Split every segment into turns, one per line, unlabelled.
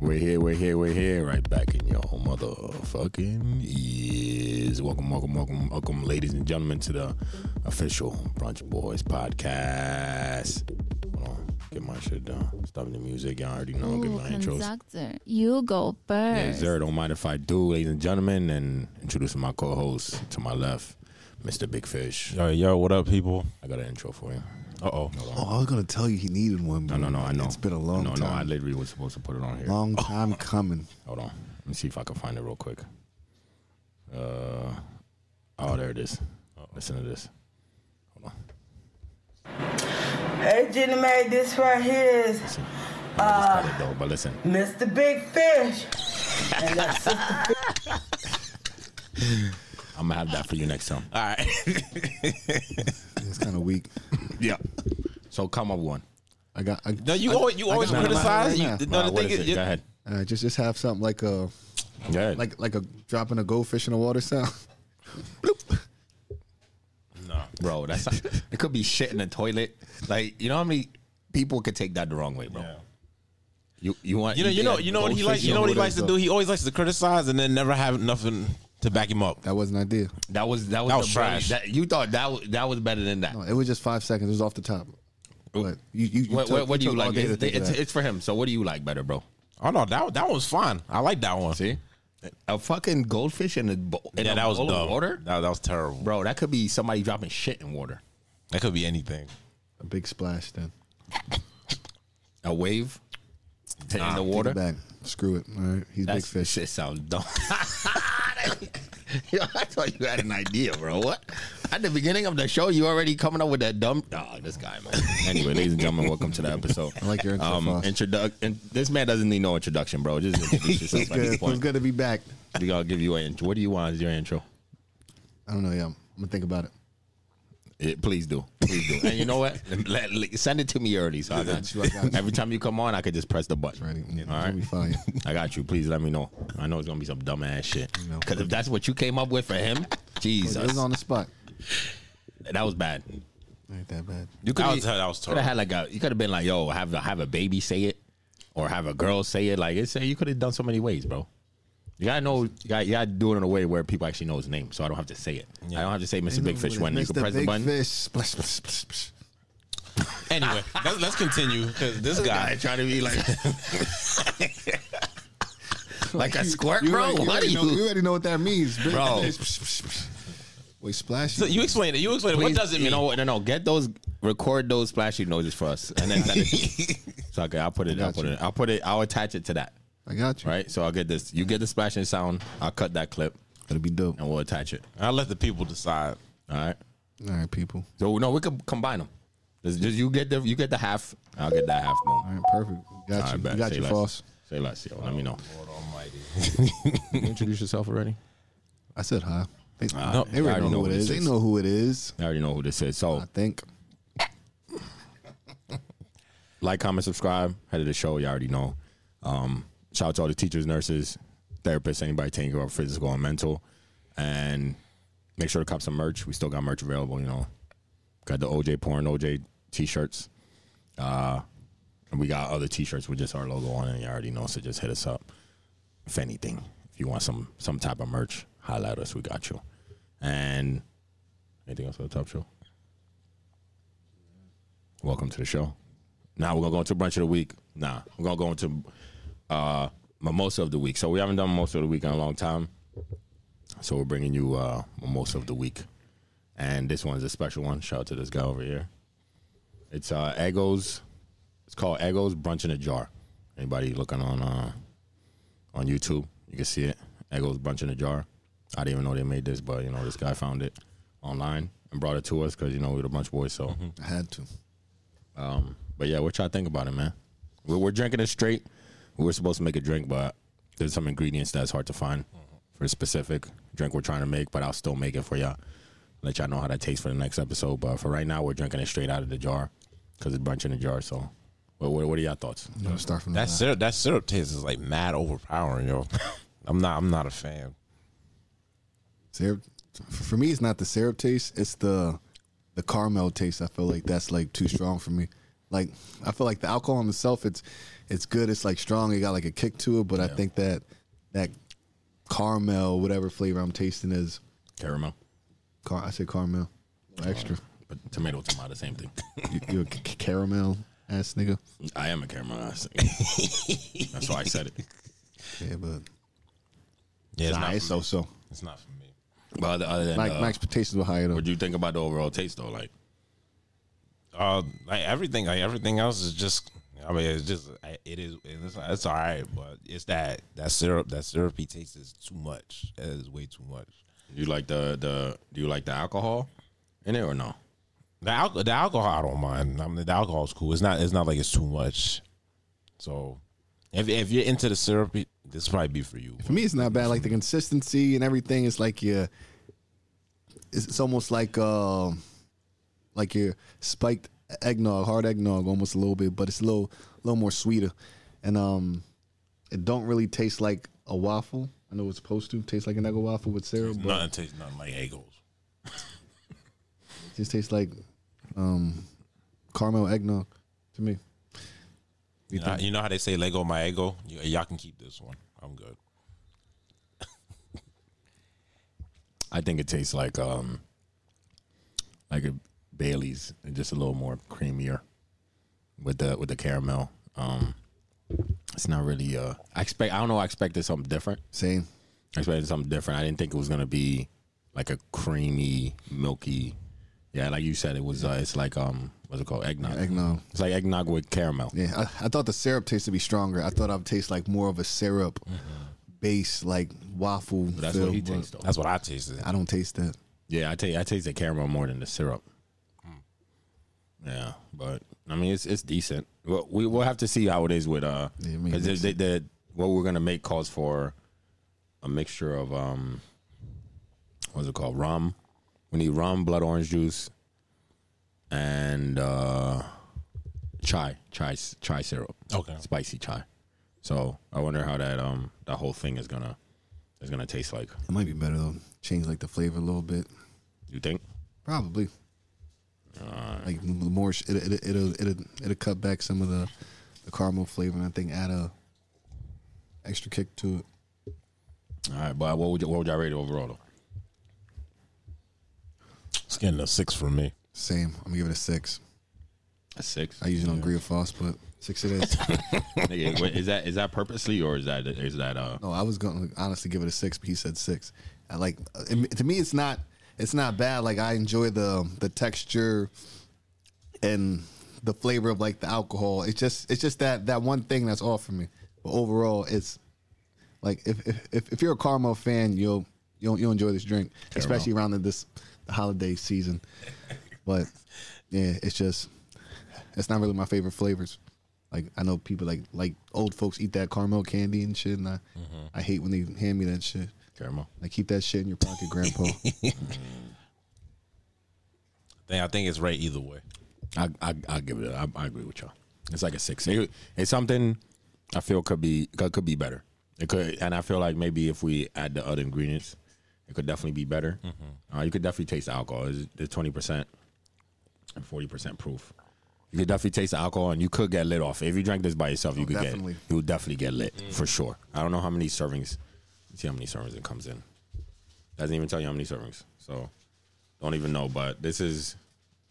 here, we're here, right back in your motherfucking ears. Welcome, welcome, welcome, welcome, ladies and gentlemen, to the official Brunch Boys podcast. Hold on, get my shit done. Stop the music, y'all already know. get
Ooh,
my intros.
conductor, you go
Yeah,
first.
sir. Don't mind if I do, ladies and gentlemen, and introducing my co-host to my left, Mr. Big Fish.
Yo, yo, what up, people?
I got an intro for you.
Uh oh.
Oh, I was gonna tell you he needed one.
No, no, no. I know
It's been a long
No, no. I Oh.
time.
literally was supposed to put it on here.
long time coming.
Hold on. Let me see if I can find it real quick. Uh, oh, there it is. Listen to this. Hold on.
Hey, Jenny Mae, this right here is
Listen. I just cut it though, but listen.
Mr. Big Fish. And that's
I'm gonna have that for you next time.
All right.
It's kind of weak.
yeah. So come up one.
I got. I,
No, you always you
I
always
got one
criticize.
right
You,
now.
no, the
What
thing
is
is,
it?
you-
Go ahead.
Uh, just, just have something like
Go
a,
ahead.
like, like a dropping a goldfish in the water sound.
bro, that's it could be shit in the toilet. Like, you know how many people could take that the wrong way, bro. You you want
you know, you know, you know what he likes. You know what he likes to do. He always likes to criticize and then never have nothing to back him up.
That was an idea.
That was that was,
That was
the
trash.
That, you thought that was, that was better than that.
No, it was just five seconds. It was off the top. But you, you, you
what
took-
what, what do you
took all
like?
day to
It's,
think of
it's,
that.
it's for him. So what do you like better, bro?
Oh no, that that one's fine. I like that one.
See, a fucking goldfish in a bowl. In
yeah,
a
that was
bowl of
dumb.
Water,
That, that was terrible.
bro. That could be somebody dropping shit in water.
That could be anything.
a big splash. Then
A wave to- in the
Take
water.
it back. Screw it. All right, he's
That
big fish.
shit sounds dumb. Yo, I thought you had an idea, bro. What? At the beginning of the show, you already coming up with that dumb. Oh, this guy, man. Anyway, ladies and gentlemen, welcome to the episode. I
like your intro,
Um,
Foss.
introduc- in- this man doesn't need no introduction, bro. Just introduce yourself
It's
at this
good. It's
point.
good to be back.
We gotta give you an intro. What do you want as your intro?
I don't know. Yeah, I'm gonna think about it.
Yeah, please do. Please do. And you know what? Let- let- send it to me early. So I got you. Every time you come on, I could just press the button.
Ready?
All right.
Be fine.
I got you. Please let me know. I know it's gonna be some dumb ass shit.
No.
Because if that's what you came up with for him,
It was
Jesus,
on the spot.
that was bad.
Ain't that bad.
You
That was, that was
could have
terrible.
had like a. You could have been like, yo, have a, have a baby say it, or have a girl say it. Like it's you could have done so many ways, bro. You gotta know. You gotta, you gotta do it in a way where people actually know his name, so I don't have to say it. I don't have to say Mr. Big Fish when you can
Mr.
press
Big
the button.
Fish. Splash, splash, splash, splash.
Anyway, let's, let's continue because this
guy
guy.
trying to be like like a squirt,
You
bro.
already- you
what are
already
you,
know, already know what that means, big
Bro.
fish. Wait, splash.
So you explain it. You explain it. What
Please,
does it
You
mean?
know, what? no, no. Get those. Record those splashy noises for us, and then send it to me. so okay, I'll put it. I'll
Gotcha.
put it. I'll put it. I'll attach it to that.
I got you.
Right. So I'll get this. You get the splashing sound. I'll cut that clip,
That'll be dope.
and we'll attach it.
I'll let the people decide.
All right.
All right, people.
So no, we can combine them. Just, just you get the you get the half. I'll get that half. Boom.
All right, perfect. Got
All
you.
right, bet.
You got
Say
you,
less.
false.
Say less. Yo, let me know. Lord Almighty. introduce yourself already.
I said hi. They,
No,
they
I already
already know,
know
who
what
it
this
is. They
is.
know who it is.
I already know who this is. So
I think.
like, comment, subscribe, head to the show. You already know. Um, shout out to all the teachers, nurses, therapists, anybody taking care of physical and mental. And make sure to cop some merch. We still got merch available, you know. Got the OJ porn, OJ t shirts. Uh, and we got other t shirts with just our logo on it. You already know. So just hit us up. If anything, if you want some some type of merch, holla at us. We got you. And anything else on the top show? Welcome to the show. Now we're gonna go into brunch of the week. Nah, we're gonna go into uh, mimosa of the week. So we haven't done mimosa of the week in a long time. So we're bringing you uh, mimosa of the week, and this one's a special one. Shout out to this guy over here. It's uh, Eggo's. It's called Eggo's Brunch in a Jar. Anybody looking on uh, on YouTube, you can see it. Eggo's Brunch in a Jar. I didn't even know they made this, but you know this guy found it online and brought it to us because you know we're the brunch boys. So.
I had to.
Um, but yeah, what y'all think about it, man? We're, we're drinking it straight. We We're supposed to make a drink, but there's some ingredients that's hard to find for a specific drink we're trying to make. But I'll still make it for y'all. Let y'all know how that tastes for the next episode. But for right now, we're drinking it straight out of the jar because it's brunch in the jar. So, what, what, what are y'all thoughts?
You know, start from the
That
top.
syrup, that syrup taste is like mad overpowering, yo. I'm not. I'm not a fan.
syrup. For for me, it's not the syrup taste. It's the the caramel taste. I feel like that's like too strong for me. Like I feel like the alcohol in itself, it's it's good. It's like strong. It got like a kick to it, but I think that that caramel, whatever flavor I'm tasting is,
Caramel,
car- I say caramel, extra.
but tomato, tomato, same thing.
You, you a c- c- caramel ass nigga.
I am a caramel. ass. That's why I said it.
Yeah, but
Yeah, it's
nah,
not.
it's
for me.
so so.
It's not for me.
But other, other than,
My,
uh,
my expectations were higher though.
what do you think about the overall taste though? Like,
Uh, like everything, like everything else is just. I mean, it's just I- it is. It's, it's all right, but it's that that syrup, that syrupy taste is too much. It is way too much.
you like the the do you like the alcohol in it or no?
The, al- the alcohol, I don't mind. I mean, the alcohol's cool. It's not. It's not like it's too much. So, if if you're into the syrupy, this probably be for you.
For me, it's not bad. Like the consistency and everything is like your. It's, it's almost like um, like your spiked eggnog, hard eggnog, almost a little bit, but it's a little, little more sweeter, and um, it don't really taste like a waffle. I know it's supposed to taste like an egg waffle with syrup, but
Nothing tastes nothing like Eggos.
it just tastes like um, caramel eggnog to me.
You know, you know how they say Lego my ego? Y- y'all can keep this one. I'm good.
I think it tastes like um like a Bailey's and just a little more creamier with the with the caramel. Um it's not really uh I expect I don't know I expected something different.
Same.
I expected something different. I didn't think it was gonna be like a creamy, milky yeah, like you said, it was uh, it's like um what's it called? Eggnog.
eggnog.
It's like eggnog with caramel.
Yeah, I, I thought the syrup tasted to be stronger. I thought I would taste like more of a syrup base, like waffle.
Mm-hmm. That's
feel,
what he
but
tastes though.
That's what I tasted.
I don't taste that.
Yeah, I take I taste the caramel more than the syrup. Yeah, but I mean it's it's decent. Well, we will have to see how it is with uh
Yeah, I mean,
'cause
it's-
the, the- what we're gonna make calls for a mixture of um what's it called rum. We need rum, blood orange juice, and uh chai chai chai syrup.
Okay.
spicy chai. So I wonder how that um that whole thing is gonna is gonna taste like.
It might be better though. Change like the flavor a little bit,
You think?
probably. Like the more sh- it, it, it'll it'll it'll cut back some of the the caramel flavor, and I think add a extra kick to it.
All right, but what would you, what would y'all rate it overall though?
It's getting a six for me.
Same. I'm gonna give it a six.
A six.
I usually don't agree with Foss, but six it is.
Nigga, wait, is that is that purposely or is that is that uh?
No, I was gonna honestly give it a six, but he said six. I like uh, it- to me, it's not it's not bad. Like I enjoy the the texture and the flavor of like the alcohol. It's just it's just that that one thing that's off for me. But overall, it's like if if- if, if you're a caramel fan, you'll you'll you'll enjoy this drink, especially around the, this the holiday season. But yeah, it's just it's not really my favorite flavors. Like I know people like like old folks eat that caramel candy and shit, and I
Mm-hmm.
I hate when they hand me that shit.
Caramel.
Like keep that shit in your pocket, Grandpa.
I think, I think it's right either way.
I I I give it. a- I, I agree with y'all. It's like a six. It- it's something I feel could be could, could be better. It could, and I feel like maybe if we add the other ingredients, it could definitely be better. Uh, you could definitely taste the alcohol. It's- It's twenty percent and forty percent proof. You could definitely taste the alcohol, and you could get lit off if you drank this by yourself. You could
definitely.
get you would definitely get lit for sure. I don't know how many servings. Let's see how many servings it comes in. Doesn't even tell you how many servings. So don't even know. But this is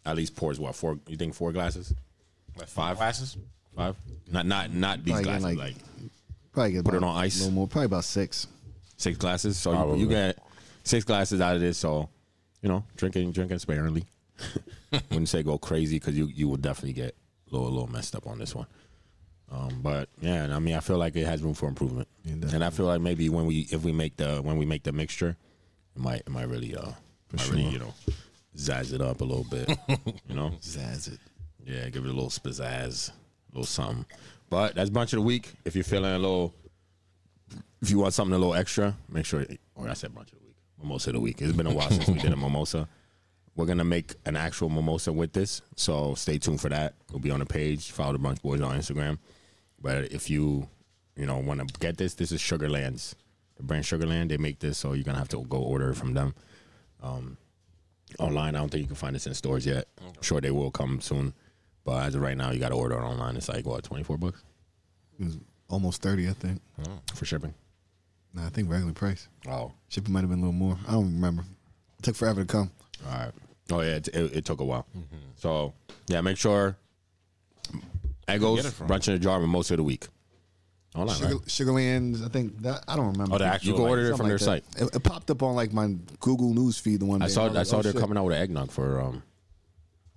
at least pours what four? You think four glasses?
Like five glasses?
Five? Not not not these
Probably get
glasses.
like-
Like,
probably get
Put it
about
on ice.
A little more, probably about six.
six glasses. So
Probably.
you, you get six glasses out of this. So you know, drinking drinking sparingly. Wouldn't say go crazy because you you will definitely get a little a little messed up on this one. Um, but yeah, and I mean, I feel like it has room for improvement, and I feel like maybe when we if we make the when we make the mixture, it might it might really uh might really
sure.
you know zazz it up a little bit, you know.
Zazz it.
Yeah, give it a little spizzazz, a little something. But that's bunch of the week. If you're feeling a little, if you want something a little extra, make sure. Or I said bunch of the week, mimosa of the week. It's been a while since we did a mimosa. We're gonna make an actual mimosa with this, so stay tuned for that. We'll be on the page. Follow the Bunch Boys on Instagram. But if you, you know, want to get this, this is Sugarlands, the brand Sugarland. They make this, so you're gonna have to go order it from them Um, online. I don't think you can find this in stores yet. I'm sure they will come soon. But as of right now, you got to order it online. It's like what twenty four bucks
It was almost thirty, I think.
for shipping.
Nah, I think regular price.
Oh, all
Shipping might have been a little more. I don't remember. It took forever to come.
right. Oh yeah, it, it, it took a while. So yeah, make sure
get
Eggos
it from?
brunch in a jar most of the week. Online,
Sugar,
right?
Sugarlands, I think that I don't remember.
Oh, the actual.
You can
like,
order it
Something
from their
like
site.
that. It, it popped up on like my Google News feed the one day.
I saw
was
I
like,
saw
oh,
they're
shit.
coming out with eggnog for um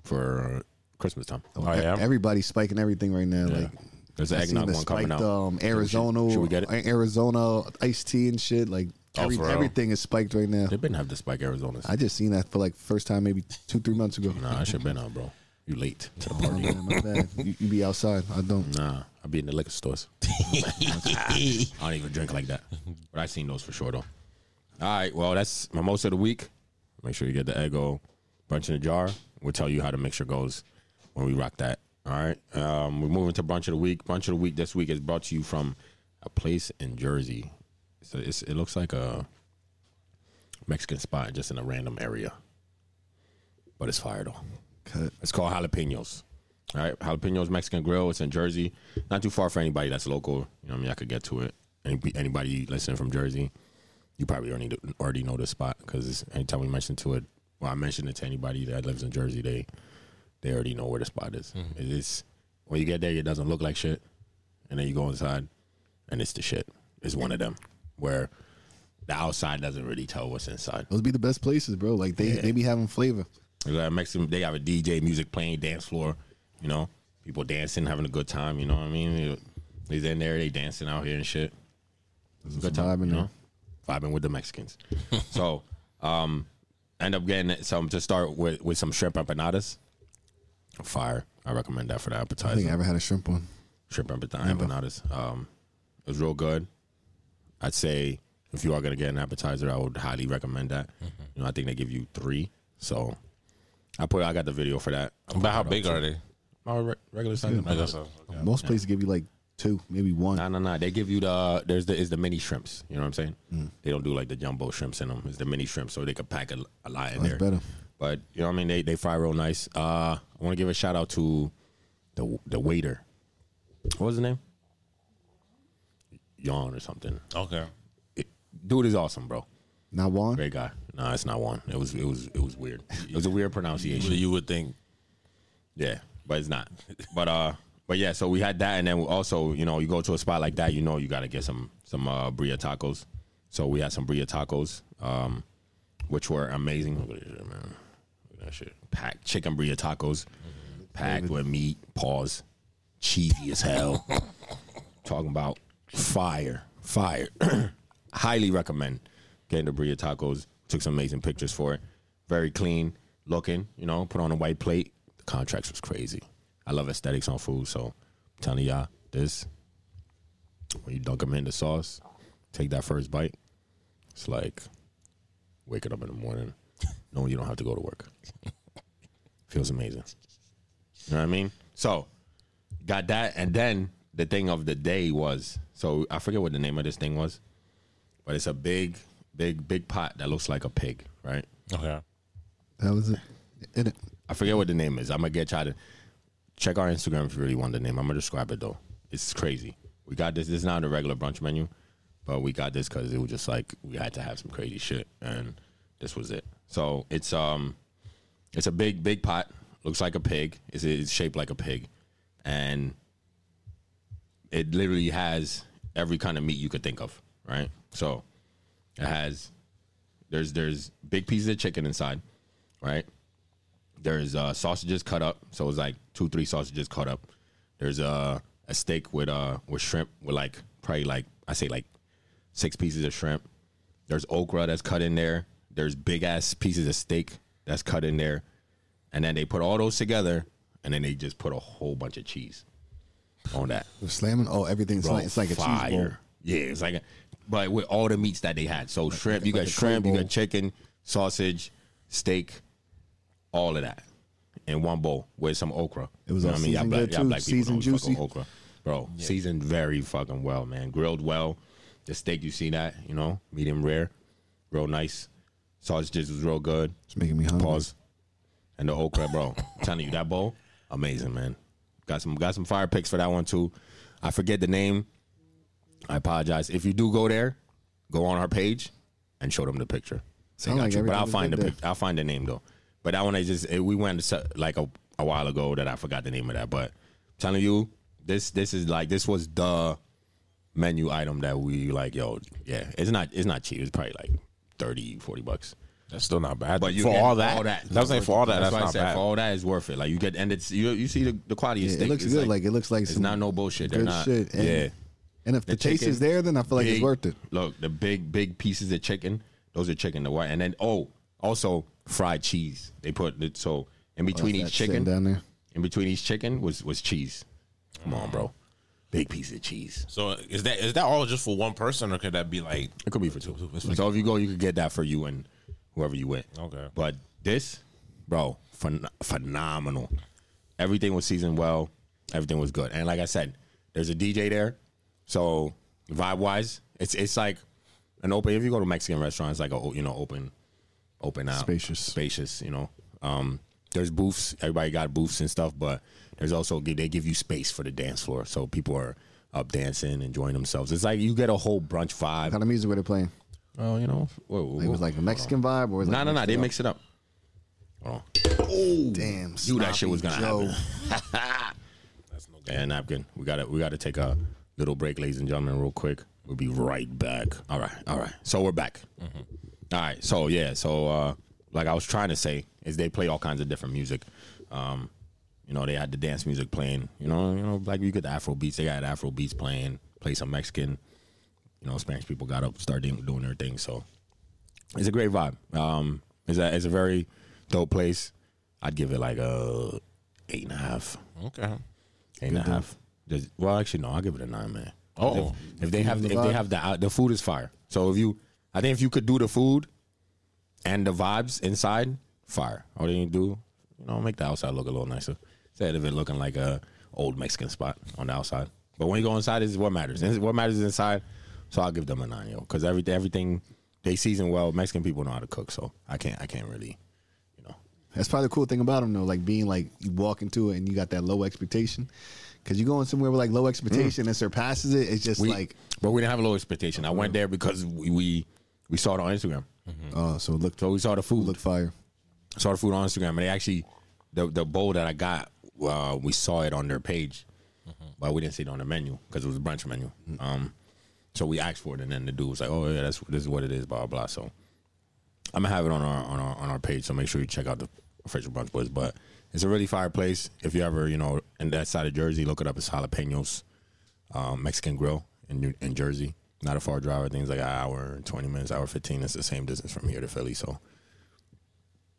for Christmas time.
Oh, yeah.
Everybody's spiking everything right now. Like
There's an
I seen
eggnog
the
one coming
spiked,
out.
Um, Arizona,
should we get it?
Arizona iced tea and shit. Like
Oh,
every,
for real?
everything is spiked right now.
They been have the spike Arizona's.
uh, I just seen that for like first time maybe two three months ago.
nah, I should been out, bro. You late to the
Oh,
party.
man, my bad. You, you be outside. I don't.
Nah, I be in the liquor stores. I don't even drink like that. But I seen those for sure though. All right, well that's mimosa of the week. Make sure you get the Eggo brunch in a jar. We'll tell you how the mixture goes when we rock that. All right, um, we're moving to brunch of the week. Brunch of the week this week is brought to you from a place in Jersey. So it's, it looks like a Mexican spot just in a random area, but it's fire though.
Cut.
It's called Jalapenos. All right, Jalapenos Mexican Grill. It's in Jersey. Not too far for anybody that's local. You know, what I mean, I could get to it. Any, anybody listening from Jersey, you probably already already know this spot because anytime we mention to it, well, I mention it to anybody that lives in Jersey, they they already know where the spot is. It's when you get there, it doesn't look like shit, and then you go inside, and it's the shit. It's one of them where the outside doesn't really tell what's inside.
Those be the best places, bro. Like they, they be having flavor.
It's like Mexican, they have a DJ, music playing, dance floor. You know, people dancing, having a good time. You know what I mean? He's in there, they dancing out here and shit. It's a good
some
time,
vibe in
you know,
there.
vibing with the Mexicans. so, um, end up getting some to start with with some shrimp empanadas. Fire! I recommend that for the
I think
appetizer.
I ever had a shrimp one.
Shrimp empana- empanadas. Um, it was real good. I'd say if you are gonna get an appetizer, I would highly recommend that.
Mm-hmm.
You know, I think they give you three. So I put I got the video for that.
About how big are they?
Oh, regular size.
Like that's a- okay.
Most places give you like two, maybe one.
No, no, no. They give you the there's the is the mini shrimps. You know what I'm saying?
Hmm.
They don't do like the jumbo shrimps in them. It's the mini shrimps, so they could pack a, a lot in
That's
there.
better.
But you know what I mean? They they fry real nice. Uh, I want to give a shout out to the the waiter. What was his name? Yawn or something.
Okay.
It- dude is awesome, bro.
Not one.
Great guy. Nah, it's not one. It was it was it was weird. It was a weird pronunciation.
You would think
Yeah, but it's not. But uh, but yeah. So we had that, and then we also, you know, you go to a spot like that, you know, you got to get some some uh, bria tacos. So we had some bria tacos, um, which were amazing. Look at this shit, man. Look at that shit. Packed chicken bria tacos, packed with meat, paws, cheesy as hell. Talking about fire, fire. Highly recommend getting the bria tacos. Took some amazing pictures for it. Very clean looking, you know, put on a white plate. The contracts was crazy. I love aesthetics on food, so I'm telling y'all this. When you dunk them in the sauce, take that first bite. It's like waking up in the morning, knowing you don't have to go to work. Feels amazing. You know what I mean? So, got that. And then the thing of the day was so I forget what the name of this thing was, but it's a big, big, big pot that looks like a pig, right?
Okay.
That was it. In it.
I forget what the name is. I'm gonna get y'all to check our Instagram if you really want the name. I'm gonna describe it though. It's crazy. We got this. This is not a regular brunch menu, but we got this because it was just like we had to have some crazy shit, and this was it. So it's um, it's a big big pot. Looks like a pig. It's, it's shaped like a pig, and it literally has every kind of meat you could think of. Right. So it has there's there's big pieces of chicken inside, right? There's uh, sausages cut up, so it's like two, three sausages cut up. There's uh, a steak with uh with shrimp with like probably like I say like six pieces of shrimp. There's okra that's cut in there. There's big ass pieces of steak that's cut in there, and then they put all those together, and then they just put a whole bunch of cheese on that.
They're slamming. Oh, everything's
Bro,
like it's like a cheese bowl.
fire. Yeah, it's like a, but with all the meats that they had. So shrimp, you got
like a
shrimp, you
crab bowl.
got chicken, sausage, steak, all of that in one bowl with some okra.
It was
You
all
what
seasoned good,
y'all
too.
black people
Seasoned
don't fuck with
juicy.
okra. Bro, seasoned very fucking well, man. Grilled well. The steak, you see that, you know, medium rare, real nice. Sausages was real good.
It's making me hungry.
Pause. And the okra, bro. I'm telling you, that bowl, amazing, man. Got some got some fire picks for that one too. I forget the name. I apologize. If you do go there, go on our page and show them the picture. They
Sound
got
like
you, but I'll
everything's
find the
good there.
pic- I'll find the name though. But that one I just eh, we went to, se- like a, a while ago that I forgot the name of that. But I'm telling you, this this is like this was the menu item that we like. Yo, yeah, it's not it's not cheap. It's probably like 30, 40 bucks.
That's still not bad.
But you
for
get
all that,
all that.
that's like for all that. That's,
That's, why I
not
said
bad.
for all that is worth it. Like you get and it's you you see the, the quality is
Yeah, it looks good. Like, it looks like
it's
some
not no bullshit. They're
good
not.
shit. And,
yeah.
and if the, taste
chicken,
is there, then I feel like it's
big-
worth it.
Look, the big big pieces of chicken, those are chicken the white, and then oh, also fried cheese. They put it so in between
Oh, That's
each
that
chicken,
sitting down there.
in between each chicken was was cheese. Come on, bro, big piece of cheese.
So is that is that all just for one person, or could that be like?
It could be for two. So if you go, you could get that for you and whoever you went.
Okay.
But this, bro, phen- phenomenal. Everything was seasoned well. Everything was good. And like I said, there's a DJ there. So vibe wise, it's it's like an open. If you go to Mexican restaurants, like a o- you know open, open out,
Spacious.
spacious. You know, um, there's booths. Everybody got booths and stuff, but there's also they give you space for the dance floor, so people are up dancing, enjoying themselves. It's like you get a whole brunch vibe.
What kind of music were they playing?
Oh, you know, whoa, whoa,
Like, it was
whoa.
like a Mexican vibe, or was it
no,
like
no, no.
mixed
They
up?
mix it up. Oh,
damn.
knew that shit was gonna
sloppy Joe.
happen.
That's no good.
and napkin. We gotta, we gotta take a little break, ladies and gentlemen, real quick. We'll be right back. All right, all right. So we're back. All right. So yeah. So uh, like I was trying to say, is they play all kinds of different music. Um, you know, they had the dance music playing. You know, you know, like you get the Afro beats. They got Afro beats playing. Play some Mexican. You know, Spanish people got up, started doing, doing their thing. So it's a great vibe. Um, it's a it's a very dope place. I'd give it like a eight and a half.
Okay.
Eight and a half. Does- Well, actually, no. I'll give it a nine, man.
Oh.
if, if they have,
the
if they
vibe.
have the out- the food is fire. So if you, I think if you could do the food, and the vibes inside, fire. All they need to do, you know, make the outside look a little nicer. Instead of it looking like a old Mexican spot on the outside. But when you go inside, this is what matters. This is what matters is inside. So I'll give them a nine, yo, because every everything they season well. Mexican people know how to cook, so I can't I can't really, you know,
That's probably the cool thing about them, though. Like being like you walk into it and you got that low expectation, because you going somewhere with like low expectation and surpasses it. It's just
Mm. we,
like
but we didn't have a low expectation. I went there because we we, we saw it on Instagram.
oh, so look,
So we saw the food.
look fire.
saw the food on Instagram, and they actually the the bowl that I got, uh, we saw it on their page,
Mm-hmm.
but we didn't see it on the menu because it was a brunch menu. Um, so we asked for it, and then the dude was like, "Oh yeah, that's this is what it is." Blah blah. So I'm gonna have it on our on our on our page. So make sure you check out the official brunch boys. But it's a really fire place. If you ever you know in that side of Jersey, look it up. It's jalapenos um, Mexican grill in New, in Jersey. Not a far drive. I think it's like an hour and twenty minutes, hour fifteen. It's the same distance from here to Philly. So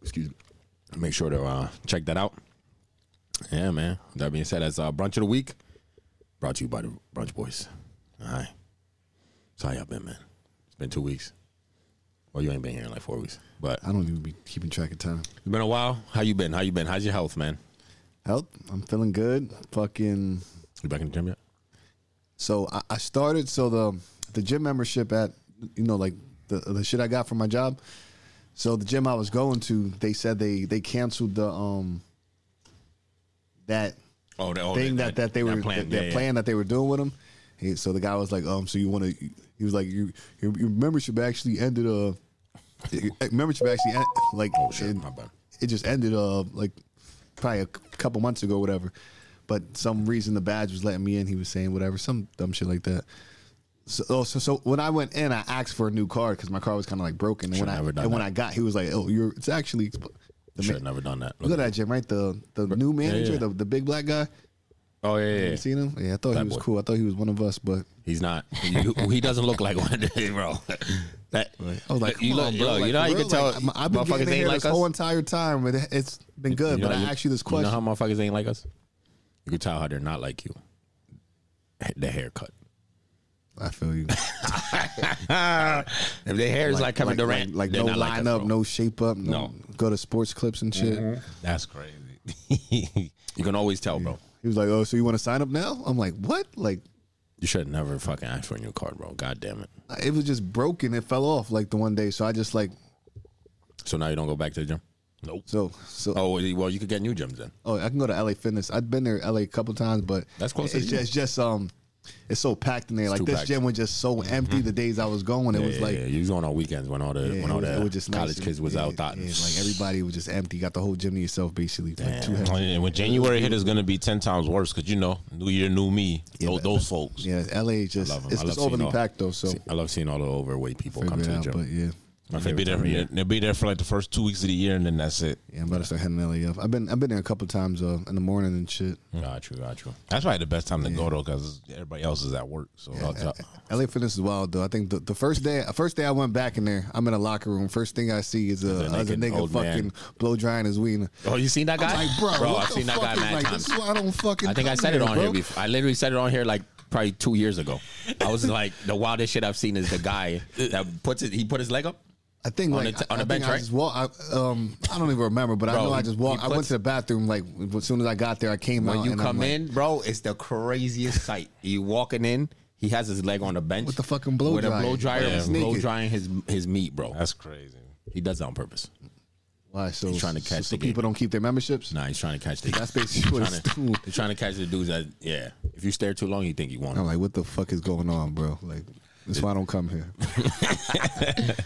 excuse me. Make sure to uh, check that out. Yeah, man. That being said, that's uh, brunch of the week, brought to you by the Brunch Boys. All right. So how y'all been, man? It's been two weeks. Well, you ain't been here in like four weeks, but
I don't even be keeping track of time.
it's been a while. How you been? How you been? How's your health, man?
Help, I'm feeling good. Fucking.
You back in the gym yet?
So I, I started. So the the gym membership at you know like the the shit I got from my job. So the gym I was going to, they said they they canceled the um that
Oh, that,
thing that, that they were that
playing.
that plan that they were doing with him. He, so the guy was like, um, so you want to? He was like, you your, your membership actually ended uh, your membership actually en- like
Oh, shit,
it,
my bad.
it just ended uh like probably a c- couple months ago, or whatever. But some reason the badge was letting me in. He was saying whatever, some dumb shit like that. So, oh, so so when I went in, I asked for a new card because my car was kind of like broken. And when
Should've
I
never
and
done
when
that.
I got, he was like, "Oh, you're it's actually the
Should
ma-
have never done that.
look at that Jim right the the new manager
yeah.
the the big black guy
Oh yeah, yeah, yeah.
you seen him? Yeah, I thought
That
he was
boy.
cool. I thought he was one of us, but
He's not. You- he doesn't look like one of them, bro. That,
I was like,
you
come
look,
on, bro.
look,
Like,
you know,
for
how you
real,
can tell.
like, I'm- I've been
motherfuckers
getting in
ain't
here
like
this
us.
whole entire time, and it- it's been good.
You know
but
how
I
you-
asked you this
You
question.
know how motherfuckers ain't like us? You can tell how they're not like you. The haircut.
I feel you.
If their hair is like, Kevin Durant,
like,
they're
no
not like us,
lineup,
bro.
no shape up, no,
No.
go to sports clips and shit.
That's crazy.
You can always tell, bro.
He was like, "Oh, so you want to sign up now?" I'm like, "What?" Like,
You should never fucking ask for a new card, bro. God damn it.
it was just broken. It fell off like the one day, so I just like
So now you don't go back to the gym. Nope.
So so
Oh well, you could get new gyms then.
Oh, I can go to LA Fitness. I've been there LA a couple times, but
That's close to
It's
you.
just, it's just um, it's so packed in there. like
too
this
packed. Mm-hmm.
gym was just so empty the days I was going. It
Yeah,
was
yeah,
like
yeah. you was going on weekends when all the
yeah,
when all
it was-
the
it was just nice
college
and-
kids was
yeah,
out thotting.
yeah, like everybody was just empty. Got the whole gym to yourself basically. Like two heads.
And when January hit, it's gonna be ten times worse because you know, New Year, New Me.
Yeah,
those,
but-
those folks.
Yeah, LA just
love 'em.
it's
I love
just
seeing
overly
all-
packed though. So
See, I love seeing all the overweight people come to
figure it
the
out,
gym.
but yeah.
My
They'll
favorite
be there.
time
For,
of year.
They'll be there for like the first two weeks of the year, and then that's it.
Yeah, I'm about to start heading LA up. I've been I've been there a couple times uh, in the morning and shit.
Got you, got you.
That's probably the best time to go though, because everybody else is at work. So
LA Fitness is wild though. I think the, the first day, first day I went back in there, I'm in a locker room. First thing I see is a,
a
is a
naked
nigga
old man.
fucking blow drying his wiener.
Oh, you seen that guy?
I'm like, bro, what
I've
the
seen that
fuck
guy
is,
mad
like,
times.
This is why I don't fucking.
I think I
come
said it on
bro.
here before. I literally said it on here like probably two years ago. I was like, the wildest shit I've seen is the guy that puts it. He put his leg up.
I think
On
like
the t-
I-
on the
I
bench,
think I
right?
just walk. I, um, I don't even remember, but I
Bro,
know I
he-
just walked.
he
I went
puts-
to the bathroom like as soon as I got there. I came
When
out.
you
and I'm
come
like,
in, bro, it's the craziest sight. You walking in, he has his leg on the bench
With the fucking blow
with
dryer.
a blow dryer,
Yeah.
blow
Naked.
drying his his meat, bro.
that's crazy.
He does that on purpose.
why? So
he's trying to
so-
catch
so
the game.
people don't keep their memberships.
Nah, he's trying to catch the.
That's basically what
trying
it's doing.
to, he's trying to catch the dudes that yeah. If you stare too long, you think you want.
I'm
Him.
like, what the fuck is going on, bro? Like, that's why I don't come here.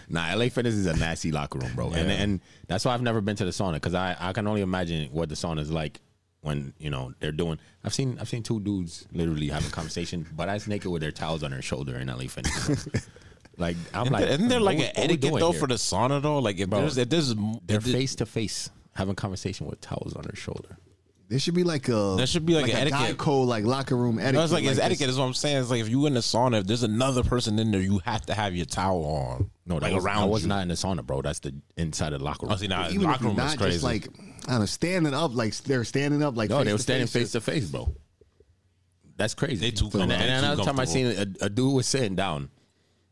Nah, LA Fitness is a nasty locker room, bro, and and that's why I've never been to the sauna because I I can only imagine what the sauna is like when you know they're doing. I've seen I've seen two dudes literally having conversation, but I naked with their towels on their shoulder in LA Fitness. like I'm like,
Isn't there like
what
an
we- what we
etiquette
doing
though
here?
for the sauna though? Like if there's if there's
They're
if there-
face to face having conversation with towels on their shoulder.
There should be like a
There should be like an
a guy
etiquette.
code, like locker room etiquette.
No, it's like, it's
this.
etiquette is what I'm saying. It's like if you in the sauna, if there's another person in there, you have to have your towel on.
No, that
like
was,
around
I was
you.
not in the sauna, bro. That's the inside of the locker room.
Oh, see, nah,
Even if
locker
you're
room was
not
crazy.
just like I don't know, standing up, like they're standing up, like
No, they
face
were
to
standing
face.
face to face, bro. That's crazy.
They too
and,
comfortable.
and
They
another
too
time I seen
comfortable.
a, a dude was sitting down,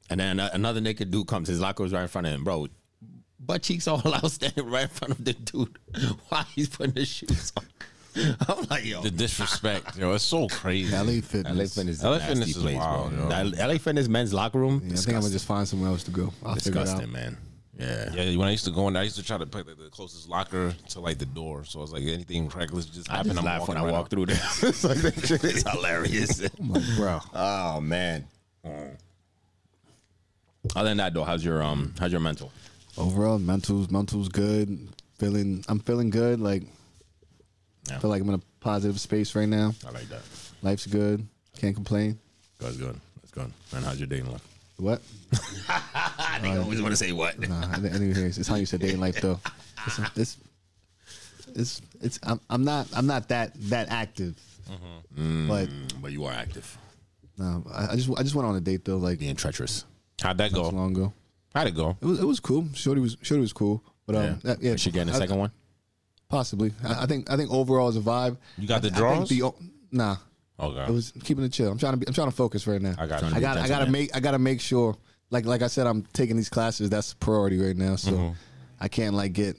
and then a- another naked dude comes. His locker was right in front of him, bro. Butt cheeks all out, standing right in front of the dude while he's putting his shoes on. I'm like, yo,
the disrespect, yo. It's so crazy.
LA Fitness.
LA Fitness is
LA
a nasty
Fitness is
place,
wild,
bro.
yo.
That LA Fitness men's locker room,
Yeah, I think I'm gonna
disgusting,
just find somewhere else to go. I'll figure it out.
disgusting, man. Yeah.
Yeah, when I used to go in, there, I used to try to put like, the closest locker to like the door. So I was like, anything reckless just
I
happen.
just
I'm
laugh when
walking
I
right
walk
out.
through there. it's like, that shit is hilarious.
bro.
Uh,
Oh man. Mm. Other than that though, how's your um how's your mental?
Overall, mental's mental's good. Feeling, I'm feeling good. Like,
Yeah.
I feel like I'm in a positive space right now.
I like that.
Life's good. Can't complain.
That's good. That's good. And how's your dating life?
What?
I think I always want to say what.
Nah, I didn't I didn't hear. it. It's how you said day in life, though. It's, it's, it's, it's I'm, I'm not, I'm not that that active.
Mm-hmm.
But
But you are active.
no, Um, I, I just, I just went on a date though, like
Being treacherous.
How'd that
not too
go?
long ago.
How'd it go?
It was, it was cool. Shorty was, Shorty was cool. But um,
yeah.
that- yeah,
Is she getting a
I-
second one?
Possibly. I, I think, I think overall is a vibe.
You got
I-
the
I think
draws?
the o- nah.
Okay.
It was keeping it chill. I'm trying to be, I'm trying to focus right now.
I got you.
I got I got to make I got to make sure like like I said I'm taking these classes that's priority right now so I can't like get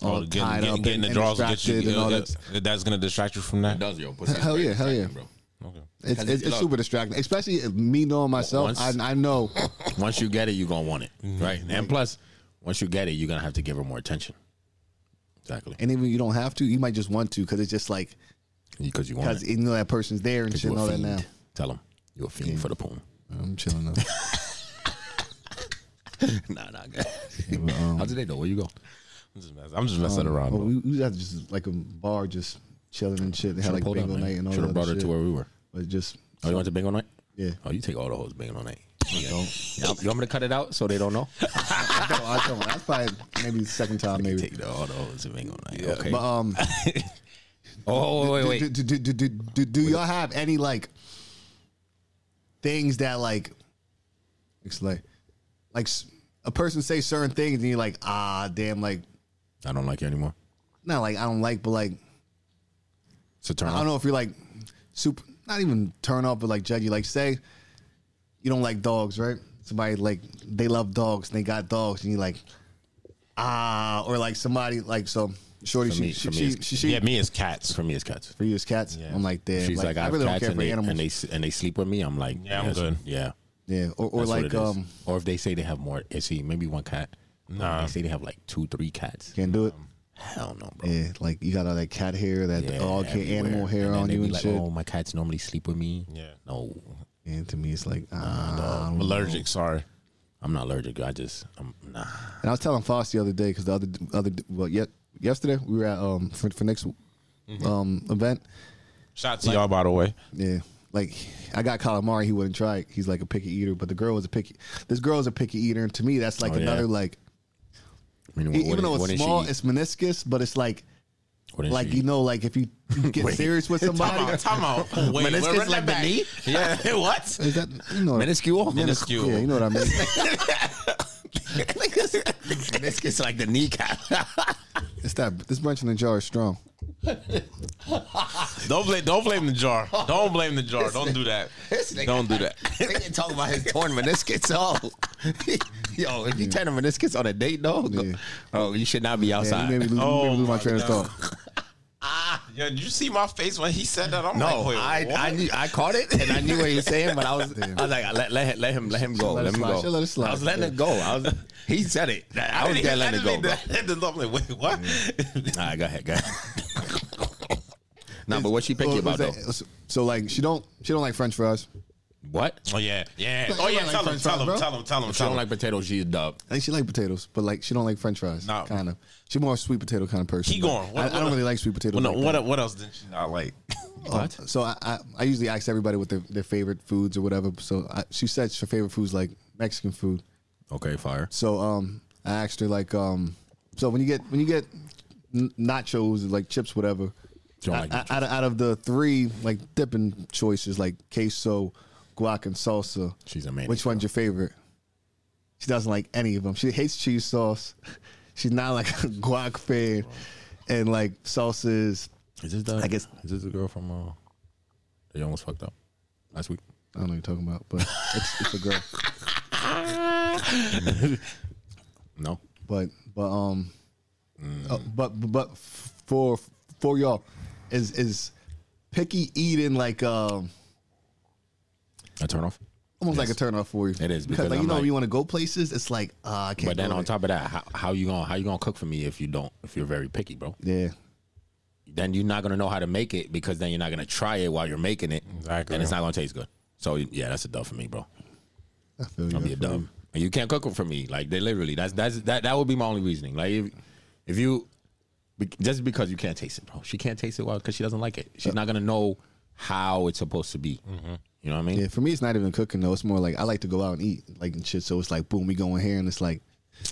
all
Mm-hmm. Oh, getting,
tied
getting,
up
getting
and,
the
and
draws will get
distracted
you.
and all
uh,
that.
uh, That's gonna distract you from that.
does yo. Pussy is
Hell
very
yeah, hell
distracting,
yeah.
Okay.
It's, it's, it's
look.
super distracting, especially if me knowing myself.
Once-
I, I know
bro. Once you get it, you're gonna want it. Right? And plus, once you get it, you're gonna have to give her more attention. Exactly.
and even you don't have to, you might just want to because it's just like
Because you want
because
it.
you know that person's there and shit
You
and
a
all that
fiend.
now.
Tell him. You're a fiend for the poem.
I'm chilling up.
nah, nah, guys.
Yeah, but, um,
How's the day though? Where you go?
I'm just messing, I'm just messing around.
well,
though.
we, we was at just like a bar, just chilling and shit. They had like
Pulled up,
bingo
man.
night and all that.
Should have brought her
shit.
to where we were.
But just
Oh, you went to bingo night?
yeah.
Oh, you take all the hoes bingo night.
I don't.
Yeah, you want me to cut it out so they don't know?
I don't, I don't. That's probably maybe the second time, maybe.
Take the, all the hoes to bingo night. Okay.
But um,
oh, wait, wait,
do,
wait.
do, do, do, do, do, do y'all have any like things that like it's like like s- a person say certain things and you're like ah damn like
I don't like you anymore.
not like I don't like but like
So turn
I don't know if you're like super not even turn off but like judge you like say you don't like dogs right somebody like they love dogs and they got dogs and you like ah or like somebody like so shorty
For
she,
me-
she,
for me
she,
it's-
she she
yeah, me as cats.
For me, it's cats.
for you as cats. I'm like, damn.
She's like, I,
I
have
really don't
cats
care
and
for
they,
animals.
and they s- and they sleep with me. I'm like,
Yeah, I'm
yes,
good.
Yeah,
yeah, or, or
That's what
like,
it is.
um,
or if they say they have more, eh, see, maybe one cat Nah. They say they have like two, three cats.
Can't do it.
Um,
Hell no, bro.
Yeah, like you got all that cat hair, that
Yeah,
all cat
everywhere.
animal hair
and then
on
they
you
be
and
like,
shit.
Oh, my cats normally sleep with me.
Yeah.
No,
And to me, it's like, ah, I
I'm
don't know.
allergic. Sorry.
I'm not allergic. I just, I'm nah.
And I was telling Foss the other day because the other other well, yet yesterday we were at um for, for next
Mm-hmm.
um event.
Shout to y'all by the way.
Yeah, like I got calamari. He wouldn't try it. He's like a picky eater, but the girl was a picky. This girl is a picky eater, and to me, that's like
Oh, yeah.
another like.
I mean,
e-
what-
even
what
though
did- what
it's
did she
small,
eat?
it's meniscus, but it's like
What did
like
she
you
eat?
know, like if you get
Wait.
serious with somebody,
Time out. Time out. Wait,
Meniscus
run that
like the
back.
knee?
Yeah. what?
is that you know
minuscule.
Yeah,
Minuscule.
you know what I mean.
Meniscus like the kneecap.
It's that this branch in the jar is strong.
Don't blame. Don't blame the jar. Don't blame the jar. Don't do that. Don't do that.
Oh. they didn't talk about his torn meniscus. Oh, yo, if you tear the meniscus on a date, no, go-
Yeah.
oh, you should not be
Yeah,
outside.
you made me lose, you
Oh,
made me lose my
my
train of
God.
thought.
Yeah, did you see my face when he said that? I'm
no,
like, wait,
I,
what?
I knew, I caught it and I knew what he was saying, but I was I was like, let, let, him- let him let him go,
Let
let,
it
him
slide.
go.
She'll let it slide.
I was letting it go. I was he said it. I, was there
didn't even-
letting it
I
go.
didn't
Bro. Mm.
mean that. I'm like, wait, what?
All right, go ahead, go ahead. nah, but what she picky
Well,
about though?
was that- So like she don't she don't like French fries.
What?
Oh yeah, yeah.
Like,
Oh yeah.
like
Tell him.
French
Tell
fries,
him.
bro.
Tell him. Tell him.
She
Tell
don't
him.
like potato. She's dub.
I think she like potatoes, but like she don't like French fries.
No.
kind of. She more a sweet potato kind of person.
Keep going.
Like,
What-
I, I
what-
don't really like sweet potatoes.
Well, no.
like
What?
that.
What else did she not like?
What?
So I, I I usually ask everybody what their, their favorite foods or whatever. So I, she said her favorite food's like Mexican food.
Okay, fire.
So um, I asked her like um, so when you get when you get n- nachos like chips whatever,
Don't
I-
like
I- out, of, out of the three like dipping choices like queso, guac, and salsa,
She's a maniac,
Which one's your favorite? She doesn't like any of them. She hates cheese sauce. She's not like a guac fan, and like salsas.
Is this the? I
guess-
is this the girl from? Uh, they almost fucked up last week.
I don't know what you're talking about, but it's, it's a girl.
No,
But but um,
Mm.
uh, but but- but f- for for y'all is is picky eating like um
a turn off.
almost like a turn off for you.
It is,
because
because
like you
I'm
know
like-
when you want to go places, it's like uh, I can't.
But then
go
on
there.
top of that, how, how you gonna how you gonna cook for me if you don't if you're very picky, bro?
yeah,
Then you're not gonna know how to make it because then you're not gonna try it while you're making it,
Exactly.
and it's not gonna taste good. So yeah, that's a dub for me, bro.
I feel you.
I'll be a dub. And you can't cook it for me, like they literally. That's that's that that would be my only reasoning. Like if, if you be- just because you can't taste it, bro. She can't taste it well because she doesn't like it.
Uh,
She's not gonna know how it's supposed to be.
Mm-hmm.
You know what I mean?
Yeah, for me, it's not even cooking though. It's more like I like to go out and eat, like and shit. So it's like, boom, we go in here, and it's like,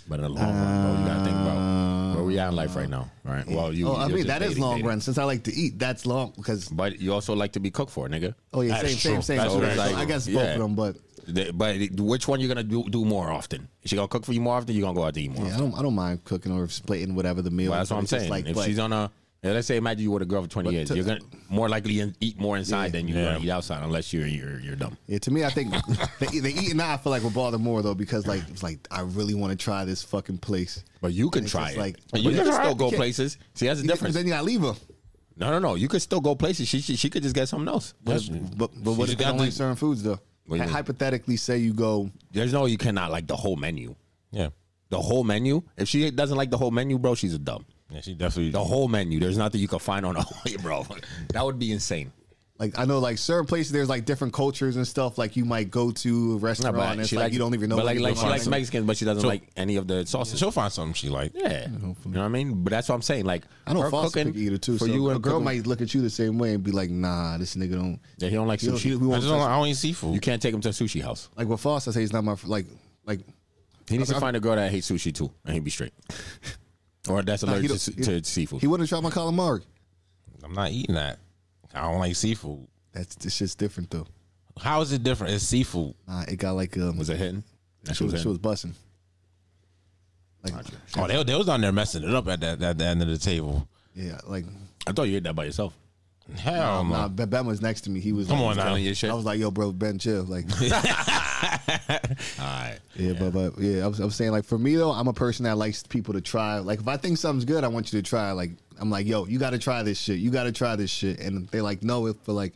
But in the long run, bro, you gotta think about where we at in life right now, right? Well, you.
Uh, oh, I
you're
mean,
just
that is
dating,
long
dating.
run. Since I like to eat, that's long because
But you also like to be cooked for, nigga.
oh yeah,
That's
same, same,
true.
same.
That's
So
very
so
true.
I guess both
Yeah.
of them, but
The- But it- which one you gonna do, do more often? Is she gonna cook for you more often? You gonna go out to eat more?
yeah, I
often?
don't, I don't mind cooking or splitting whatever the meal.
Well,
is,
that's what
but
I'm
it's just
saying.
Like,
if
but-
she's on a, yeah, let's say, imagine you were a girl for 20 years,
to-
you're gonna more likely in- eat more inside than you're
Yeah.
gonna eat outside, unless you're you're, you're dumb.
yeah, to me, I think the, the eating now I feel like will bother more though because like it's like I really want to try this fucking place.
But you can
It's
try
just
it.
like-
you
You
can
can-
still go
you can-
places. See, that's the
You- but
difference.
then you gotta leave her.
no, no, no. You could still go places. She she, she could just get something else. Mm-hmm.
But but what
You
if they
gotta
don't like
leave-
certain foods though?
What do you mean?
Hypothetically, say you go
There's no you cannot like the whole menu.
Yeah.
The whole menu. If she doesn't like the whole menu, bro, she's a dumb.
Yeah. She definitely.
The whole menu. There's nothing you can find on a bro. That would be insane.
Like I know, like certain places, there's like different cultures and stuff. Like you might go to a
No,
restaurant,
but
and it's like, you don't even know.
But
what
like,
you
like
want.
she likes Mexicans, but she doesn't
So-
like any of the sauces.
She'll find something she like.
yeah, you know what I mean. But that's what I'm saying. Like,
I know
her
Foster
cooking
could eat it too.
for
so
you and
a girl
cooking-
might look at you the same way and be like, "Nah, this nigga don't."
Yeah, he don't like
he don't-
sushi.
he- we
I
won't
just don't.
touch-
I don't eat seafood.
you can't take him to a sushi house.
like with Foster, I say he's not my fr- like like.
He needs to find a girl that hates sushi too, and he'd be straight. or that's
Nah, he
allergic
don't-
to, to seafood.
He wouldn't try my calamari.
I'm not eating that. I don't like seafood.
That's this shit's different though.
How is it different? It's seafood.
Nah, it got like um,
was it hitting? That
she
shit
was,
was
she was
hitting.
busting. Like
Oh, they, they was down there messing it up at that at the end of the table.
yeah, like
I thought you ate that by yourself.
Hell no.
nah, Ben Ben was next to me. He was
Come
like,
on now.
Telling you shit.
I was like, "Yo, bro, Ben, chill." Like.
All right.
Yeah, but but yeah, I was, I was saying like for me though, I'm a person that likes people to try. Like if I think something's good, I want you to try. Like I'm like, yo, you got to try this shit. You got to try this shit. And they're like, no, it but like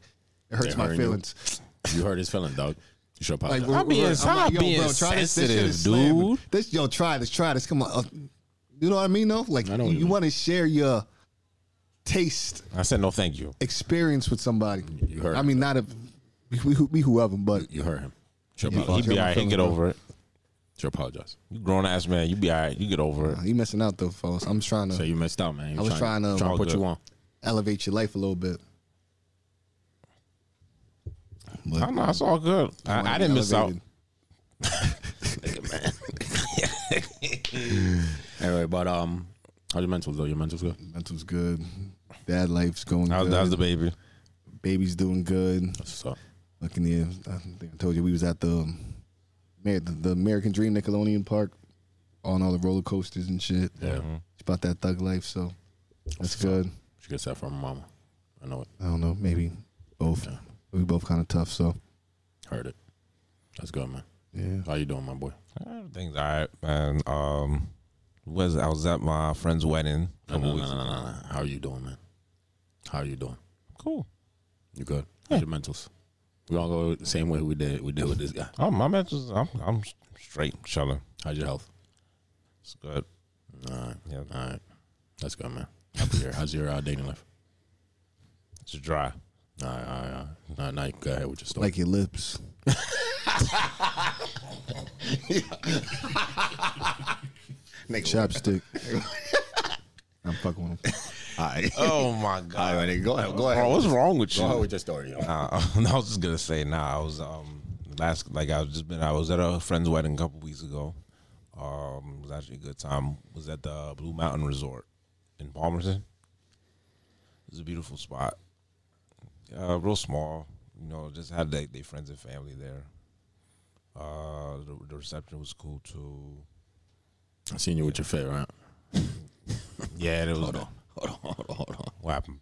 it hurts
They're
my
hurting you.
feelings.
You hurt his feeling, dog. You sure
Like,
apologize?
we're-
I'm being-
we're-
I'm
like, yo,
being
bro, try this. This shit
sensitive,
is slamming.
dude.
This, yo, try this. Try this. Come on. Uh, you know what I mean, though? Like,
know what you
you
mean.
want to share your taste
I said no, thank you.
experience with somebody.
You heard
I mean, not a, we, we, we whoever, but
you hurt him. You Sure
Yeah.
apologize.
He be all right. He get over it.
Sure apologize.
You grown ass man. You be all right. You get over it.
you uh, messing out, though, folks. I'm just trying to
So you messed out, man. You
I was trying to-
trying to put
All
you
good.
on.
elevate your life a little bit.
I don't know. It's all good. I, I didn't miss out.
Elevated.
Anyway, but um, how's your mentals though? Your mentals good.
Mental's good. Dad life's going
That was,
good.
that was the baby.
Baby's doing good.
That's what's up.
Looking here, I think I told you we was at the Amer- the the American Dream Nickelodeon Park on all the roller coasters and shit.
Yeah,
It's about that thug life, so that's good.
she gets that from her mama. I know it.
I don't know, maybe both.
Yeah.
We both kind of tough, so
Heard it. That's good, man.
yeah.
How you doing, my boy?
Everything's all right, man. Um, was I was at my friend's wedding. a
No,
couple
no, no,
weeks
no, no,
ago.
no. How are you doing, man? How are you doing?
Cool.
You good? How's your mentals? We all go the same way we did. We did with this guy.
Oh, my match is. I'm, I'm straight chilling.
How's your health?
It's good.
All right,
Yeah,
all right. That's good, man. Happy here. How's your uh, dating life?
it's dry.
All right, all right, all right. Now, now you go ahead with your story.
Like your lips. Chopstick. I'm fucking with him.
all right.
Oh my god.
Go ahead. Go
Bro, what's wrong with you?
Go ahead Oh, with your story. yo.
Nah, Uh, I was just gonna say, nah, I was um last like I was just been I was at a friend's wedding a couple weeks ago. Um, it was actually a good time. Was at the Blue Mountain Resort in Palmerton. It was a beautiful spot. Uh, real small, you know. Just had like their friends and family there. Uh, the, the reception was cool too.
I seen you with your fit, right?
Yeah, it was.
Hold on. Hold on, hold on, hold on.
What happened?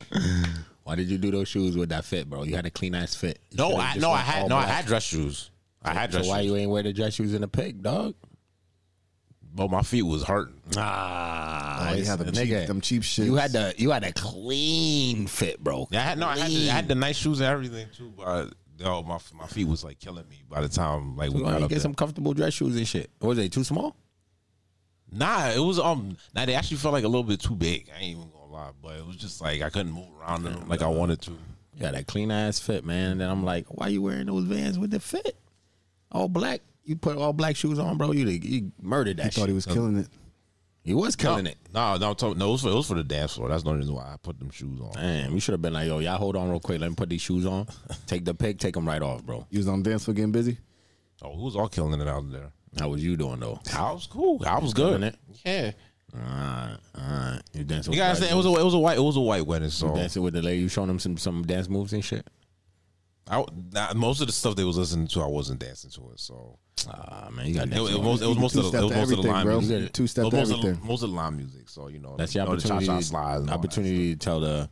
Why did you do those shoes with that fit, bro? You had a clean ass fit. You
No,
should've
I
just
no, I
went all
had no, I
black.
had dress shoes. I had dress
So why
shoes,
you ain't wear the dress shoes Oh, in the pic, dog?
but my feet was hurting.
Nah,
Oh, you
it's-
had them
nigga,
cheap, them cheap shits.
You had the you had a clean fit, bro.
Yeah, I had, no, I had, the,
Clean.
I had the nice shoes and everything too, but yo, my my feet was like killing me by the time like we
Why don't
got
you
up
get
there.
some comfortable dress shoes and shit. Or was they too small?
Nah, it was um. Now they actually felt like a little bit too big. I ain't even gonna lie, but it was just like I couldn't move around in them like I wanted to.
Yeah, that clean ass fit, man. And then I'm like, why you wearing those Vans with the fit? All black. You put all black shoes on, bro. You you murdered that.
I thought he
shit.
was killing it.
He was killing
no,
it.
No, no, I'm talking- no. It was for it was for the dance floor. That's the only reason why I put them shoes on.
Damn, we should have been like, yo, y'all hold on real quick. Let me put these shoes on. Take the pic, take them right off, bro.
You was on the dance floor getting busy.
Oh, who was all killing it out there?
How was you doing though?
I was cool. I was
Killing
good.
it?
Yeah,
All right, all right. You dancing?
you
with
gotta
the-
say it was a it was a white it was a white wedding. So
dancing with the lady. You showing them some some dance moves and shit.
I, nah, most of the stuff they was listening to, I wasn't dancing to it. So
Ah man, you got
It,
dance.
it was, it was most of the,
two-step
it was
to
most of the
everything,
line
bro.
music.
You get two-step
It was
to
most Of the,
everything.
most of the line music. So you know
That's your
you know, the
opportunity.
cha-cha slides and all that
opportunity to tell the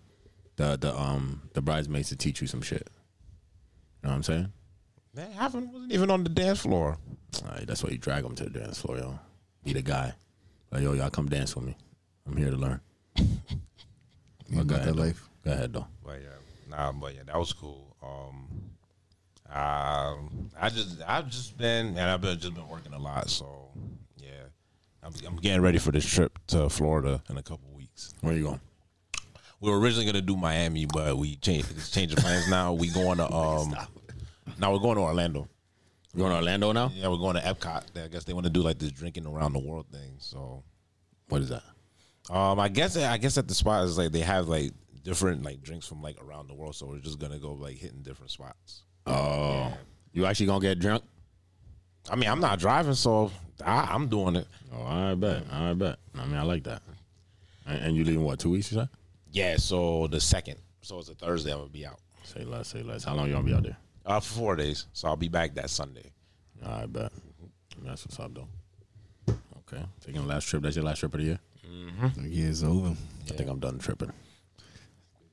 the the um the bridesmaids to teach you some shit. You know what I'm saying?
stuff. That happened. Wasn't even on the dance floor.
All right, that's why you drag them to the dance floor, yo. Be the guy. Like, yo, y'all come dance with me. I'm here to learn.
You
go
got
ahead,
that
though.
life.
Go ahead though.
But yeah, nah. But yeah, that was cool. Um, um, I just I've just been and I've been just been working a lot. So yeah, I'm, I'm getting ready for this trip to Florida in a couple weeks.
Where you going?
We were originally gonna do Miami, but we changed it's change of plans now. We going to um, now we're going to Orlando.
You going to Orlando now?
Yeah, we're going to Epcot. I guess they want to do like this drinking around the world thing. So,
What is that?
um, I guess I guess at the spot is like they have like different like drinks from like around the world. So we're just gonna go like hitting different spots.
Oh, you actually gonna get drunk?
I mean, I'm not driving, so I, I'm doing it.
Oh, I bet. I bet. I mean, I like that. And, and you leaving what? Two weeks? You said?
Yeah. So the second, so it's a Thursday. I'm gonna be out
Say less. Say less. How long you gonna be out there?
uh, for four days. So I'll be back that Sunday.
I bet. That's what's up, though. Okay, taking the last trip. That's your last trip of the year.
Yeah, it's over.
I think I'm done tripping.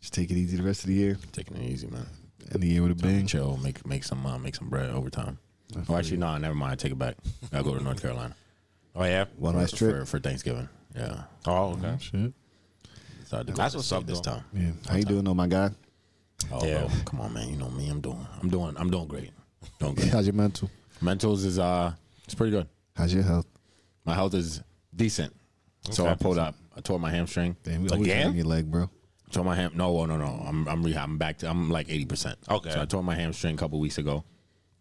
Just take it easy the rest of the year.
Taking it easy, man.
End the year with a bang.
Chill. Make make some uh, make some bread overtime. Oh, actually, no. never mind. I take it back. I go to North Carolina
Oh yeah.
One last
for,
trip.
for Thanksgiving. Yeah,
Oh okay.
Mm-hmm.
Shit.
Decided to go
That's
to
what's
state
up,
this
though.
time.
Yeah. How you doing, though, my guy?
Oh,
Yeah.
bro, come on, man. You know me. I'm doing. I'm doing. I'm doing great. Don't good.
How's your mental?
Mentos is uh, it's pretty good.
How's your health?
My health is decent, so I pulled up. I tore my hamstring
Damn, we always on
again.
your leg, bro.
Tore my ham. No, oh, no, no. I'm I'm rehab. I'm back to. I'm like eighty percent.
Okay.
So I tore my hamstring a couple weeks ago.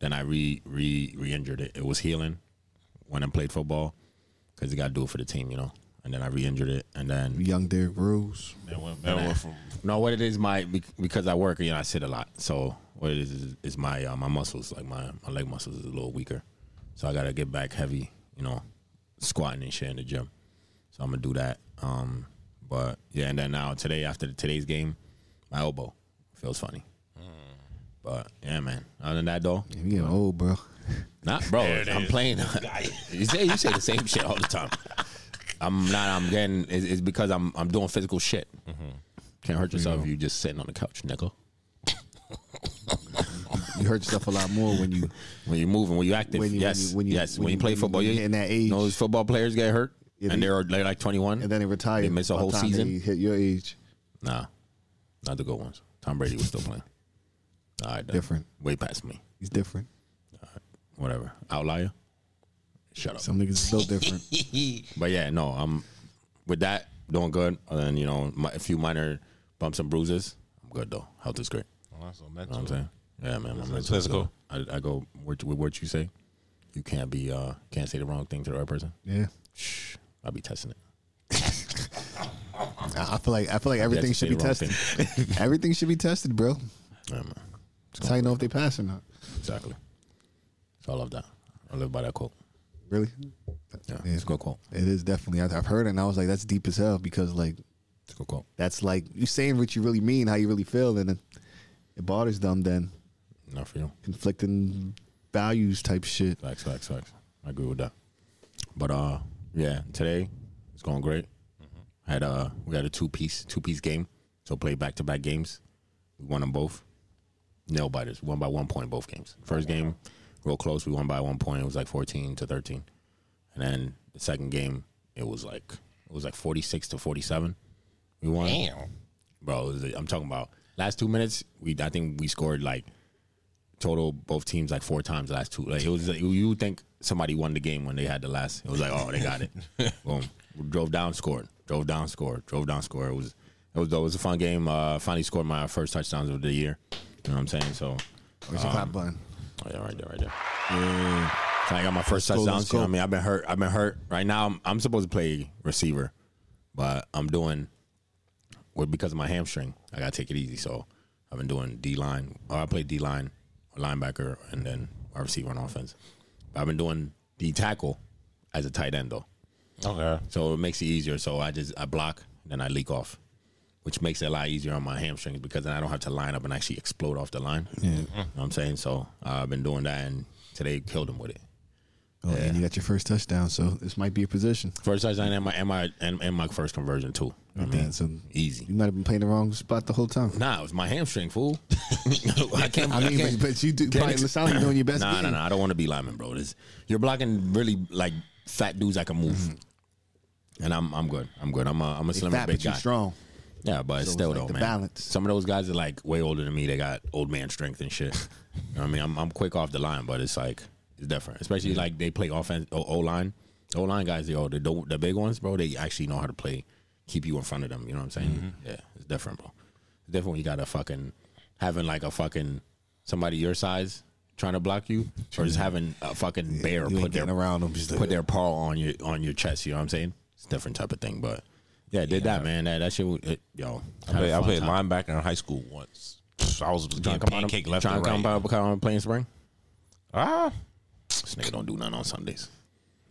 Then I re re re injured it. It was healing when I played football because you got to do it for the team, you know. And then I re injured it, and then
Young Derrick Rose.
That went, that went from
No, what it is, my bec- because I work, you know, I sit a lot. So what it is is, is my uh, my muscles, like my my leg muscles, is a little weaker. So I gotta get back heavy, you know, squatting and shit in the gym. So I'm gonna do that. Um, but yeah, and then now today after today's game, my elbow feels funny. But yeah, man. Other than that though,
Damn, you getting old, bro.
not bro.
There it
I'm
is.
playing. you say you say the same shit all the time. I'm not. I'm getting. It's, it's because I'm I'm doing physical shit.
Mm-hmm.
Can't hurt yourself if you just sitting on the couch, nigga.
You hurt yourself a lot more when you
When you're moving, when you're active,
When you- when
yes,
you- when you-
yes. When,
when
you
you-
play
when you-
football,
when you
you
hitting that age.
Those football players get hurt,
Yeah,
and
they-
they're, they're like 21,
and then they retire.
They miss a
By the
whole
time
season.
They hit your age.
Nah, not the good ones. Tom Brady was still playing. All right, then.
Different.
way past me.
He's different.
Whatever, outlier. Shut up.
Some niggas is built different.
But yeah, no, I'm with that doing good. And then you know, my, a few minor bumps and bruises. I'm good though. Health is great.
Oh, that's so
You know
mental.
what I'm saying, yeah, man. My
Let's-
mental's
let's
good. I, I go with, with what you say. You can't be uh can't say the wrong thing to the right person.
Yeah.
Shh, I'll be testing it.
I I feel like I feel like
Yeah,
everything
just
should
say
be
the wrong
tested. everything should be tested, bro.
Yeah, man.
That's how you know if they pass or not.
Exactly. So I love that. I live by that quote.
Really?
Yeah,
Yeah.
it's a good quote.
It is definitely. I've I've heard it and I was like, that's deep as hell because like
It's a good quote.
that's like you saying what you really mean, how you really feel, and it, it bothers them then.
Not for you.
Conflicting values type shit.
Facts, facts, facts. I agree with that. But uh, yeah, today it's going great. Had uh, we had a two piece, two piece game. So played back to back games. We won them both. Nail biters. Won by one point both games. First game, real close. We won by one point. It was like fourteen to thirteen. And then the second game, it was like it was like forty six to forty seven. We won.
Damn.
bro. it was- I'm talking about last two minutes. We I think we scored like total both teams like four times the last two. Like it was like, you would think somebody won the game when they had the last. It was like oh they got it. Boom. We drove down, scored. Drove down, scored. Drove down, scored. It was it was it was a fun game. Uh, finally scored my first touchdowns of the year. You know what I'm saying? So
Where's your clap button?
Oh, yeah, right there, right there. Mm. So I got my first
Let's go,
touchdown.
let's
You know what I
go.
mean, I've been hurt. I've been hurt. Right now, I'm, I'm supposed to play receiver, but I'm doing well because of my hamstring. I gotta take it easy. So I've been doing D line. Or I play D line, linebacker, and then wide receiver on offense. But I've been doing D tackle as a tight end though.
Okay.
So it makes it easier. So I just I block, then I leak off, which makes it a lot easier on my hamstrings because then I don't have to line up and actually explode off the line. Yeah, you know what I'm saying so. Uh, I've been doing that, and today killed him with it.
Oh, and you got your first touchdown, so this might be a position.
First touchdown and my and my and, and my first conversion too. I mean,
so you
easy.
might have been playing the wrong spot the whole time.
Nah, it was my hamstring, fool. I can't.
I mean,
can't-
but, but you do.
can't
Probably,
ex-
it sounds like you're doing your best.
Nah, nah,
game.
nah. I don't want to be lineman, bro. This you're blocking really like fat dudes I can move. And I'm I'm good. I'm good. I'm a I'm a slim
Mm-hmm.
and
Fat,
big
but
guy.
you strong.
Yeah, but
it's
still
like
though,
the
man.
balance.
Some of those guys are like way older than me. They got old man strength and shit. you know what I mean, I'm I'm quick off the line, but it's like it's different. Especially like they play offense O line. O line guys, they all the do- the big ones, bro. They actually know how to play, keep you in front of them. You know what I'm saying?
Mm-hmm.
Yeah, it's different, bro. It's different when you got a fucking having like a fucking somebody your size trying to block you, or just having a fucking bear
you ain't
put their
getting around 'em, just like-
put their paw on your on your chest. You know what I'm saying? It's a different type of thing, but. Yeah, I did that, man. That that shit, was- it, yo.
I
had a
played, I
fun
played
time.
linebacker in high school once. I was
Trying
getting
to come out
pancake
of,
left
trying
and
to come
right.
out, come out playing spring.
Ah,
This nigga don't do nothing on Sundays.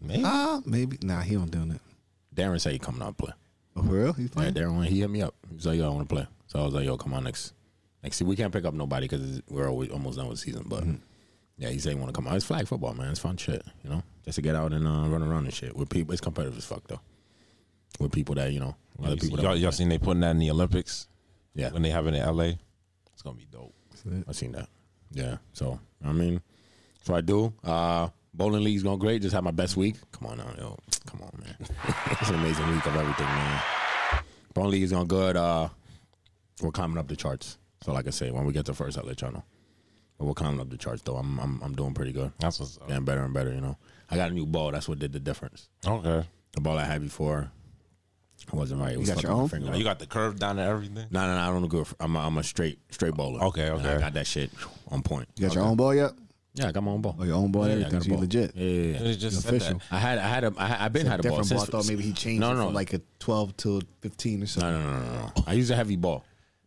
maybe.
Ah, maybe. Nah, he don't doing it.
Darren said he coming out and play.
Oh, for real? He's
Yeah,
playing.
Darren, when he hit me up, he was like, "Yo, I want to play." So I was like, "Yo, come on next, next. See, we can't pick up nobody because we're always, almost done with the season."
Mm-hmm.
But yeah, he said he want to come out. It's flag football, man. It's fun shit, you know, just to get out and uh, run around and shit with people. It's competitive as fuck though. With people that you know, other people.
y'all,
that,
y'all seen they putting that in the Olympics
yeah,
when they have it in LA? It's gonna be dope.
I seen that. Yeah. So I mean, so I do. Uh Bowling league's going great. Just had my best week. Come on now, yo. Come on, man. it's an amazing week of everything, man. Bowling league is going good. Uh We're climbing up the charts. So like I say, when we get to first, I'll let y'all know. We're climbing up the charts though. I'm I'm I'm doing pretty good.
That's what's up.
Getting better and better. You know, I got a new ball. That's what did the difference.
Okay.
The ball I had before wasn't right. It was
got
fucking
your
my
own?
finger
Now
up.
you got the curve down and everything.
No, no, no. I don't go. For, I'm a, I'm a straight straight bowler.
Okay,
And I
okay.
got that shit on point.
You got your own ball yet?
Yeah, I got my own ball.
Oh, your own ball,
Yeah, I
everything.
got a
So you
ball.
legit.
Yeah, yeah, yeah.
It just said
Official.
that.
I had I had a I, I've been had a ball.
Different ball. I
Since,
thought maybe he changed
No,
it
no.
from like a 12 to 15 or something.
no, no, no, no, no. I use a heavy ball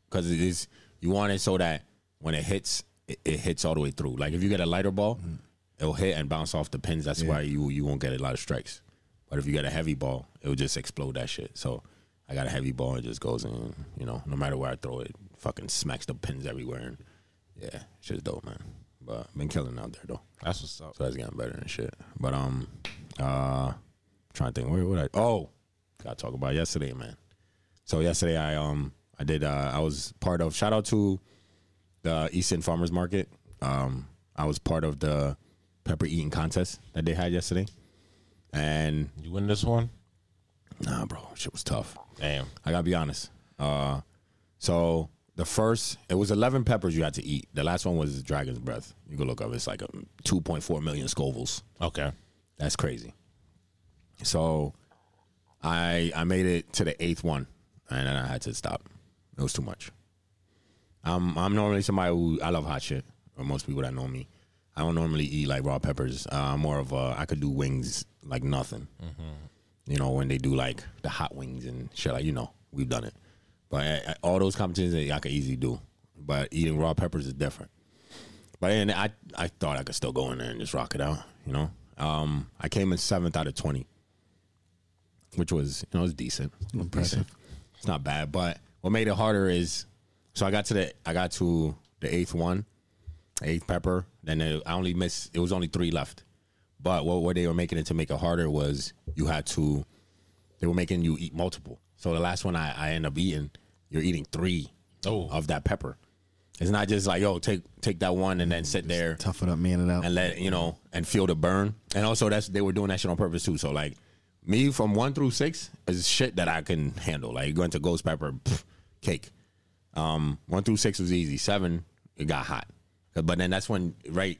because it is you want it so that when it hits, it, it hits all the way through. Like if you get a lighter ball,
Mm-hmm.
it'll hit and bounce off the pins. That's why you you won't get a lot of strikes. But if you get a heavy ball, it'll just explode that shit. So I got a heavy ball. It just goes in. You know, no matter where I throw it, fucking smacks the pins everywhere. And yeah, shit's dope, man. But been killing out there though.
That's what's up.
So that's getting better and shit. But um, uh, trying to think where would I? Oh, gotta talk about yesterday, man. So yesterday I um I did uh, I was part of shout out to the Easton Farmers Market. Um, I was part of the pepper eating contest that they had yesterday, and
You win this one?
nah, bro, shit was tough.
Damn.
I gotta be honest. Uh, so the first, it was eleven peppers you had to eat. The last one was dragon's breath. You go look up. It's like a two point four million scovilles.
Okay.
That's crazy. So I I made it to the eighth one and then I had to stop. It was too much. I'm I'm normally somebody who I love hot shit. Or most people that know me. I don't normally eat like raw peppers. Uh, I'm more of a I could do wings like nothing. You know when they do like the hot wings and shit like you know we've done it. But I, I- all those competitions I could easily do. But eating raw peppers is different. But then I I thought I could still go in there and just rock it out, you know. Um, I came in seventh out of twenty, which was you know it was decent, impressive. It's not bad, but what made it harder is so I got to the I got to the eighth one, the eighth pepper. Then it, I only missed it was only three left. But what what they were making it to make it harder was you had to they were making you eat multiple. So the last one I I end up eating, you're eating three
Oh.
of that pepper. It's not just like yo take take that one and then sit there
Tough it up, man it out.
and let you know and feel the burn. And also that's they were doing that shit on purpose too. So like me from one through six is shit that I can handle. Like going to ghost pepper pff, cake. Um, one through six was easy. Seven it got hot, but then that's when right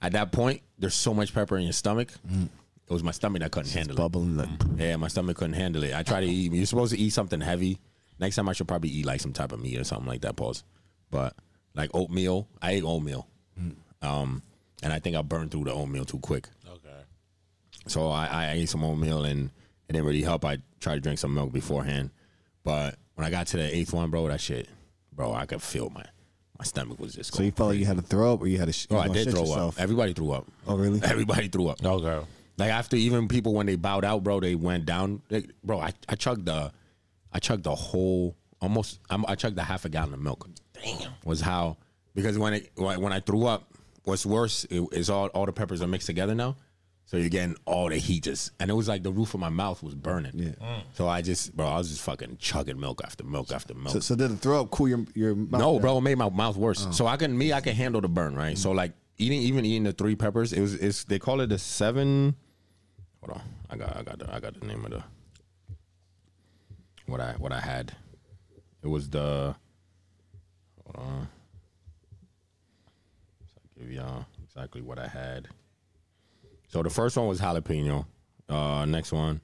at that point there's so much pepper in your stomach. It was my stomach that couldn't handle it.
Mm.
Mm-hmm.
Bubbling up.
Yeah, my stomach couldn't handle it. I try to eat. You're supposed to eat something heavy. Next time I should probably eat like some type of meat or something like that. Pause. But like oatmeal, I ate oatmeal, um, and I think I burned through the oatmeal too quick.
Okay.
So I, I ate some oatmeal and it didn't really help. I tried to drink some milk beforehand, but when I got to the eighth one, bro, that shit, bro, I could feel my my stomach was just.
So
Going.
you felt like you had to throw up or you had to sh- you
oh, I
gonna
did
shit
throw
yourself?
up. Everybody threw up.
Oh, really?
Everybody threw up.
Okay.
Like after even people when they bowed out, bro, they went down. They, bro, I, I chugged the, I chugged the whole almost. I'm, I chugged the half a gallon of milk. Damn. Was how because when it when when I threw up, what's worse it- is all all the peppers are mixed together now, so you're getting all the heat just and it was like the roof of my mouth was burning.
Yeah.
So I just bro, I was just fucking chugging milk after milk after milk.
So, so did the throw up cool your, your mouth?
No,
down?
bro, it made my mouth worse. So I can me, I can handle the burn, right? So like eating, even eating the three peppers, it was it's they call it the seven. Hold on, I got I got the I got the name of the what I what I had. It was the hold on. So I give y'all exactly what I had. So the first one was jalapeno. Uh, next one.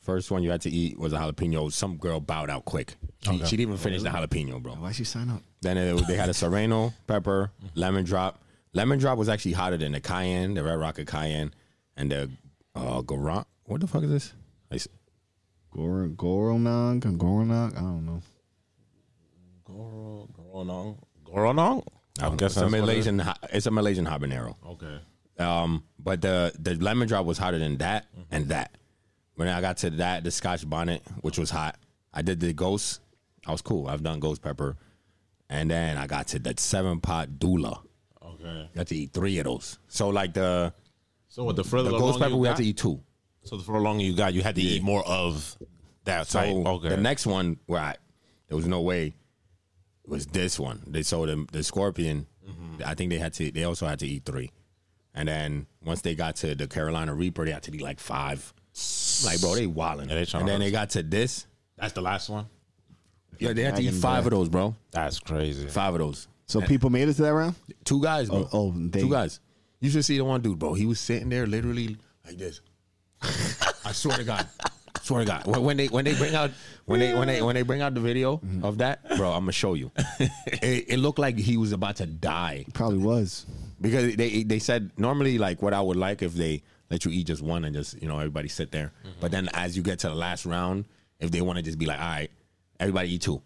First one you had to eat was a jalapeno. Some girl bowed out quick. She, she didn't even finish the jalapeno, bro.
Why'd you sign up?
Then it, they had a serrano pepper, lemon drop. Lemon drop was actually hotter than the cayenne, the red rocket cayenne, and the uh, garant. What the fuck is this? I s-
Gor- Goronong? Goronong? I don't know.
Goro, Goronong. Goronong?
I don't
I'm
know. It's a
guessing that's what it is.
Malaysian. ha- It's a Malaysian habanero.
Okay.
Um, but the the lemon drop was hotter than that and that. When I got to that, the Scotch bonnet, which was hot, I did the ghost. I was cool. I've done ghost pepper, and then I got to that seven pot doula.
Okay.
Got to eat three of those. So like the
So with the further
the
along
ghost pepper,
you
we
got,
had to eat two.
So the further along you got, you had to eat more of that
So
type. Okay.
the next one where I, there was no way it was this one. They sold them the scorpion. I think they had to. They also had to eat three, and then once they got to the Carolina Reaper, they had to eat like five. Like bro, they wilding.
Yeah, they trying
and then
to-
they got to this.
That's the last one.
Yeah, they had to eat
Dragon
five of those, bro.
That's crazy.
Five of those.
So people made it to that round.
Two guys, bro.
Oh, oh, they-
two guys. You should see the one dude, bro. He was sitting there literally like this. I swear to God. Swear to God. When, when they when they bring out when they when they when they bring out the video of that, bro, I'm gonna show you. it, it looked like he was about to die
Probably was.
because they they said normally like what I would like if they let you eat just one and just you know everybody sit there.
Mm-hmm.
But then as you get to the last round, if they want to just be like, all right, everybody eat two,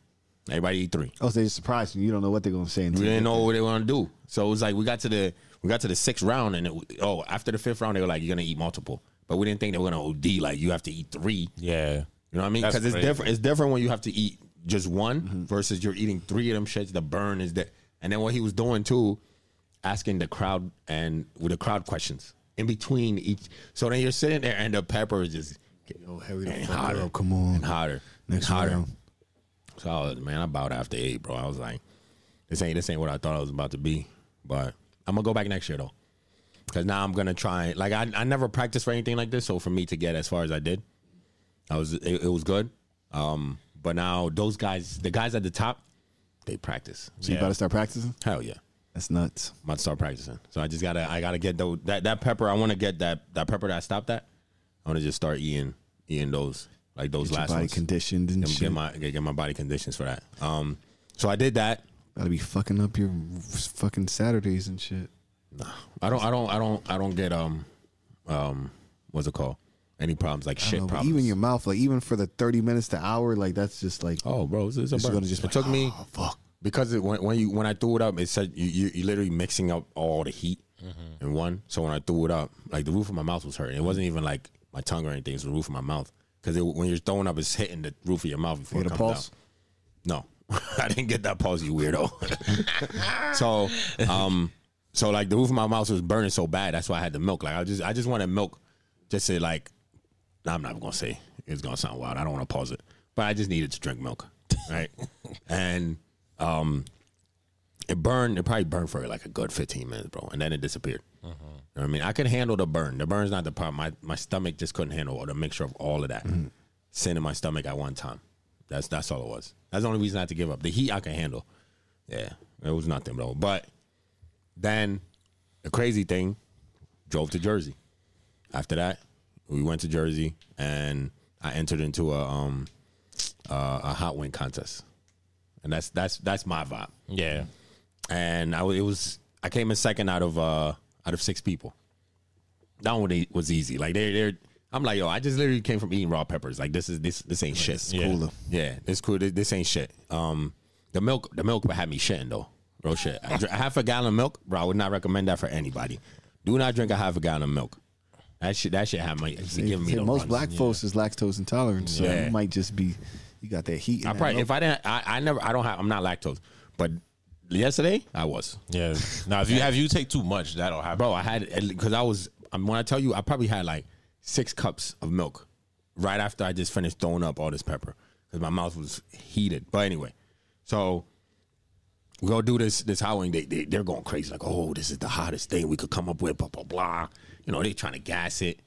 everybody eat three.
Oh, so they surprised you. You don't know what they're gonna say.
We
Until
didn't know what they want to do. So it was like we got to the we got to the sixth round, and it, oh, after the fifth round, they were like, "You're gonna eat multiple," but we didn't think they were gonna OD like you have to eat three.
Yeah.
You know what I mean?
That's
Because it's
crazy. Mm-hmm.
different. It's different when you have to eat just one versus you're eating three of them shits. The burn is that, and then what he was doing too, asking the crowd and with the crowd questions in between each. So then you're sitting there, and the pepper is just getting
Oh, Harry,
And
don't fuck
hotter.
her up. Come on.
and hotter
Next
and hotter.
round.
So I was, man, I bowed after eight, bro. I was like, this ain't this ain't what I thought I was about to be. But I'm gonna go back next year though, because now I'm gonna try. Like I, I never practiced for anything like this, so for me to get as far as I did, I was it, it was good. Um, but now those guys, the guys at the top, they practice.
So you
Yeah.
better start practicing.
Hell yeah.
That's nuts.
I'm about to start practicing. So I just gotta I gotta get those that, that pepper. I wanna get that that pepper that I stopped at. I wanna just start eating eating those like those
Get your
last
body
ones.
conditioned and
Get-
shit.
get my get, get my body conditions for that. Um so I did that.
Gotta be fucking up your fucking Saturdays and shit.
I don't I don't I don't I don't get um um what's it called? Any problems like shit
No, but
problems.
even your mouth, like even for the thirty minutes to hour, like that's just like
Oh, bro, it's, it's a
It's
burn.
gonna just
it
be-
took me
Oh, fuck.
because it, when when you when I threw it up, it said you you you're literally mixing up all the heat
Mm-hmm.
in one. So when I threw it up, like the roof of my mouth was hurting. It wasn't even like my tongue or anything. It was the roof of my mouth because when you're throwing up, it's hitting the roof of your mouth before
You
it
get a
comes
pulse?
out. No, I didn't get that pulse, you weirdo. so, um, so like the roof of my mouth was burning so bad, that's why I had the milk. Like I just, I just wanted milk, just to like, I'm not gonna say it's gonna sound wild. I don't want to pause it, but I just needed to drink milk, right? and um, it burned. It probably burned for like a good 15 minutes, bro, and then it disappeared. You know what I mean, I could handle the burn. The burn's not the problem. My my stomach just couldn't handle all the mixture of all of that sin in my stomach at one time. That's that's all it was. That's the only reason I had to give up. The heat I can handle. Yeah, it was nothing, bro. But then the crazy thing, drove to Jersey. After that, we went to Jersey and I entered into a um uh, a hot wing contest, and that's that's that's my vibe.
Yeah.
And I wa- it was I came in second out of uh out of six people. That one e- was easy. Like they they I'm like yo, I just literally came from eating raw peppers. Like this is this this ain't shit.
Yeah.
cooler.
Yeah, it's cool. This, this ain't shit. Um, the milk, the milk had me shitting though. Real shit. I dr- half a gallon of milk, bro. I would not recommend that for anybody. Do not drink a half a gallon of milk. That shit. That shit had my it's giving me
Hey,
the
most
runs.
black folks is lactose intolerant, so
Yeah.
you might just be you got that heat.
I probably if I didn't, I, I never. I don't have. I'm not lactose, but yesterday I was,
Yeah. Now, if you have you take too much, that'll happen.
bro. I had because I was. Um, when I tell you, I probably had like six cups of milk right after I just finished throwing up all this pepper because my mouth was heated. But anyway, so we go do this this howling. They, they they're going crazy. Like, oh, this is the hottest thing we could come up with. Blah blah blah. You know, they trying to gas it.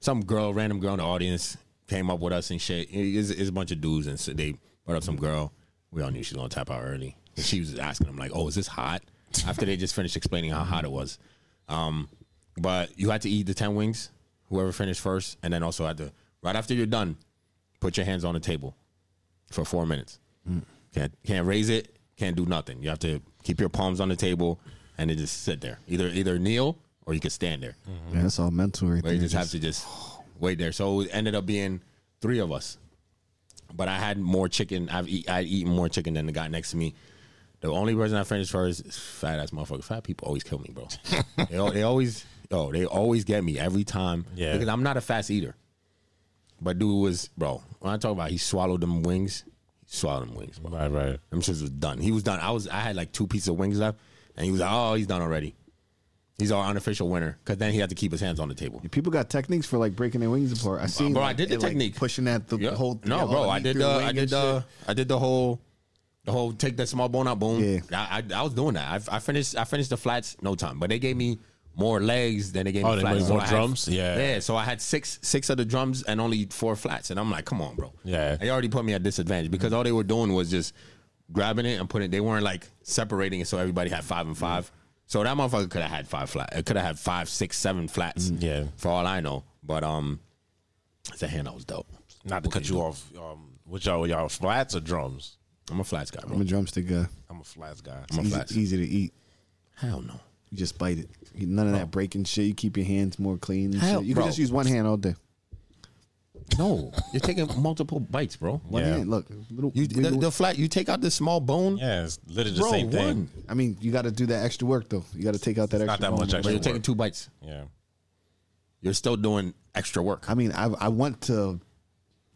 Some girl, random girl in the audience, came up with us and shit. It- It's, it's a bunch of dudes, and so they brought up some girl. We all knew she was gonna tap out early. And she was asking them like, oh, is this hot? After they just finished explaining how hot it was. Um, but you had to eat the ten wings. Whoever finished first, and then also had to right after you're done, put your hands on the table for four minutes. Can't can't raise it. Can't do nothing. You have to keep your palms on the table and then just sit there. Either either kneel or you can stand there.
Yeah, that's all mental right
But
there.
you just have
Just-
to just wait there. So it ended up being three of us. But I had more chicken. I've eat, I'd eaten more chicken than the guy next to me. The only person I finished first is fat ass motherfucker. Fat people always kill me, bro. they, al- they always, oh, they always get me every time.
Yeah.
Because I'm not a fast eater. But dude was, bro, when I talk about he swallowed them wings, he swallowed them wings, bro.
Right, right.
Them shits was done. He was done. I was I had like two pieces of wings left, and he was like, "Oh, he's done already. He's our unofficial winner." Because then he had to keep his hands on the table.
People got techniques for like breaking their wings apart. I seen.
bro, I
like,
did the
it, like,
technique.
pushing that the
Yeah.
whole.
no,
all
bro,
the
I
meat
did
through
the
wing
I
and
did
shit.
the I did the whole the whole take that small bone out, boom.
Yeah.
I, I I was doing that. I, I finished I finished the flats no time, but they gave me more legs than they gave
Oh,
me
they
flats.
gave you more
I had-
drums? Yeah.
yeah. So I had six six of the drums and only four flats, and I'm like, come on, bro.
Yeah.
they already put me at disadvantage because all they were doing was just grabbing it and putting. They weren't like separating it so everybody had five and
Mm.
five. So that motherfucker could have had five flat. It could have had five, six, seven flats.
Mm, yeah.
for all I know. But um, the handout was dope.
Not to cut you off. Um, what y'all, y'all flats or drums?
I'm a flats guy,
I'm
bro.
a drumstick guy.
I'm a flats guy.
I'm a
Easy,
flats.
easy to eat.
Hell no.
You just bite it. You- None of that breaking shit. You keep your hands more clean. And
Oh. Hell,
shit. You
bro.
can just use one hand all day.
No, you're taking multiple bites, bro.
One
Yeah.
hand. Look, little.
You the,
wiggle.
the flat. You take out the small bone.
Yeah, it's literally the
Bro,
same thing.
one.
I mean, you got to do that extra work though. You got to take out that
not
extra.
that much
bone.
But
extra.
you're taking two bites.
Yeah.
You're still doing extra work.
I mean, I I want to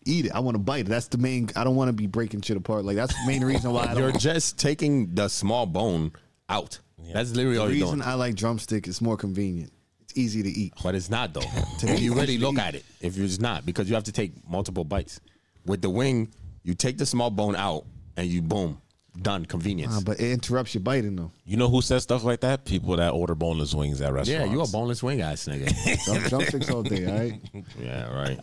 eat it. I want to bite it. That's the main. I don't want to be breaking shit apart. Like that's the main reason why. I
You're
don't,
just taking the small bone out. That's literally
the
all you're
reason
doing.
I like drumstick is more convenient. It's easy to eat.
but it's not though. if you really look at it, if it's not, because you have to take multiple bites. With the wing, you take the small bone out and you boom, done. Convenience.
Uh, but it interrupts your biting though.
You know who says stuff like that? People that order boneless wings at
yeah,
restaurants.
you a boneless wing ass nigga.
Drum, drumsticks all day. All right.
yeah, right.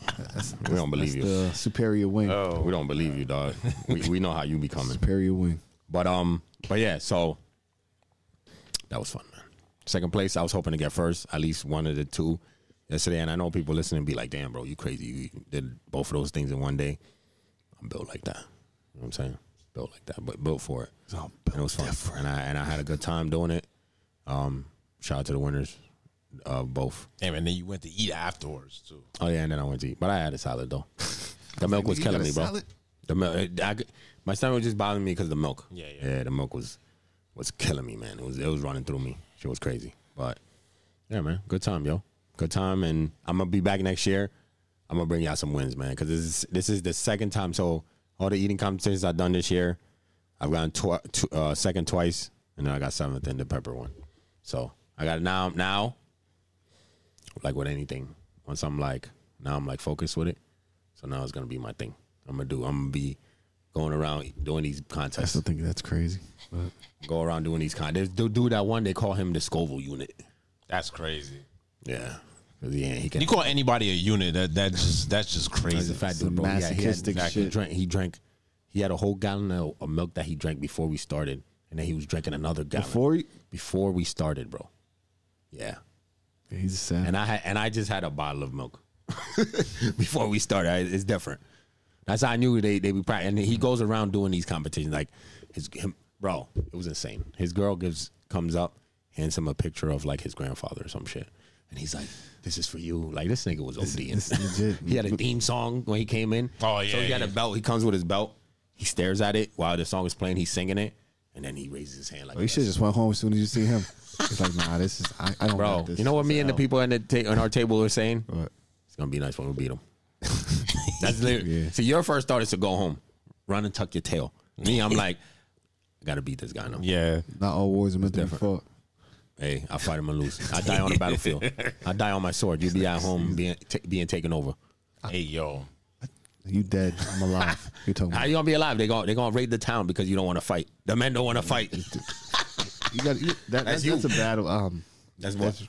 we don't believe you. Oh.
The superior wing.
We don't believe you, dog. we, we know how you be coming.
superior wing.
But um, but yeah, so that was fun, man. Second place, I was hoping to get first, at least one of the two yesterday. And I know people listening be like, "Damn, bro, you crazy? You did both of those things in one day." I'm built like that. You know what I'm saying? Built like that, but built for it.
I'm
and it was fun, and I and I had a good time doing it. Um, shout out to the winners, uh, both.
Damn, and then you went to eat afterwards too.
Oh yeah, and then I went to eat, but I had a salad though. The milk was
you
killing
got a
me, bro.
salad?
The milk, it- I could- my stomach was just bothering me because the milk.
Yeah, yeah.
yeah. The milk was was killing me, man. It was it was running through me. Shit was crazy, but yeah, man. Good time, yo. Good time, and I'm gonna be back next year. I'm gonna bring y'all some wins, man, because this is this is the second time. So all the eating competitions I've done this year, I've gotten twi- tw- uh, second twice, and then I got seventh in the pepper one. So I got now now like with anything. Once I'm like now I'm like focused with it. So now it's gonna be my thing. I'm gonna do I'm gonna be going around doing these
I
contests.
still think that's crazy. But
Go around doing these contests. There's the dude that one they call him the Scoville unit.
That's crazy.
Yeah. 'Cause he, ain't- he can
You call anybody a unit? That that just that's just
he's a
crazy.
fat
Some
dude, bro. Yeah, he, had,
masochistic
exactly, he
shit.
drank he drank he had a whole gallon of, of milk that he drank before we started, and then he was drinking another gallon
before you-
before we started, bro. Yeah.
yeah, he's a sad.
and I had, and I just had a bottle of milk before we started. I- It's different. That's how I knew they they be practicing. And he goes around doing these competitions like his him, bro. It was insane. His girl gives comes up, hands him a picture of like his grandfather or some shit, and he's like, "This is for you." Like this nigga was OD.
this is legit.
he had a theme song when he came in.
Oh, yeah,
So he got
yeah.
a belt. He comes with his belt. He stares at it while the song is playing. He's singing it, and then he raises his hand like.
Oh, you
this.
should just went home as soon as you see him. It's like, nah, this is I, I don't.
bro.
got this. oh,
You know what me and the
Hell.
people on the ta- on our table are saying?
What?
It's gonna be nice when we beat them. That's literally.
Yeah.
So your first thought is to go home, run and tuck your tail. Me, I'm like, I gotta beat this guy now.
Yeah,
Not all wars are meant to be
Different.
fought.
Hey, I fight him and lose. I die on the battlefield. I die on my sword. You be at home being ta being taken over. Ah.
hey yo,
You dead. I'm alive. You talking?
How
About.
you gonna be alive? They gonna they gonna raid the town because you don't want to fight. The men don't want to fight.
You got you, that,
That's
that's,
you.
that's a battle. Um,
That's what.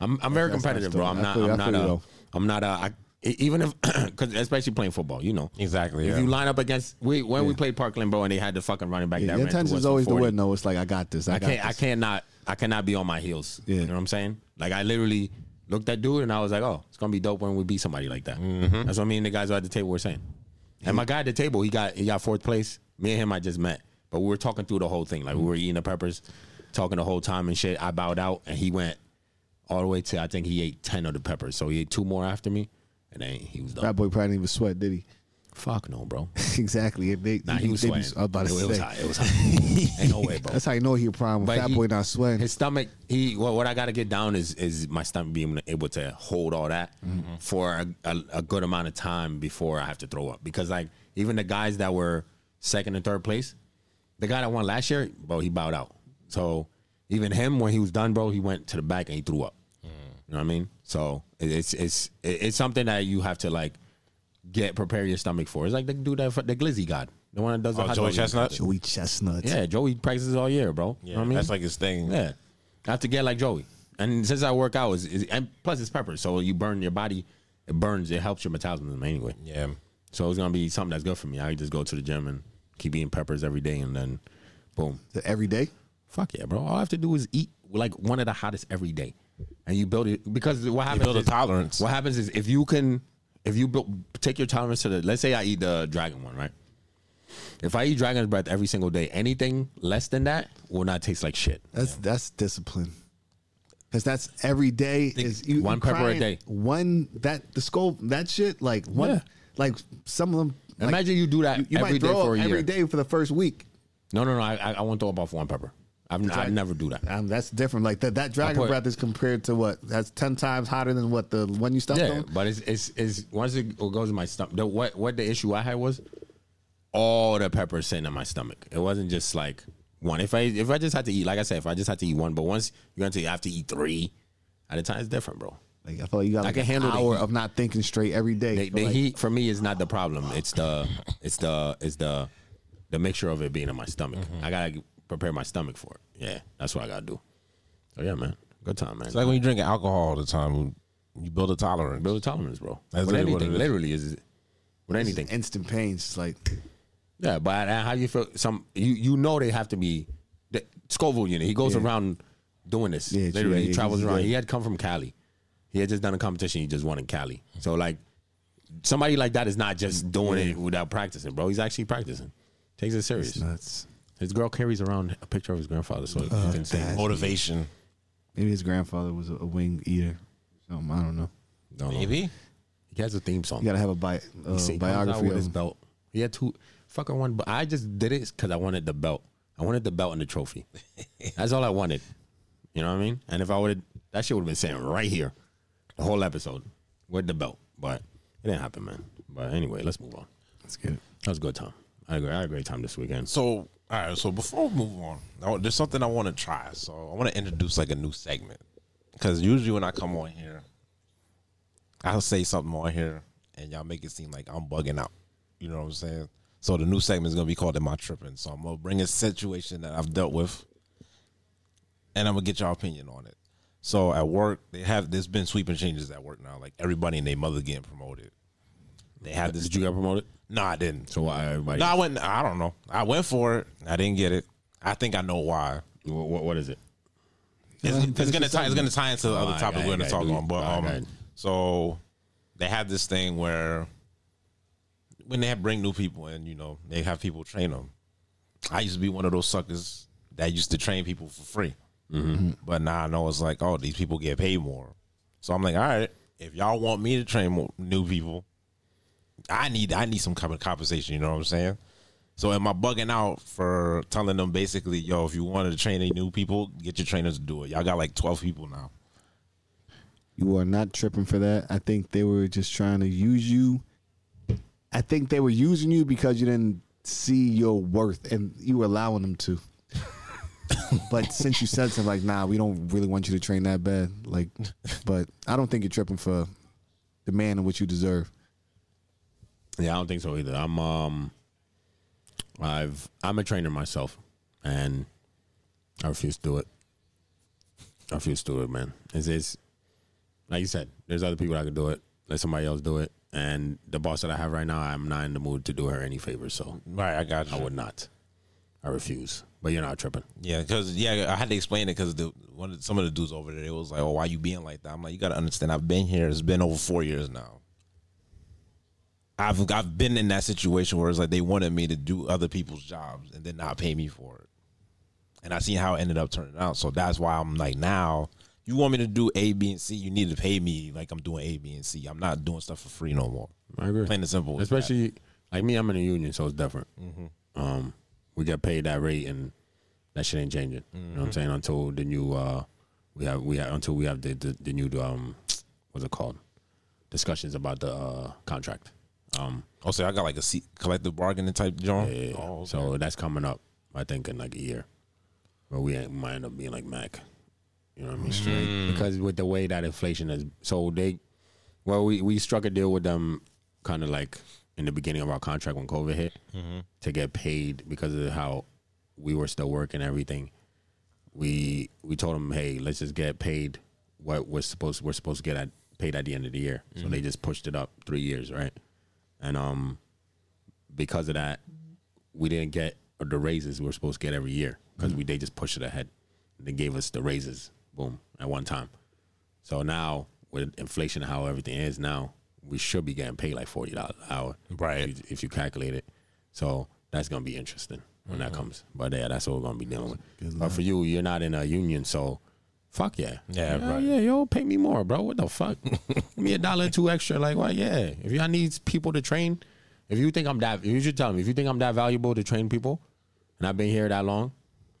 I'm I'm very
That's
competitive,
my
bro.
story.
I'm
I
not.
feel
I'm
you, I
not
feel you,
a.
though.
I'm not a. I, e- even if, because especially playing football, you know.
exactly.
If
yeah.
you line up against we when we played Parkland, bro, and they had the fucking running back
yeah,
that
your
ran through
intention
us
is
for
always to
40.
win. No, it's like I got this. I,
I
got
can't. I
this.
cannot. I cannot be on my heels.
Yeah.
You know what I'm saying? Like I literally looked at dude and I was like, oh, it's gonna be dope when we beat somebody like that.
Mm-hmm.
That's what me and the guys at the table were saying. And my guy at the table, he got he got fourth place. Me and him, I just met, but we were talking through the whole thing. Like we were eating the peppers, talking the whole time and shit. I bowed out and he went all the way to I think he ate ten of the peppers. So he ate two more after me, and then he was done.
That boy probably didn't even sweat, did he?
Fuck no, bro.
exactly. If They,
Nah, he was
they be-
sweating.
I was about to
it, was
say.
hot. It was hot. Ain't no way, bro.
That's how you know he a problem.
But
Fat
he-
boy not sweating.
His stomach, he well, what I got to get down is is my stomach being able to hold all that
Mm-hmm.
for a, a, a good amount of time before I have to throw up. Because like even the guys that were second and third place, the guy that won last year, bro, he bowed out. So even him, when he was done, bro, he went to the back and he threw up.
Mm.
You know what I mean? So it- it's it's it- it's something that you have to like get prepare your stomach for. It's like the dude that the glizzy god, the one that does the
Oh,
hot
Joey
dog eating
Chestnut?
contest.
Joey Chestnut.
Yeah, Joey practices all year, bro.
yeah,
you know what I mean?
that's like his thing.
Yeah, I have to get like Joey. And since I work out, is and plus it's pepper, so you burn your body. It burns. It helps your metabolism anyway.
yeah.
So it's gonna be something that's good for me. I just go to the gym and keep eating peppers every day, and then boom.
Is it every day?
Fuck yeah, bro. All I have to do is eat like one of the hottest every day. And you build it because what happens
build a
is-
tolerance.
What happens is if you can if you build, take your tolerance to the let's say I eat the dragon one, right? If I eat dragon's breath every single day, anything less than that will not taste like shit.
That's that's discipline. Because that's every day is you,
one
you
pepper a
crying-
day.
One that the skull that shit like one
Yeah.
like some of them. like,
Imagine you do that
you, you
every
might
day
throw up
for a year.
every day for the first week.
No, no, no. I, I, I won't throw up off one pepper. I've, I never do that.
Um, that's different. Like that that dragon
put-
breath is compared to what that's ten times hotter than what the one you stopped
Yeah,
on.
but it's it's, it's once it goes in my stomach. The, what what the issue I had was all the peppers sitting in my stomach. It wasn't just like one. If I if I just had to eat, like I said, if I just had to eat one, but once you're going to have to eat three at a time, it's different, bro.
Like I feel like you got like
can
an
handle the
hour
heat.
of not thinking straight every day.
They,
But,
the
like,
heat for me is not the problem. It's the it's the it's the the mixture of it being in my stomach.
Mm-hmm.
I gotta prepare my stomach for it. Yeah, that's what I gotta do. So yeah, man, good time, man.
It's like when you drink alcohol all the time, you build a tolerance.
build a tolerance, bro.
That's
with
literally what
anything,
it is.
literally is with anything.
instant pain. It's like
Yeah, but uh, how you feel? Some you you know they have to be the Scoville unit. He goes around doing this.
Yeah,
literally,
yeah,
he
yeah,
travels
he's
around.
good.
He had come from Cali. He had just done a competition. He just won in Cali. So like somebody like that is not just doing it without practicing, bro. He's actually practicing. Takes it serious.
nuts.
His girl carries around a picture of his grandfather,
Uh,
so you can see.
that-
Motivation.
Maybe his grandfather was a, a wing eater. Something I don't know.
No, no.
Maybe.
he has a theme song.
You gotta have a bi- uh,
See, he comes out
biography
with
of
his
him.
belt. He had two fucking one, but I just did it because I wanted the belt. I wanted the belt and the trophy. That's all I wanted. You know what I mean? And if I would, that shit would have been saying right here, the whole episode with the belt. But it didn't happen, man. But anyway, let's move on.
Let's get it.
That was a good time. I agree. I had a great time this weekend.
So, all right. So before we move on, I want- there's something I want to try. So I want to introduce like a new segment because usually when I come on here, I'll say something on here and y'all make it seem like I'm bugging out. You know what I'm saying? So the new segment is gonna be called "Am I Tripping?" So I'm gonna bring a situation that I've dealt with, and I'm gonna get y'all opinion on it. So at work, they have there's been sweeping changes at work now. Like everybody and their mother getting promoted. They have this.
Did you get promoted?
No, I didn't.
So why everybody?
No, I went. I don't know. I went for it. I didn't get it. I think I know why.
Wha- what- what is it?
It's, it's gonna tie. It's gonna tie into the other
I
topic
got it,
we're gonna
I
talk
got it.
on. But
I got it.
um, so they had this thing where when they have bring new people in, you know, they have people train them. I used to be one of those suckers that used to train people for free,
Mm-hmm.
but now I know it's like, oh, these people get paid more. So I'm like, all right, if y'all want me to train more new people, I need I need some kind of compensation. You know what I'm saying? So am I bugging out for telling them basically, yo, if you wanted to train any new people, get your trainers to do it. Y'all got like twelve people now.
You are not tripping for that. I think they were just trying to use you. I think they were using you because you didn't see your worth and you were allowing them to. but since you said something like, nah, we don't really want you to train that bad. Like, but I don't think you're tripping for the man and what you deserve.
Yeah, I don't think so either. I'm um, I've I'm a trainer myself, and I refuse to do it. I refuse to do it, man. It's, it's like you said. There's other people that could do it. Let somebody else do it. And the boss that I have right now, I'm not in the mood to do her any favors. So
Right, I got you.
I would not. I refuse. But you're not tripping.
Yeah, because yeah, I had to explain it because the one of, some of the dudes over there, it was like, oh, why you being like that? I'm like, you gotta understand, I've been here. It's been over four years now. I've I've been in that situation where it's like they wanted me to do other people's jobs and then not pay me for it, and I seen how it ended up turning out. So that's why I'm like, now you want me to do A, B, and C, you need to pay me like I'm doing A, B, and C. I'm not doing stuff for free no more.
I agree.
Plain and simple.
Especially like me, I'm in a union, so it's different. Um, we get paid that rate, and that shit ain't changing. You know what I'm saying? Until the new uh, we have we have until we have the the, the new um, what's it called? Discussions about the uh, contract. Um,
Also, Oh, I got like a C, collective bargaining type joint.
yeah.
Oh, okay.
so that's coming up. I think in like a year, but we ain't, might end up being like Mac. You know what I mean?
Mm.
Because with the way that inflation is, so they, well, we we struck a deal with them, kind of like in the beginning of our contract when COVID hit,
Mm-hmm.
to get paid because of how we were still working and everything. We we told them, hey, let's just get paid what we're supposed we're supposed to get at, paid at the end of the year. So
Mm-hmm.
they just pushed it up three years, right? And um, because of that, we didn't get the raises we were supposed to get every year because we they just pushed it ahead. They gave us the raises, boom, at one time. So now with inflation, how everything is now, we should be getting paid like forty dollars an hour, If
Right.
you, if you calculate it, so that's gonna be interesting when that comes. But yeah, that's what we're gonna be dealing with. But for you, you're not in a union, so fuck yeah, Hell
Yeah, right.
oh, yeah, yo, pay me more, bro. What the fuck? Give me a dollar or two extra. Like, why? Yeah, if y'all need people to train, if you think I'm that, if you should tell me if you think I'm that valuable to train people, and I've been here that long,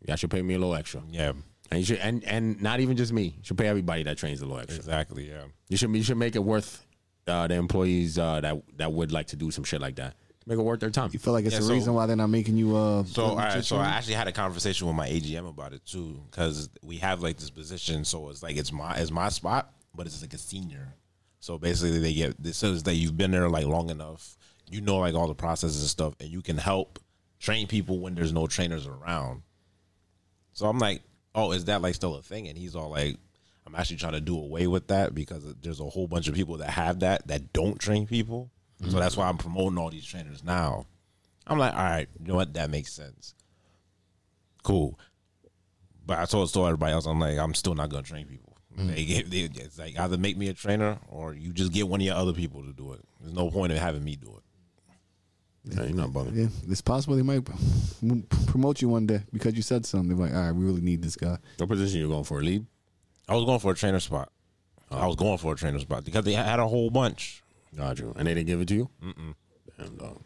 y'all should pay me a little extra.
Yeah,
And you should, and and not even just me, you should pay everybody that trains a little extra.
exactly. Yeah,
You should you should make it worth uh, the employees uh, that that would like to do some shit like that. Make it worth their time.
You feel like it's
Yeah,
the
so-
reason why they're not making you. Uh,
So all right, so I
I,
actually had a conversation with my AGM about it too, because we have like this position, so it's like it's my it's my spot, but it's like a senior. So basically, they get this says that you've been there like long enough, you know, like all the processes and stuff, and you can help train people when there's no trainers around. So I'm like, oh, is that like still a thing? And he's all like, I'm actually trying to do away with that because there's a whole bunch of people that have that that don't train people. So that's why I'm promoting all these trainers now. I'm like, all right, you know what? That makes sense. Cool. But I told told everybody else, I'm like, I'm still not gonna train people.
Mm.
They get, they, it's like either make me a trainer or you just get one of your other people to do it. There's no point in having me do it.
No, you're not bugging.
yeah, it's possible they might m- promote you one day because you said something. They're like, all right, we really need this guy.
What position you going for? Lead.
I was going for a trainer spot. I was going for a trainer spot because they had a whole bunch.
Got you. And they didn't give it to you. Mm-mm. Damn dog.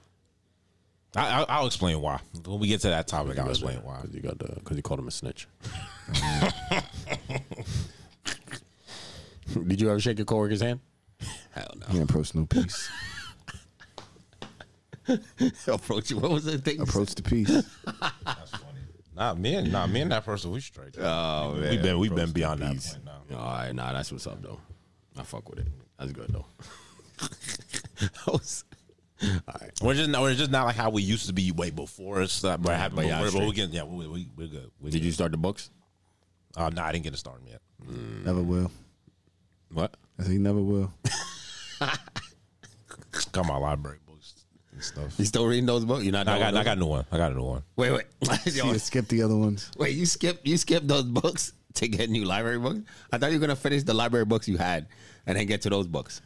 I, I, I'll explain why when we get to that topic. I'll
Because
explain why.
you got the because you called him a snitch. Did you ever shake your coworker's hand? Hell no.
Yeah, personal peace.
Approach you. What was the thing?
Approach the peace.
Not me and not me and that person. We straight.
Oh man,
we've been we've been beyond that
Peace.
point now.
All right, nah, that's what's up though. I fuck with it. That's good though. That was-
We're just not, we're just not like how we used to be way before it's that but, happened
but yeah,
before, but we
straight.
can yeah we we we're good. We
Did
good.
you start the books?
Uh, no, I didn't get to start 'em yet.
Never will.
What?
I say never will.
Got my library books and stuff.
You still reading those books? You're not.
I
doing
got I
those?
got a new one. I got a new one.
Wait, wait,
See, I skip the other ones.
wait. You skipped you skipped those books to get new library books. I thought you were gonna finish the library books you had and then get to those books.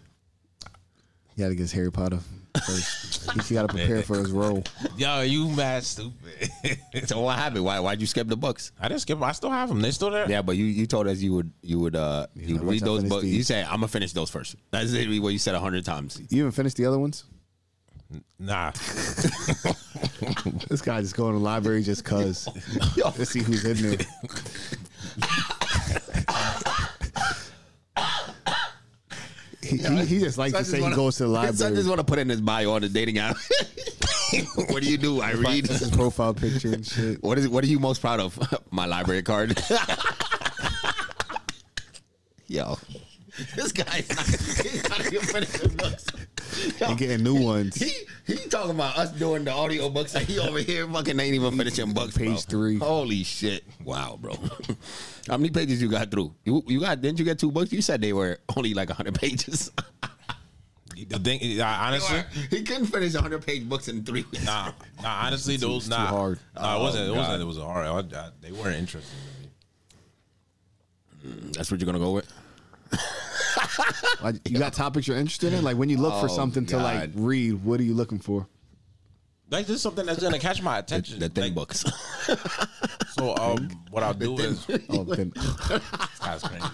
He had to get Harry Potter first. he got to prepare for his role.
Yo, you mad stupid.
So what happened? Why why'd you skip the books?
I didn't skip 'em. I still have them. They still there.
Yeah, but you, you told us you would you would uh you would
once
read
I
those
finish
books.
these-
You said I'm gonna finish those first. That's literally what you said a hundred times.
You even finished the other ones?
Nah.
This guy just going to the library just cause. Let's see who's in there. he, he, he just likes
Son
to
just
say he
wanna-
goes to the
son
library.
just want to put in his bio on the dating app. what do you do? I read.
This is profile picture and shit.
What is what are you most proud of? My library card. Yo, this guy's not, he's not even finishing books. Yo,
And getting new ones.
he he talking about us doing the audio books, and he over here fucking ain't even finishing books. bro.
Page three.
Holy shit! Wow, bro. How many pages you got through? You you got? Didn't you get two books? You said they were only like hundred pages.
The thing, I, honestly,
he couldn't finish hundred page books in three. Weeks.
nah, nah, honestly, those
too
nah,
hard.
Nah, it wasn't.
Oh,
It wasn't.
God.
that It was hard. I, I, they weren't interesting to me.
That's what you're gonna go with.
Like, you got topics you're interested in? Like when you look for
Oh,
something to like
God.
read, what are you looking for?
Like this is something that's gonna catch my attention.
The thin
Like,
books.
So um, what I'll do is
Oh, then,
that's crazy.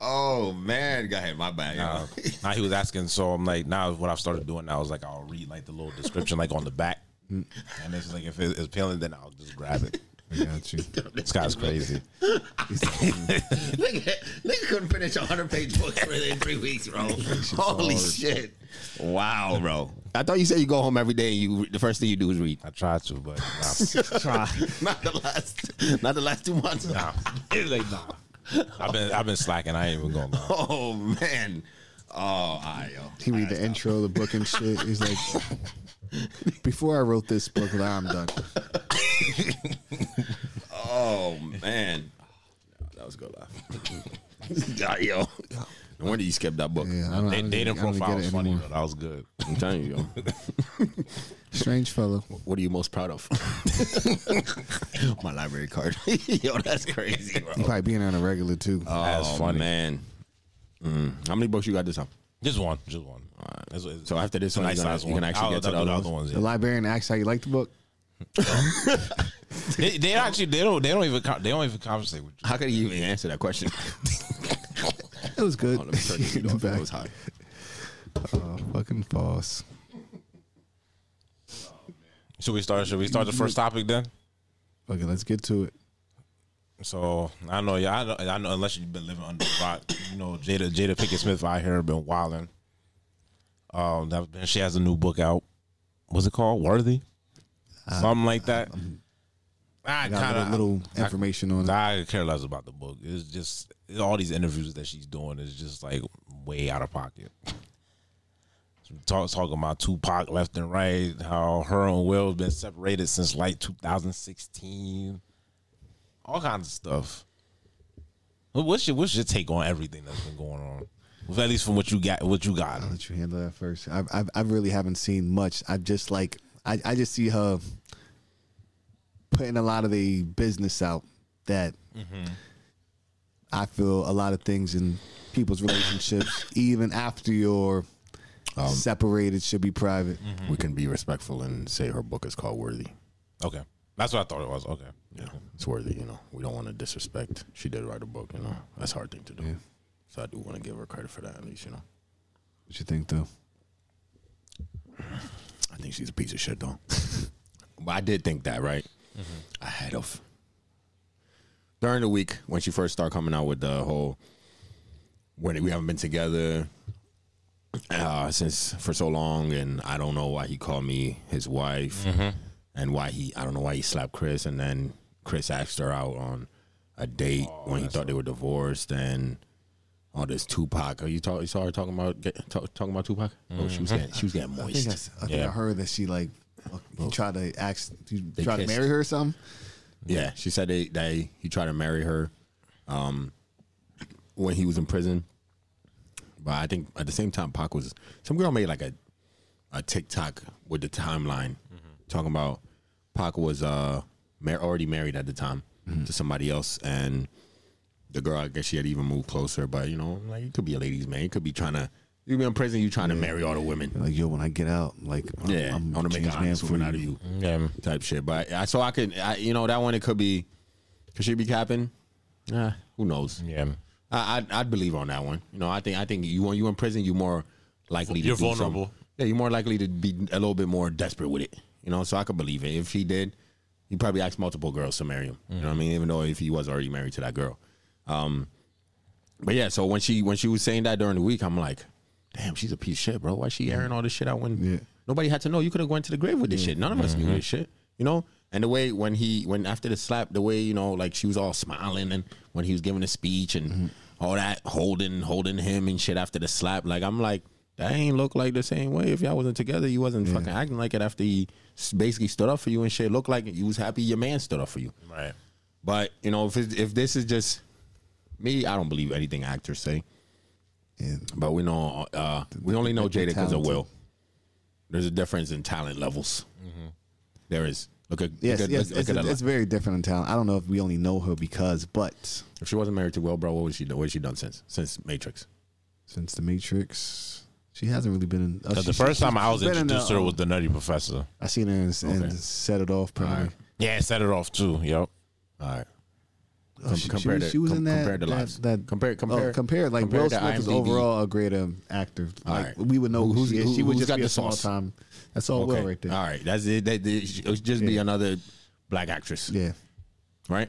oh man, go ahead. My bad.
Uh, now he was asking, so I'm like, now what I've started doing now is like I'll read like the little description like on the back,
Mm.
and it's like if it- it's appealing, then I'll just grab it.
I got you.
This guy's crazy.
nigga, nigga couldn't finish a hundred page book in three weeks, bro. Holy shit! Wow, bro. I thought you said you go home every day and you the first thing you do is read.
I tried to, but nah,
Not the last, not the last two months.
It's like, nah. I've been I've been slacking. I ain't even going. to
Oh man. Oh, all right, yo.
He read the intro, the book and shit. He's like, before I wrote this book, like, I'm done.
Oh man. That was a good laugh. Ah, yo. No wonder you skipped that book.
Yeah, I don't, I
They
don't
dating
get- I don't
profile
get
was
it
funny,
anymore.
though. That was good.
I'm telling you. yo.
Strange fellow.
What are you most proud of? My library card. yo, that's crazy,
He
bro.
probably being on a regular too.
Oh,
That's funny, man. Mm. How many books you got this time?
Just one. Just one. That's what-
So after this
it's a
one, you
nice
gonna-
size
you
one.
can actually
I'll-
get to
I'll
the
do
other
ones, yeah.
the librarian asks how you like the book.
they, they actually they don't they don't even con- they don't even conversate with you.
How could you even answer that question?
It was good.
Hold on, Oh, let me turn this
In the
off. That
back.
was high.
Oh, fucking false.
Should we start? Should we
Mm-hmm.
start the first topic then?
Okay, let's get to it.
So I know, yeah, I know, I know. Unless you've been living under the rock, you know, Jada Jada Pinkett Smith out here been wilding. Um, that- then she has a new book out. What's it called? Worthy, something like that. I
Got
kind
a
of
little, little information on it.
I care less about the book. It's just all these interviews that she's doing is just like way out of pocket. Talk, talking about Tupac left and right, how her and Will have been separated since like 2016, all kinds of stuff. What- What's your what's your take on everything that's been going on? Well, at least from what you got, what you got.
I'll let you handle that first. I I, I really haven't seen much. I just like I, I just see her putting a lot of the business out that
Mm-hmm.
I feel a lot of things in people's relationships, even after you're Um, separated, should be private.
We can be respectful and say her book is called Worthy.
Okay, that's what I thought it was. Okay,
Yeah, it's worthy. You know, we don't want to disrespect. She did write a book. You know, that's a hard thing to do. So I do want to give her credit for that. At least you know,
What you think though?
I think she's a piece of shit though. Mm-hmm. but I did think that right ahead of during the week when she first started coming out with the whole when we haven't been together uh, since for so long, and I don't know why he called me his wife, and why he I don't know why he slapped Chris, and then Chris asked her out on a date when he thought they were divorced, and all this Tupac. Are you talk, you saw her talking about get, talk, talking about Tupac? Oh, she was getting she was getting
I think, I,
moist.
s- I think I
Yeah.
heard that she like he tried to ask, he tried to
kissed.
marry her or something.
Yeah, she said they, they he tried to marry her um, when he was in prison. But I think at the same time, Pac was some girl made like a a TikTok with the timeline talking about Pac was uh mar- already married at the time to somebody else, and the girl I guess she had even moved closer. But you know, like you could be a ladies' man, you could be trying to you be in prison, you trying to marry all the women.
Like yo, when I get out, like I'm,
Yeah,
I'm
i want to make
changed
an honest woman out of you.
yeah,
type shit. But I, so I could, I, you know, that one it could be, could she be capping? Nah, who knows?
yeah.
I, I'd, I'd believe on that one. You know, I think I think you when you in prison, you more likely to
You're
do some-
vulnerable.
yeah, you're more likely to be a little bit more desperate with it. You know, so I could believe it. If he did, he probably asked multiple girls to marry him. You know what I mean? Even though if he was already married to that girl. Um, but yeah, so when she when she was saying that during the week, I'm like, damn, she's a piece of shit, bro. Why she airing all this shit out when
Yeah.
nobody had to know? You could have went to the grave with this shit. None of us knew this shit. You know? And the way when he when after the slap, the way, you know, like she was all smiling and when he was giving the speech and all that, holding, holding him and shit after the slap. Like I'm like, that ain't look like the same way. If y'all wasn't together, you wasn't fucking acting like it after he s- basically stood up for you and shit. Looked like you was happy your man stood up for you.
Right.
But you know, if it, if this is just me, I don't believe anything actors say.
And
But we know uh, we only know
they're
Jada because of
talented.
Will. There's a difference in talent levels. There is. Look at
Yes,
look at,
yes,
look, look
it's,
at
it's
that.
very different in town. I don't know if we only know her because, but
If she wasn't married to Will, bro, what was she? do- What has she done since since Matrix?
since the Matrix, she hasn't really been in. oh,
Because
she-
the first
she-
time I
she's
was
been in
introduced
the,
to her
um,
was the Nutty Professor.
I seen her and, and set it off probably. Um,
Yeah, it set it off too. Yep.
All right.
Oh, she, she,
compare
was-
that-
she was
com-
in that.
compare the
that,
lives.
That,
Compare-
oh,
compare-
compare. Like
compare
Will
the
Smith is
IMDb.
overall a great um, actor.
All
Like
right.
we would know who
Who's-
she is. She
who-
would
who's
just
got
be
the
a small
sauce?
time. That's all Oh, Will right there.
All right. That's it. That, that, it would just be another black actress.
Yeah.
right?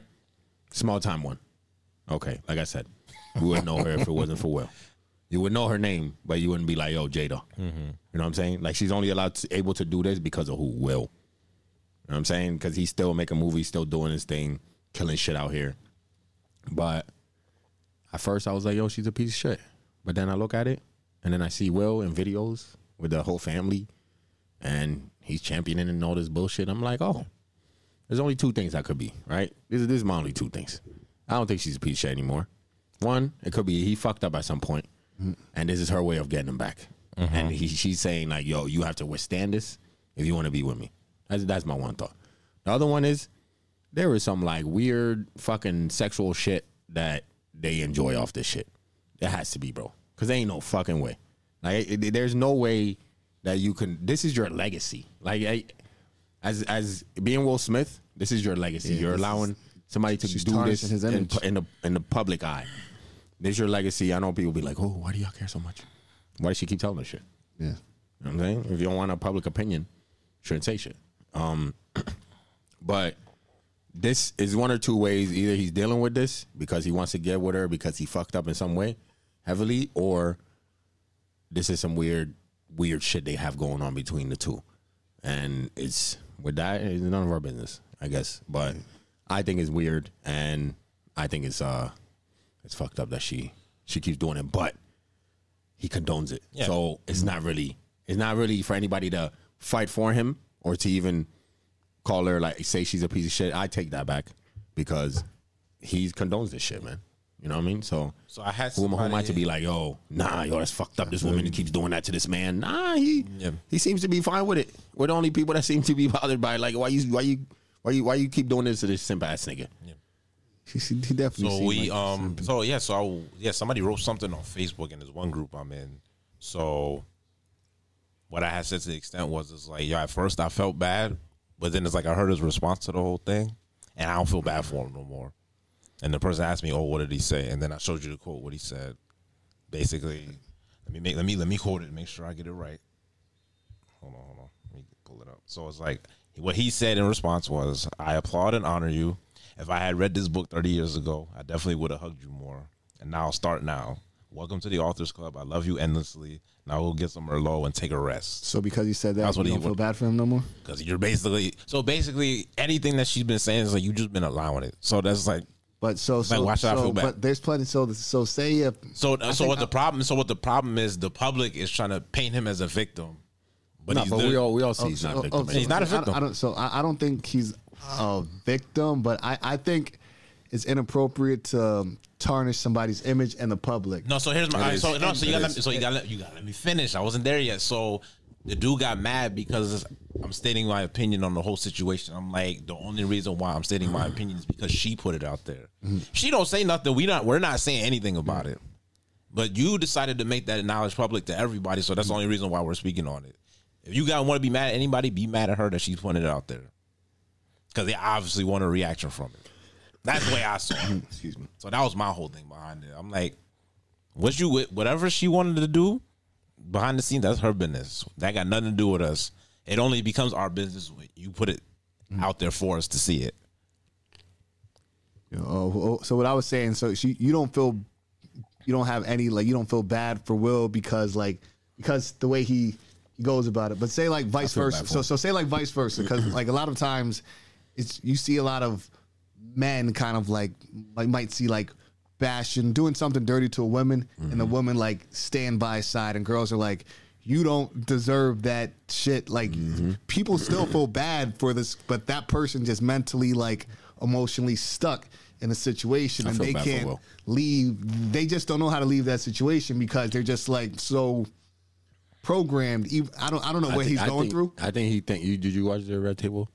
Small time one. Okay, like I said, we wouldn't know her if it wasn't for Will. You would know her name, but you wouldn't be like, "Yo, Jada." You know what I'm saying? Like she's only allowed to, able to do this because of who Will. You know what I'm saying? Because he's still making movies, still doing his thing, killing shit out here. But at first, I was like, "Yo, she's a piece of shit." But then I look at it, and then I see Will in videos with the whole family, and he's championing and all this bullshit. I'm like, "Oh, there's only two things I could be, right? This is, this is my only two things. I don't think she's a piece of shit anymore. One, it could be he fucked up at some point. and this is her way of getting him back. And he, she's saying like, "Yo, you have to withstand this if you want to be with me." That's that's my one thought. The other one is there is some like weird fucking sexual shit that they enjoy off this shit. It has to be, bro, because ain't no fucking way. Like, it- it- there's no way that you can. This is your legacy. Like, I, as as being Will Smith, this is your legacy.
Yeah,
You're
this
allowing somebody to
she's
do this
tarnishing his
in,
image.
in the in the public eye. This is your legacy. I know people be like, "Oh, why do y'all care so much? Why does she keep telling us shit?"
Yeah.
You know what I'm saying? If you don't want a public opinion, shouldn't say shit. Um, but this is one or two ways. Either he's dealing with this because he wants to get with her because he fucked up in some way heavily, or this is some weird, weird shit they have going on between the two. And it's with that, it's none of our business, I guess. But I think it's weird and I think it's uh it's fucked up that she she keeps doing it, but he condones it.
Yeah.
So it's not really it's not really for anybody to fight for him or to even call her like say she's a piece of shit. I take that back because he condones this shit, man. You know what I mean? So
So I had
who am, who am I
somebody-
to be like, yo, nah, yo, that's fucked up. This woman keeps doing that to this man. Nah, he
Yeah.
he seems to be fine with it. We're the only people that seem to be bothered by it. like why you why you why you why you keep doing this to this simp ass nigga.
She, she, he definitely.
So
seemed
we
like-
um so yeah so I, yeah somebody wrote something on Facebook in this one group I'm in. So what I had said to the extent was it's like yo at first I felt bad, but then it's like I heard his response to the whole thing, and I don't feel bad for him no more. And the person asked me, "Oh, what did he say?" And then I showed you the quote what he said. Basically, let me make let me let me quote it, make sure I get it right. Hold on, hold on. Let me pull it up. So it's like what he said in response was, "I applaud and honor you. If I had read this book 30 years ago, I definitely would have hugged you more. And now start now. Welcome to the Authors Club. I love you endlessly. Now we'll get some Merlot and take a rest
so because he said that,
That's
you
what he
don't feel
would-
bad for him no more.
because you're basically so basically anything that she's been saying is like you just been allowing it. So that's like
But so, so,
why should I
so-
feel bad?
But there's plenty. So, so say if
so uh, so what the problem so what the problem is the public is trying to paint him as a victim, but
No,
he's
but Oh,
the-
we all we all see he's not a
so-
victim.
so
anymore.
Oh, he's not a
I-
victim.
I, don't. So I, I don't think he's a victim, but I, I think it's inappropriate to um, tarnish somebody's image and the public.
No, so here's my. all right,
is.
so no, so you
It
got
is.
so you got you got let me finish. I wasn't there yet. So the dude got mad because I'm stating my opinion on the whole situation. I'm like the only reason why I'm stating my opinion is because she put it out there.
Mm-hmm.
She don't say nothing. We not we're not saying anything about it. But you decided to make that knowledge public to everybody, so that's the only reason why we're speaking on it. If you guys want to be mad at anybody, be mad at her that she pointed it out there, because they obviously want a reaction from it. That's the way I saw it.
Excuse me.
So that was my whole thing behind it. I'm like, what you with whatever she wanted to do behind the scenes, that's her business. That got nothing to do with us. It only becomes our business when you put it
Mm.
out there for us to see it.
You know, oh, oh, so what I was saying, so she, you don't feel, you don't have any like, you don't feel bad for Will because like, because the way he he goes about it. But say like vice
feel bad
versa.
for
So
him.
so say like vice versa because like a lot of times, it's you see a lot of men kind of like like might see like bashing doing something dirty to a woman and
Mm-hmm.
the woman like stand by his side and girls are like you don't deserve that shit like
Mm-hmm.
people still feel bad for this but that person just mentally like emotionally stuck in a situation
I
and
feel
they
bad for
can't
Will.
leave they just don't know how to leave that situation because they're just like so programmed Even- i don't i don't know what
I think-
he's
I
going
think-
through
I think he think you did you watch the red table?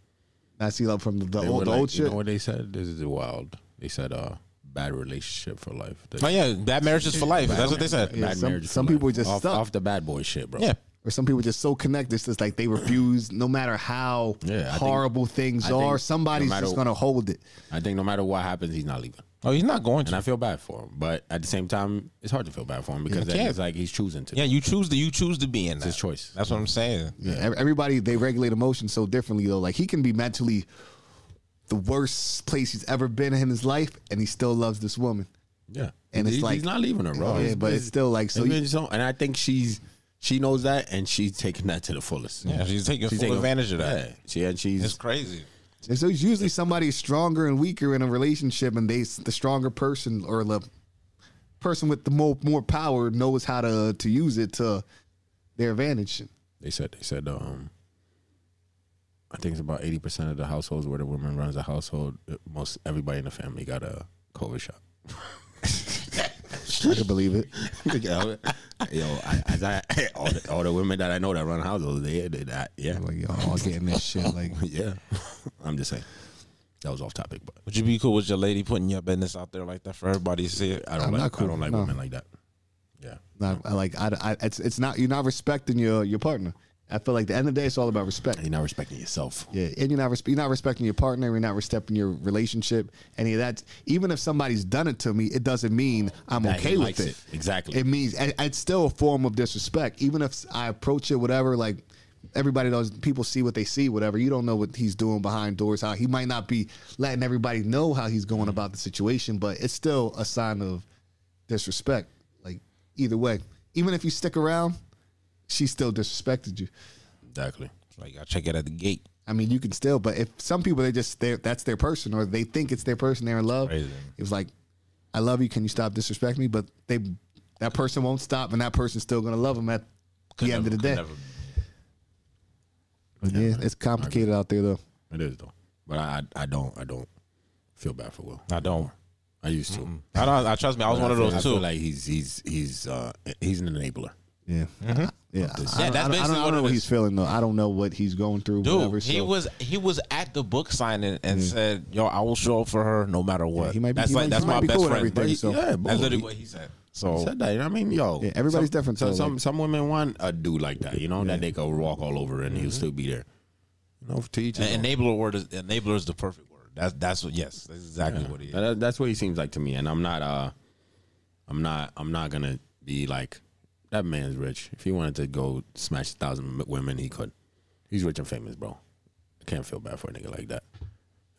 i see love from the, the
They
old,
were
the
like,
old
You
shit
know what they said? This is wild. They said uh bad relationship for life. They-
Oh yeah, bad marriage is for life. That's what they said.
Yeah,
Bad
some-
marriage for
some people
life.
just
off,
stuck.
off the bad boy shit, bro.
Yeah.
or some people just so connected. It's just like they refuse, no matter how
Yeah, I think-
horrible things
I think
are.
no
Somebody's
matter-
just gonna hold it.
I think no matter what happens, he's not leaving.
Oh, he's not going
And I
to.
feel bad for him, but at the same time, it's hard to feel bad for him because
can't.
it's like he's choosing to.
Yeah, you choose to you choose to be in that.
his choice.
That's what I'm saying.
Ev- Everybody they regulate emotions so differently though. Like he can be mentally the worst place he's ever been in his life, and he still loves this woman.
Yeah,
And it's
He-
like-
he's not leaving her, bro.
Yeah, but it's still like, so
It's
you-
been so- and I think she's she knows that, and she's taking that to the fullest.
Yeah, she's taking full
taking-
advantage of that.
Yeah, she and she's
It's crazy.
And so it's usually somebody stronger and weaker in a relationship, and they the stronger person or the person with the more more power knows how to to use it to their advantage.
They said they said um I think it's about eighty percent of the households where the woman runs the household. Most everybody in the family got a COVID shot.
I can believe it.
yo, I, as I, all, the, all the women that I know that run houses, they did that. Yeah,
I'm like y'all all getting this shit. Like
yeah. I'm just saying that was off topic, but
Would you be cool with your lady putting your business out there like that for everybody to see it?
I don't
I'm
like
not cool.
I don't like
No.
women like that. Yeah,
not I like I, I- it's it's not you're not respecting your your partner. I feel like at the end of the day it's all about respect.
you're not respecting yourself.
Yeah, and you're not respe- you're not respecting your partner. You're not respecting your relationship. Any of that. Even if somebody's done it to me, it doesn't mean I'm
That he
okay with
likes
it.
it. Exactly.
It means and it's still a form of disrespect. Even if I approach it, whatever. Like everybody knows, people see what they see. Whatever. You don't know what he's doing behind doors. How he might not be letting everybody know how he's going
Mm.
about the situation, but it's still a sign of disrespect. Like either way, even if you stick around, she still disrespected you.
Exactly.
Like I check it at the gate.
I mean, you can still, but if some people they just they that's their person or they think it's their person, they're in love.
Crazy.
It was like, I love you. Can you stop disrespecting me? But they that person won't stop, and that person's still gonna love them at the end of the day. yeah, it's complicated out there though.
It is though, but I, I I don't I don't feel bad for Will.
I don't.
I used to.
I don't. I trust me. I was one of
I
those
feel
too.
like he's he's he's uh he's an enabler.
Yeah, yeah. I- I,
Mm-hmm. Yeah,
don't,
that's
I don't- I
basically
don't
what
know
it
what
is.
he's feeling though. I don't know what he's going through.
Dude,
whatever,
he
so-
was he was at the book signing and said, "Yo, I will show up for her no matter what."
Mm. he might be-
that's
he
like
might-
that's
he
my
might be
best
cool with
friend.
everything,
He-
so-
yeah, boy,
that's literally
he-
what he said.
He
So
said that. You know what I mean, yo,
Oh. Yeah, everybody's different,
So
so,
some
like-
some women want a dude like that. You know that they could walk all over and he'll still be there. You know, to each his
An
own.
enabler word is enabler is the perfect word. That's that's what yes, that's exactly what he is.
That- that's what he seems like to me, and I'm not. uh I'm not. I'm not gonna be like that. Man's rich. If he wanted to go smash a thousand m- women, he could. He's rich and famous, bro. I can't feel bad for a nigga like that.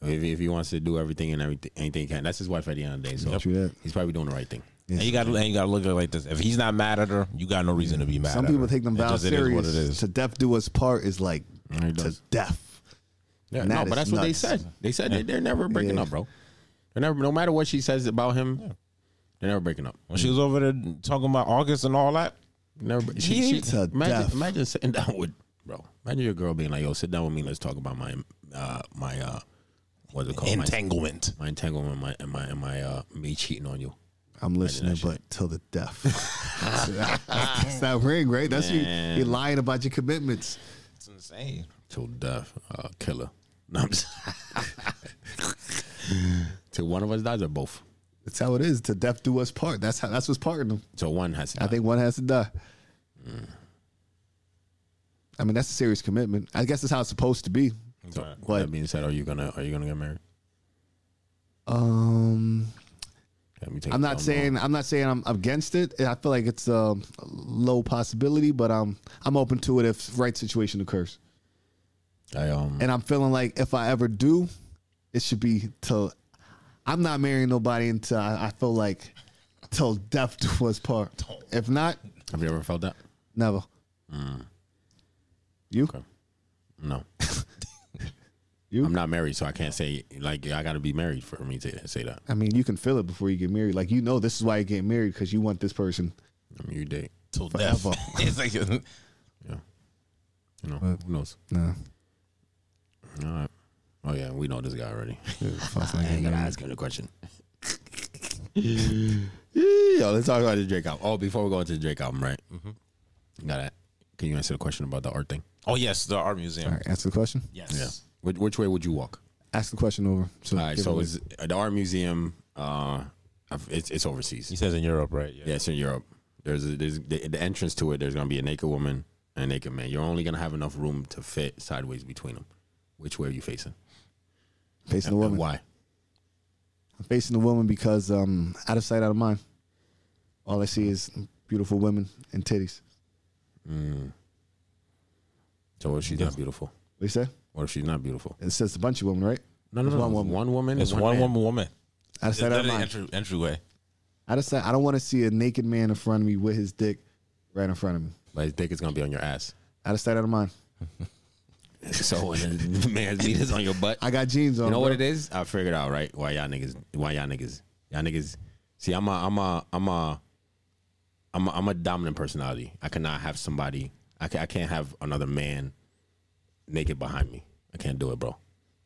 If, if he wants to do everything and everything, anything he can. That's his wife at the end of the day. So
True that.
he's probably doing the right thing.
And you got to and you got to look at it like this. If he's not mad at her, you got no reason to be mad.
Some
at
people
her.
take them
It
vows
just- it is
serious.
what it is.
To death do us part is like
he
to
does.
death.
Yeah,
And
no,
that
but
is
that's what they
nuts.
said. They said they, they're never breaking
Yeah.
up, bro. They're never, no matter what she says about him, they're never breaking up.
When she was over there talking about August and all that,
Never. She, she,
To
imagine,
death.
imagine sitting down with bro. Imagine your girl being like, "Yo, sit down with me. Let's talk about my uh my uh what's it called? My-
entanglement.
My, entanglement, and my and my and my uh me cheating on you.
I'm listening, but till the death. That's that ring, right? That's you. You're lying about your commitments.
It's insane.
till death, uh, killer. No, I'm just- till one of us dies or both.
That's how it is. To death do us part. That's how. That's what's parting them.
So one has to.
I
die.
think one has to die. Mm. I mean, that's a serious commitment. I guess that's how it's supposed to be.
So,
What?
that being said, are you gonna are you gonna get married?
Um,
Let me Um, take
I'm
a
not
thumb
saying I'm not saying I'm against it. I feel like it's um, a low possibility, but I'm I'm open to it if right situation occurs.
roll. I um.
and I'm feeling like if I ever do, it should be till I'm not marrying nobody until I, I feel like till death do us part. If not,
Have you ever felt that?
never. You,
No,
you.
I'm not married, so I can't say like I got to be married for me to say that.
I mean, you can feel it before you get married. Like you know, this is why you get married because you want this person.
I mean, you date,
Till death.
Forever.
it's like
you know, who knows?
No,
All right. Oh yeah, we know this guy already. I ain't
I
gotta ask him the question. Yo, let's talk about this Drake album. Oh, before we go into the Drake album, right? Got it. Can you answer the question about the art thing?
oh yes, the art museum.
All right, answer the question.
Yes.
Which, which way would you walk?
Ask the question over. So,
All right.
give
So
it-
is the art museum? Uh, I've- it's it's overseas.
He says in Europe, right?
Yeah, it's in Europe. There's a, there's the, the entrance to it. There's gonna be a naked woman and a naked man. You're only gonna have enough room to fit sideways between them. Which way are you facing?
facing the
And
woman.
why?
I'm facing the woman because um, out of sight, out of mind. All I see is beautiful women and titties.
So what if she's not beautiful?
What you say?
What if she's not beautiful?
It says a bunch of women, right?
No, no, no.
It's
One
one
woman, one
woman.
woman and
It's
one,
one
man.
woman woman.
Out of
It's
sight, out of
literally
mind.
entry, entryway.
I just I don't want to see a naked man in front of me with his dick right in front of me.
But his dick is gonna be on your ass.
Out of sight, out of mind.
So when the man's meat is on your butt.
I got jeans on.
You know what
bro.
it is? I figured out right why y'all niggas why y'all niggas y'all niggas see I'm a I'm a I'm a I'm a, I'm a dominant personality. I cannot have somebody I can, I can't have another man naked behind me. I can't do it, bro.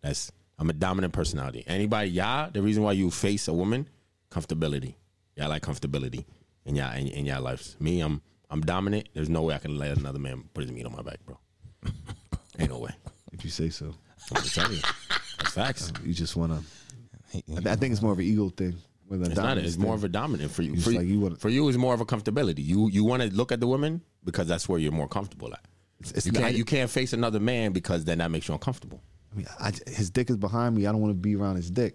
That's I'm a dominant personality. Anybody y'all the reason why you face a woman comfortability. Y'all like comfortability. in y'all in, in y'all lives. Me, I'm I'm dominant. There's no way I can let another man put his meat on my back, bro. Ain't no way.
If you say so,
I'm just telling you. That's facts.
you just want to. I, I think it's more of an ego thing. more than a
It's not.
dominance
It's more
thing.
of a dominant for you.
It's
For you,
like you wanna-
for you, it's more of a comfortability. You you want to look at the woman because that's where you're more comfortable at.
it's
you
not-
can't you can't face another man because then that makes you uncomfortable.
I mean, I, his dick is behind me. I don't want to be around his dick.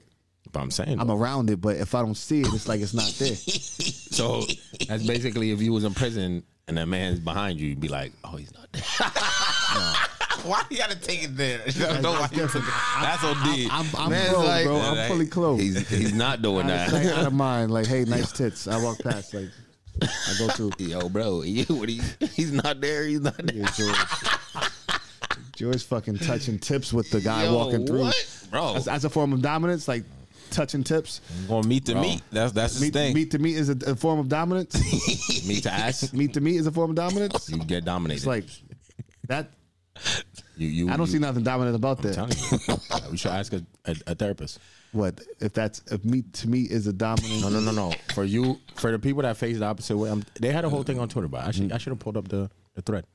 But I'm saying
I'm around it, but if I don't see it, it's like it's not there.
so that's basically if you was in prison and a man's behind you, you'd be like, oh, he's not there.
Why you gotta take it there? That's OD.
I'm, I'm
Man's
clothed,
like-
bro. I'm
like,
fully clothed.
He's he's not doing
It's like
that.
out of mind. Like, hey, nice tits. I walk past. Like, I go through.
Yo, bro, you- what he- he's not there. He's not there.
Yeah, George. George fucking touching tips with the guy
Yo,
walking through.
what? Bro.
That's, that's a form of dominance. Like touching tips.
Gonna meet the
Bro.
meat. That's that's his
Meat,
thing.
meat to meat is a, a form of dominance.
Me to ass,
meat to meat is a form of dominance.
you get dominated.
It's like that.
you, you,
I don't
you,
see nothing dominant about
I'm
that.
telling you. Yeah, we should ask a, a, a therapist.
What if that's if meat to meat is a dominant?
No, no, no, no. For you, for the people that face the opposite way, i they had a whole thing on Twitter. But I should, I should have pulled up the, the thread.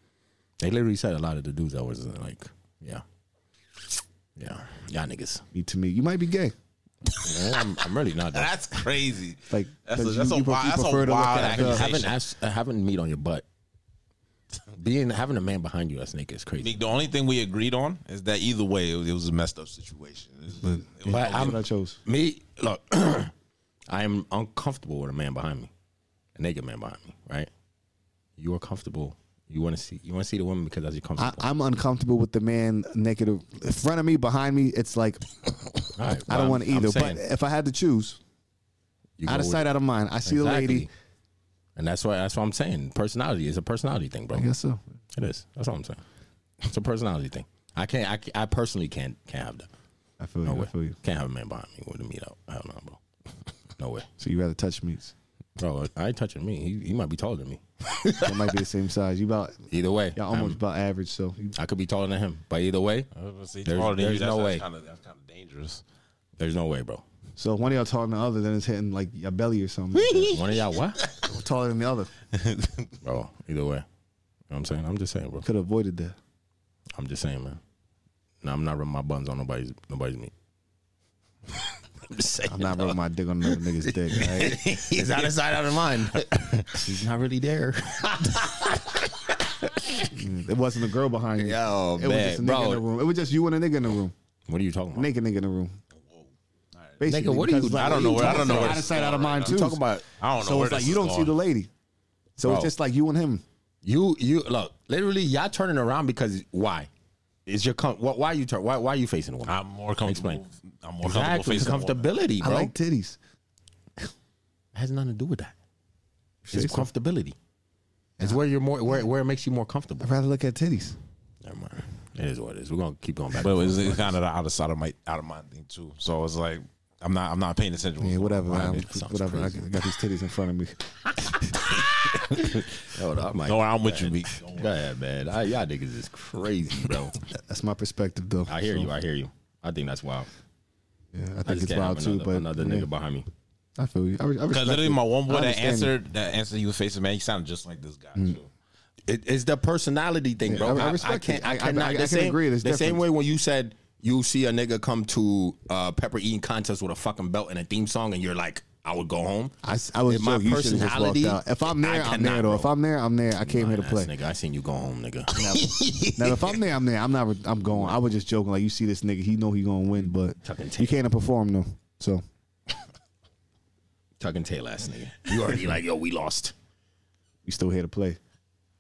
They literally said a lot of the dudes that was uh, like, yeah, yeah, y'all niggas.
Meat to meat, you might be gay.
Yeah, I'm, I'm really not. That.
That's crazy.
Like,
that's a,
does
that's
you-
a
you pre-
wild,
you
that's a
prefer
wild
to look at the-
Having
accusation.
ass, having meat on your butt, being having a man behind you that's naked is
I
crazy.
mean, the only thing we agreed on is that either way, it was, it was a messed up situation. It was- it was-
But
That's what I
I'm
chose.
me. Look, I am uncomfortable with a man behind me, a naked man behind me. Right? You are comfortable. You want to see. You want to see the woman because that's your comfort.
I,
point.
I'm uncomfortable with the man naked in front of me, behind me. It's like
All right,
I don't
well,
want
I'm-
either.
I'm
But
saying
if I had to choose,
you go
out of
with-
sight, out of mind. I see
Exactly.
the lady.
and that's why that's what I'm saying. Personality is a personality thing, bro.
I guess so.
It is. That's what I'm saying. It's a personality thing. I can't. I, can't- I personally can't can't have that.
I feel
No
you.
way.
I feel you.
Can't have a man behind me with a meat out. Hell no, bro. No way,
So you rather touch meats?
bro. I ain't touching me. He, he might be taller than me.
That might be the same size. You about
Either way,
y'all almost about average. So you,
I could be taller than him. But either way,
I was gonna say,
There's-
taller than you,
there's
that's-
no
that's
way.
kinda- That's kind of dangerous.
there's no way, bro.
so if one of y'all taller than the other, then it's hitting like your belly or something. like
One of y'all what,
that. taller than the other
bro? Either way, you know what I'm saying. I'm just saying, bro.
could have avoided that.
I'm just saying, man. No, I'm not rubbing my buns on nobody's nobody's meat. I'm just saying.
I'm not rubbing my dick on another nigga's dick. all right?
He's out of sight, out of mind. He's not really there.
It wasn't a girl behind you.
Yo,
it was just a nigga in the room. It was just you and a nigga in the room.
What are you talking about?
Naked nigga in the room.
Nigga, what are you-
because,
I don't
know where- I
talking
don't know
about? Out
where
of
this
sight,
is
out of
going
mind
right
too.
now.
talking about
I don't know.
So
where
it's like
this
you
is
don't see
going.
the lady. So
Bro.
it's just like you and him.
you. You look literally. Y'all turning around because why? Is your com- why, why you turn? Why, why are you facing a woman?
I'm more comfortable.
Explain.
I'm more
Exactly,
comfortable facing
comfortability,
I
bro.
like titties.
has nothing to do with that.
Say
It's
so.
comfortability. It's where you're more where where it makes you more comfortable.
I'd rather look at titties.
Never mind. It is what it is. We're gonna keep going back.
But
and
it's,
forth.
it's kind of the out of sight of my out of mind thing too. So it's like I'm not I'm not paying attention.
Yeah, whatever. man.
that sounds
whatever. I
crazy.
got I got these titties in front of me.
Hold up, Mike.
No, I'm with you, B.
Go ahead, man. I, y'all niggas is crazy, bro.
That's my perspective, though.
I hear you. I hear you. I think that's wild.
Yeah, I
I
think
just
it's
can't have
wild too.
another,
But
another
yeah,
nigga behind me.
I feel you. I, re- I
Because
respect
literally,
it.
my one boy
I
that
understand it. Mm.
answered that answer you was facing, man, he sounded just like this guy. Too.
It, it's the personality thing, bro.
I- I
I, I
respect
can't.
it.
I,
I- I-
cannot.
I- I
the
can
same,
agree.
The
There's
same
difference.
way when you said you see a nigga come to uh, pepper eating contest with a fucking belt and a theme song, and you're like, I would go home.
I, s- I was
If my
joking. You should have just walked
personality,
out. If I'm there,
I
I'm there.
cannot,
Though,
bro.
if I'm there, I'm there. I came here to
Nah,
play.
nigga, I seen you go home, nigga.
Now, if I'm there, I'm there. I'm not. re- I'm going. I was just joking. Like you see this nigga, he know he gonna win, but
Tucking
you
tape.
can't perform though. So
Tucking tail ass nigga. You already like, yo, we lost.
we still here to play.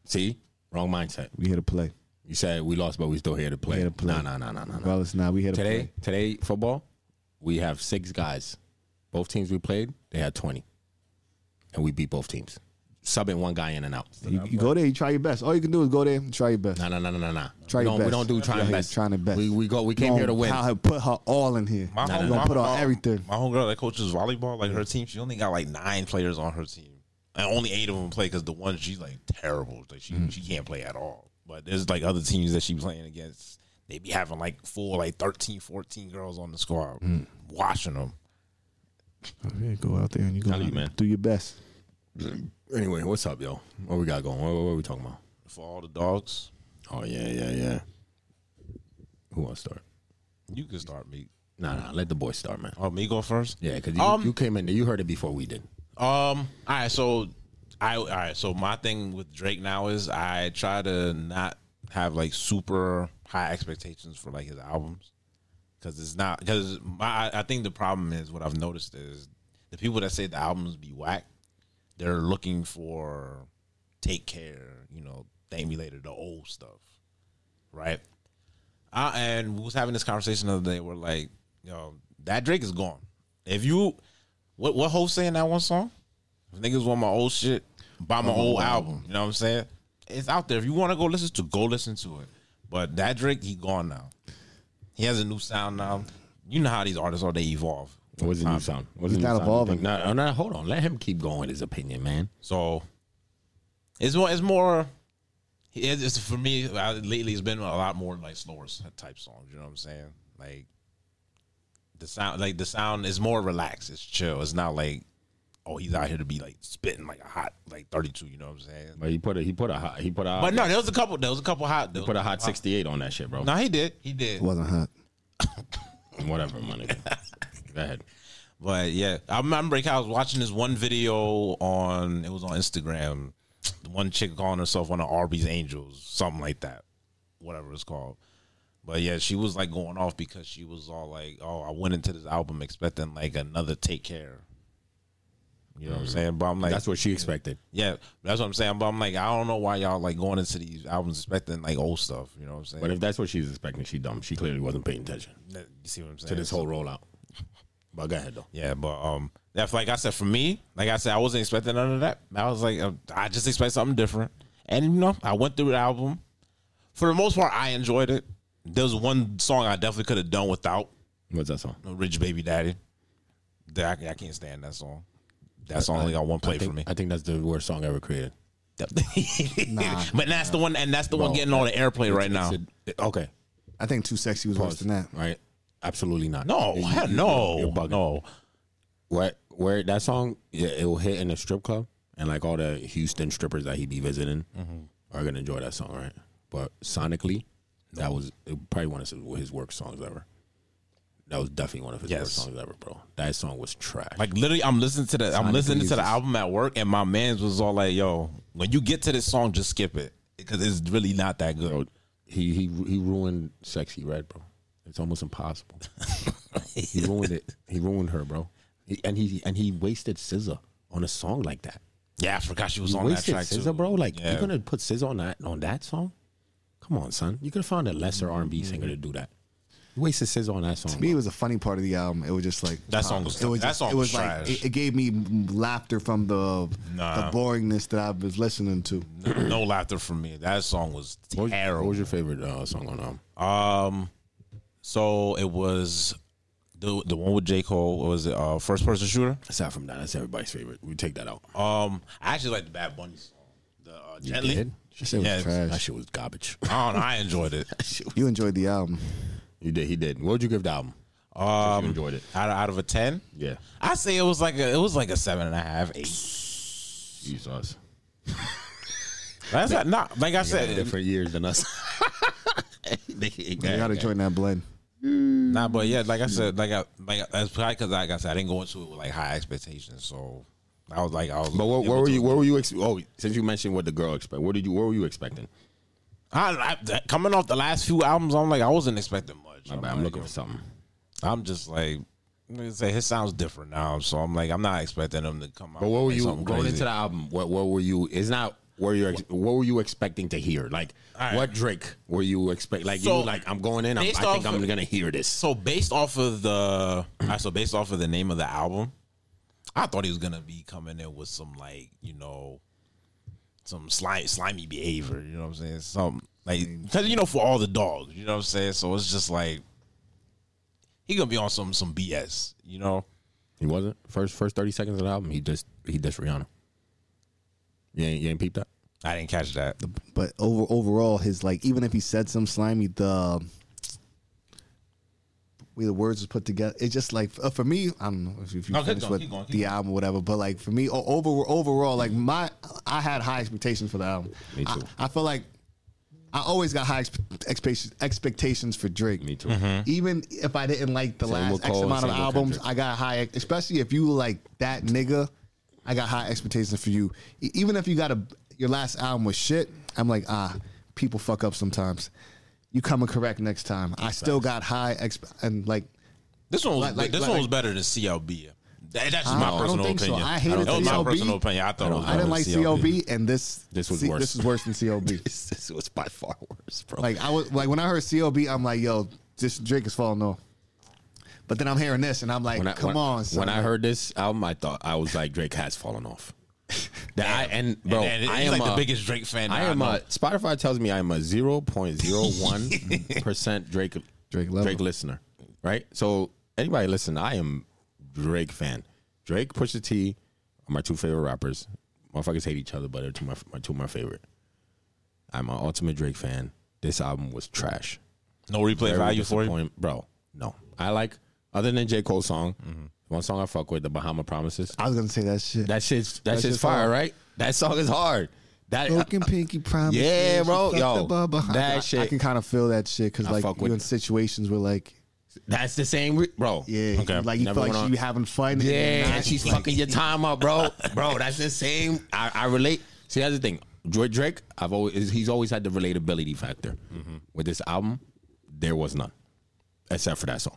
See, wrong mindset.
We here to play.
You said we lost, but we still here to play.
Here to play.
Nah, nah, nah, nah, nah. nah.
Well, it's not. We here to
Today,
play.
today football, we have six guys. Both teams we played, they had twenty, and we beat both teams. Subbing one guy in and out.
You, you go there. You try your best. All you can do is go there and try your best.
No, no, no, no, no, no.
Try
we don't,
your best.
We don't do
Yeah,
trying
yeah,
best.
trying to best.
We, we go. We came here to win.
I put her all in here.
My
We're
home-
gonna
my
put
home-
on everything. Mm.
My homegirl that coaches volleyball, like her team, she only got like nine players on her team, and only eight of them play because the one she's like terrible, like she
Mm.
she can't play at all. But there's like other teams that she playing against, they be having like full like 13, 14 girls on the squad,
Mm.
washing them.
Yeah, go out there and you go
Tell you, man.
do your best.
Anyway, what's up, yo? What we got going? What, what are we talking about?
for all the dogs.
Oh yeah, yeah, yeah. Who wants to start?
You can start me.
Nah, nah. Let the boys start, man.
Oh, me go first.
Yeah, because you,
Um,
you came in there. You heard it before we did.
Um. All right. So, I. All right. So my thing with Drake now is I try to not have like super high expectations for like his albums because it's not because my I I think the problem is what I've noticed is the people that say the albums be whack, they're looking for take care, you know, thank me later, the old stuff, right? Uh, and we was having this conversation the other day. We're like, yo, that Drake is gone. If you, what what Ho saying that one song? If niggas want my old shit, buy my old album. You know what I'm saying? It's out there. If you want to go listen to, go listen to it. But that Drake, he gone now. He has a new sound now. You know how these artists are; they evolve.
What's the new sound? What's the
He's
new
not
sound?
evolving.
Nah, nah, nah, hold on. Let him keep going with his opinion, man.
So it's more. It's more. It's, it's for me I, lately. It's been a lot more like slower s- type songs. You know what I'm saying? Like the sound. Like the sound is more relaxed. It's chill. It's not like oh he's out here to be like spitting like a hot like 32. You know what I'm saying?
But he put a he put a hot, he put a
But no, there was a couple. There was a couple hot. There
put
was-
a hot sixty eight on that shit, bro.
no, he did. He did.
It wasn't hot.
Whatever, my nigga. Go ahead.
But yeah, I remember like, I was watching this one video on it was on Instagram. The one chick calling herself one of Arby's Angels, something like that, whatever it's called. But yeah, she was like going off because she was all like, "Oh, I went into this album expecting like another Take Care." You know what I'm saying? But I'm like,
Mm-hmm. That's what she expected.
yeah, that's what I'm saying. But I'm like, I don't know why y'all like going into these albums expecting like old stuff. You know what I'm saying?
But if that's what she's expecting, she dumb. She clearly wasn't paying attention
you see what I'm saying?
to this
So-
whole rollout. But go ahead though.
Yeah, but um, that's like I said for me. Like I said, I wasn't expecting none of that. I was like, uh, I just expect something different. And you know, I went through the album. For the most part, I enjoyed it. There's one song I definitely could have done without
What's that song?
"Rich Baby Daddy." That I, I can't stand that song. That song only got one play
I think,
for me.
I think that's the worst song ever created.
but that's the one, and that's the one
Bro,
getting all the airplay right now.
It's a- okay,
I think Too Sexy was worse than that.
right? Absolutely not.
no,
You-
hell
you-
no,
you're bugging.
no.
What? Where that song? Yeah, it will hit in a strip club, and like all the Houston strippers that he be visiting
Mm-hmm.
are gonna enjoy that song, right? But sonically, that was it probably one of his- his worst songs ever. That was definitely one of his
Yes.
worst songs ever, bro. That song was trash.
Like literally, I'm listening to the I'm listening to the album at work, and my man's was all like, "Yo, when you get to this song, just skip it because it's really not that good."
he he he ruined sexy red, bro. It's almost impossible. he ruined it. He ruined her, bro. He, and he and he wasted SZA on a song like that.
yeah, I forgot she was
You
on that
wasted
track
SZA,
too,
bro. Like
yeah.
you're gonna put SZA on that on that song? Come on, son. You could have found a lesser R and B singer to do that. You wasted SZA on that song.
To me, it was a funny part of the album. It was just like uh,
That song was-
it was
that
just-
song
it
was
was like
trash.
it, it gave me laughter from the
Nah.
the boringness that I was listening to.
no laughter from me. That song was
What was, what
terrible.
was your favorite uh, song on um?
Um, so it was the the one with J Cole. What was it uh, first person shooter?
Aside from that, that's everybody's favorite. We take that out.
Um, I actually like the Bad Bunny song. The uh, Gently.
did?
That shit was
Yeah,
That
trash.
shit was garbage.
I don't know. I enjoyed it.
You enjoyed the album.
you did. He did. What would you give the album? Um, you enjoyed it.
Out of, out of a ten,
Yeah.
I say it was like a it was like a seven and a half, eight.
Jesus.
That's not, not like I
Said
said.
different years than us.
You got to join that blend.
Nah, but yeah, like I
Mm-hmm.
said, like I like that's probably because like I said, I didn't go into it with like high expectations, so I was like, I was.
But what,
able
what were
to-
you? What were you? Ex- oh, since you mentioned what the girl expect, what did you? What were you expecting?
I, I, that- coming off the last few albums, I'm like, I wasn't expecting much.
My
I'm,
bad, I'm
like,
looking for something.
I'm just like, I'm gonna say his sounds different now, so I'm like, I'm not expecting him to come out.
But what
with,
were
like,
you
something
going
crazy.
into the album? What what were you? It's not where you ex- what were you expecting to hear? Like
Alright.
what Drake were you expect? Like
So,
you like I'm going in. I'm, I
based
think
off
I'm
of-
gonna hear this.
So based off of the, all right, so based off of the name of the album, I thought he was gonna be coming in with some like you know, some slimy, slimy behavior. You know what I'm saying? Some like because you know for all the dogs, you know what I'm saying. So it's just like he gonna be on some some BS. You know?
He wasn't first first thirty seconds of the album. He just he dissed Rihanna. You ain't you ain't peeped that.
I didn't catch that.
But over overall, his like even if he said some slimy, the um, way the words was put together. It's just like uh, for me, I don't know if you
No, keep
finish
going,
with
keep going, Mm-hmm. keep
the album, or whatever. But like for me, o- over overall, like my I had high expectations for the album.
Me
I-
too.
I, feel like I always got high expe- expectations expectations for Drake.
Me too.
Mm-hmm.
Even if I didn't like the
Same with
last X
Cole,
amount of
same with
albums,
Kendrick.
I got high. Especially if you like that nigga, I got high expectations for you. E- Even if you got a your last album was shit, I'm like ah, people fuck up sometimes. You coming correct next time. I still got high exp- and like
This one was
Like- like-
this
like-
one was better than CLB. That, that's just
I
my
don't
personal
think so.
opinion.
I hated
that was my
CLB.
personal opinion. I thought it was
I didn't like
better than
CLB, and this
This was worse.
This is worse than CLB.
This, this was by far worse, bro.
like I was like when I heard CLB, I'm like, yo, this Drake is falling off. But then I'm hearing this, and I'm like,
when I,
come
when,
on. Son.
When I heard this album, I thought I was like Drake has fallen off. That I and bro,
and, and
I
he's
am
like the
a-
biggest Drake fan.
I
that
am
know.
a Spotify tells me I am a zero point zero one percent Drake
Drake lover.
Drake listener, right? So anybody listen, I am Drake fan. Drake, Pusha T, are my two favorite rappers. Motherfuckers hate each other, but they're two my, my two of my favorite. I'm an ultimate Drake fan. This album was trash.
no replay
Very
value for you.
disappoint- bro. No, I like other than J Cole song. One song I fuck with, the Bahama Promises.
I was gonna say that shit.
Mm-hmm. That shit's that, shit's
shit's
fire,
hard.
right? That song is hard. That
Broken pinky promise.
Yeah, bro, yo, that
that shit. I
shit-
can kind of feel that shit because
I
like
fuck
you're
with
in
that.
situations where like,
That's the same, re- bro.
yeah,
Okay.
like you
Never
feel like
went on-
you having fun. and
Yeah,
you're not.
and she's fucking your time up, bro. Bro, that's the same. I, I relate. See, that's the thing. Dra- Drake, I've always he's always had the relatability factor. With this album, there was none, except for that song.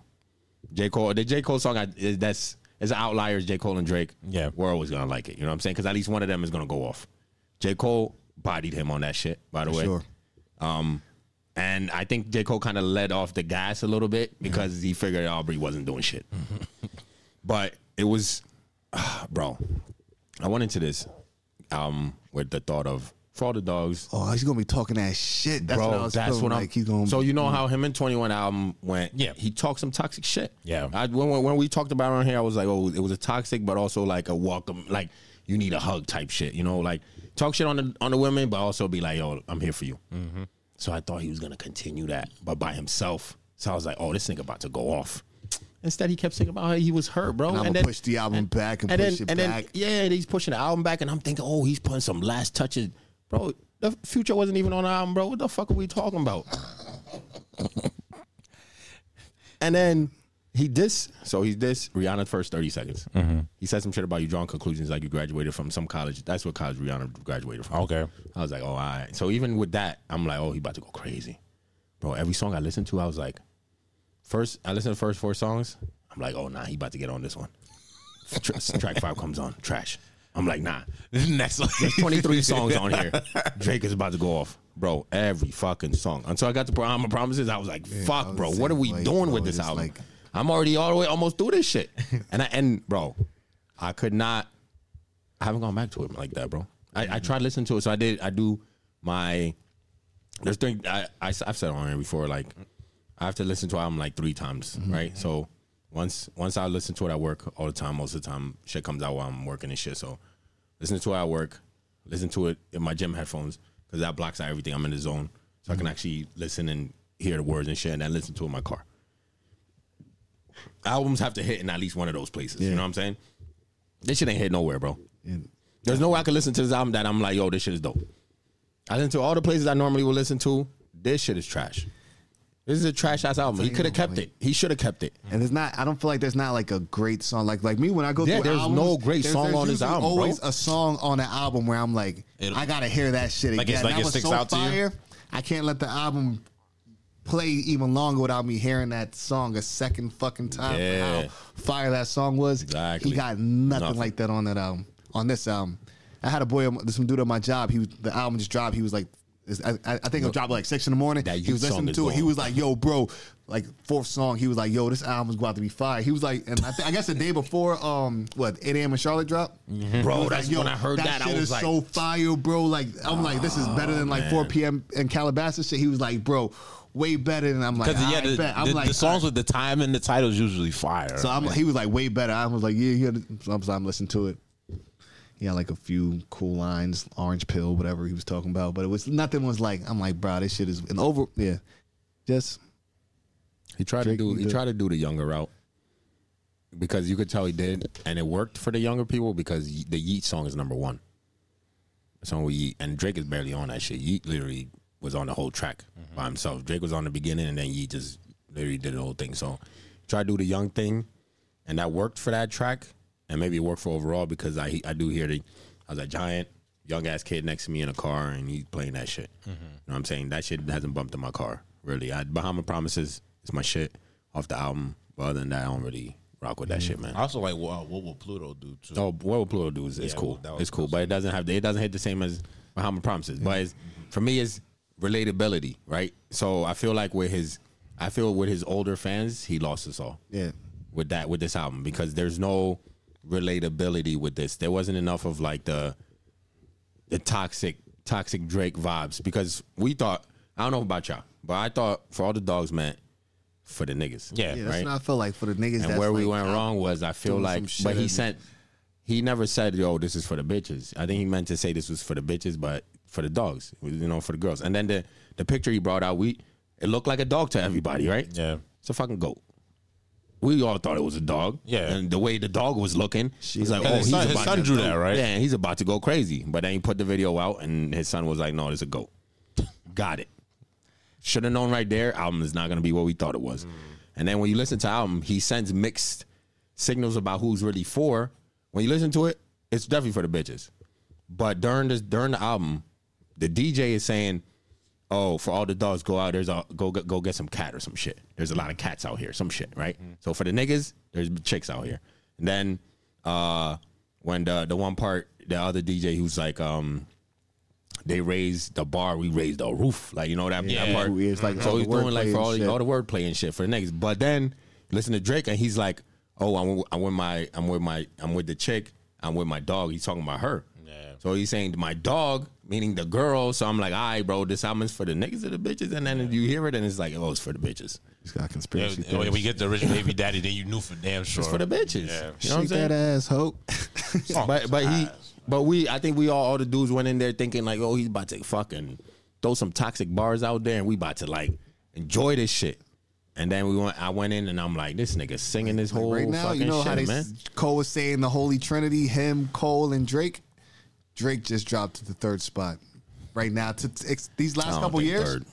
J Cole, the J Cole song, I, is- that's is outliers. J Cole and Drake,
Yeah.
we're always gonna like it. You know what I'm saying? Because at least one of them is gonna go off. J Cole bodied him on that shit. By the way,
sure.
Um, and I think J. Cole kind of let off the gas a little bit because he figured Aubrey wasn't doing shit. but it was, ah, bro, I went into this album with the thought of, for all the dogs,
Oh, he's gonna be talking that shit. Oh, That's
bro,
what I was
that's
feeling.
what I'm.
like. He's gonna.
so you know how him and Twenty One album went?
Yeah.
he talked some toxic shit.
Yeah.
I, when when- when we talked about it on here, I was like, oh, it was a toxic, but also like a welcome, like you need a hug type shit. You know, like talk shit on the on the women, but also be like, yo, I'm here for you.
Mm.
So I thought he was gonna continue that, but by himself. So I was like, oh, this nigga about to go off. Instead, he kept singing about how he was hurt, bro.
and I'm gonna push the album back and,
And then,
push it
and
back.
then, yeah, and he's pushing the album back, and I'm thinking, oh, he's putting some last touches, bro. The future wasn't even on the album, bro. What the fuck are we talking about? and then he diss, so he diss Rihanna's first thirty seconds. He said some shit about you drawing conclusions like you graduated from some college. That's what college Rihanna graduated from.
Okay.
I was like, oh, all right. So even with that, I'm like, oh, he about to go crazy, bro. Every song I listened to, I was like, first I listened to the first four songs. I'm like, oh nah, he about to get on this one. Tr- track five comes on, trash. I'm like, nah.
Next one.
There's 23 songs on here. Drake is about to go off, bro. Every fucking song. Until I got to Bahama Promises, I was like,
I
fuck,
was
bro.
the
What are
same
we
way,
doing
bro.
with this
Just
album?
like-
I'm already all the way almost through this shit. And I and bro, I could not. I haven't gone back to it like that, bro.
Mm-hmm.
I, I tried listening to it, so I did. I do my. There's thing I, I have said on here before. Like I have to listen to an album like three times, right? So once once I listen to it at work all the time, most of the time shit comes out while I'm working and shit. So listen to it at work, listen to it in my gym headphones because that blocks out everything. I'm in the zone, so I can actually listen and hear the words and shit, and then listen to it in my car. Albums have to hit in at least one of those places. You know what I'm saying? This shit ain't hit nowhere, bro.
And-
There's no way I could listen to this album that I'm like, yo, this shit is dope. I listen to all the places I normally would listen to. This shit is trash. This is a trash ass album. He could have kept it. He should have kept it.
And it's not. I don't feel like there's not like a great song. Like like me when I go
Yeah,
through.
there's
albums,
no great
there's-
song
there's
on this
usually
album, bro.
Always a song on an album where I'm like,
It-
I gotta hear that shit again.
Like it's- like
that
it
was
sticks
so
out to you?
fire. I can't let the album play even longer without me hearing that song a second fucking time.
Yeah.
How fire that song was.
Exactly.
He got nothing,
Nothing.
like that on that album. On this album, I had a boy, on- some dude on my job. He was, the album just dropped. He was like. I, I- I think it dropped like six in the morning.
That
he was
youth song
listening
is
to it. He
gone.
was was like, "Yo, bro," like fourth song, he was like, "Yo, this album's about to be fire." He was like, and I, thi- I guess the day before, um, what eight a.m. in Charlotte drop,
Mm-hmm. Bro,
He
that's when I heard that, I
shit
was
is
like-
so fire, bro. Like, I'm like, this is better than like four p.m. in Calabasas shit. He was like, bro, way better. And I'm like,
Because yeah,
"Alright,
the,
bet." I'm
the-
like,
the songs
alright.
with the time and the titles usually fire.
so I'm, he was like way better. I was like, yeah, yeah. So I'm, so I'm listening to it. He had like a few cool lines, orange pill, whatever he was talking about, but it was nothing was like, I'm like, bro, this shit is an over, yeah, just
He tried
Drake
to do. He
either.
tried to do the younger route because you could tell he did, and it worked for the younger people because Ye- the Yeet song is number one. The song with Yeet and Drake is barely on that shit. Yeet literally was on the whole track by himself. Drake was on the beginning, and then Yeet just literally did the whole thing. So try to do the young thing, and that worked for that track, and maybe it worked for overall because I I do hear the I was a giant. Young ass kid next to me in a car, and he's playing that shit. You know what I'm saying? That shit hasn't bumped in my car, really. I, Bahama Promises is my shit off the album. But other than that, I don't really rock with that shit, man.
I also like uh, what, what will Pluto do too?
Oh, World Pluto do is, is
Yeah,
cool.
that was-
it's cool, but it doesn't have it doesn't hit the same as Bahama Promises. But it's, for me, it's relatability, right? So I feel like with his, I feel with his older fans, he lost us all
Yeah.
with that with this album because there's no relatability with this. There wasn't enough of like the the toxic toxic Drake vibes because we thought I don't know about y'all, but I thought for all the dogs meant for the niggas.
Yeah,
Yeah, that's
right?
what I feel like for the
and
niggas. that's
where we
like,
went wrong was I feel
doing
like,
some shit
but he
and-
sent, he never said, "Yo, this is for the bitches." I think he meant to say this was for the bitches, but for the dogs, you know, for the girls. And then the the picture he brought out, we it looked like a dog to everybody, right?
Yeah.
it's a fucking goat. We all thought it was a dog.
Yeah.
and the way the dog was looking,
She-
he's like,
Yeah,
"Oh,
his
he's
son- his
about
son
to
drew that, right?
Yeah, he's about to go crazy." But then he put the video out, and his son was like, "No, it's a goat." Got it should have known right there album is not going to be what we thought it was
Mm.
and then when you listen to album he sends mixed signals about who's really for when you listen to it it's definitely for the bitches but during this during the album the dj is saying oh for all the dogs go out there's a go get- go get some cat or some shit there's a lot of cats out here some shit right so for the niggas there's chicks out here and then uh when the the one part the other dj who's like um they raised the bar, we raised the roof. Like you know that, that
Yeah.
part.
Ooh, it's like
so
all
he's
the
doing like
wordplay
for all
and
the,
shit.
all the wordplay and shit for the niggas. But then listen to Drake and he's like, "Oh, I'm, I'm with my, I'm with my, I'm with the chick, I'm with my dog." He's talking about her.
Yeah.
So he's saying my dog, meaning the girl. So I'm like, "All right, bro, this album's for the niggas or the bitches." And then you hear it and it's like, "Oh, it's for the bitches.
He's got
Yeah,
conspiracy
when
theories.
we get the rich baby daddy, then you knew for damn sure.
It's for the bitches."
Yeah.
You know what I'm
Shake
saying?
that ass, hope.
But but he, but we, I think we all, all the dudes went in there thinking like, "Oh, he's about to fucking throw some toxic bars out there, and we about to like enjoy this shit." And then we went. I went in, and I'm like, "This nigga singing this whole
right now,
fucking
you know
shit,
how they
man."
Cole was saying the Holy Trinity, him, Cole, and Drake. Drake just dropped to the third spot. Right now, to, to- it's, these
I
last
don't
couple
think
years,
third.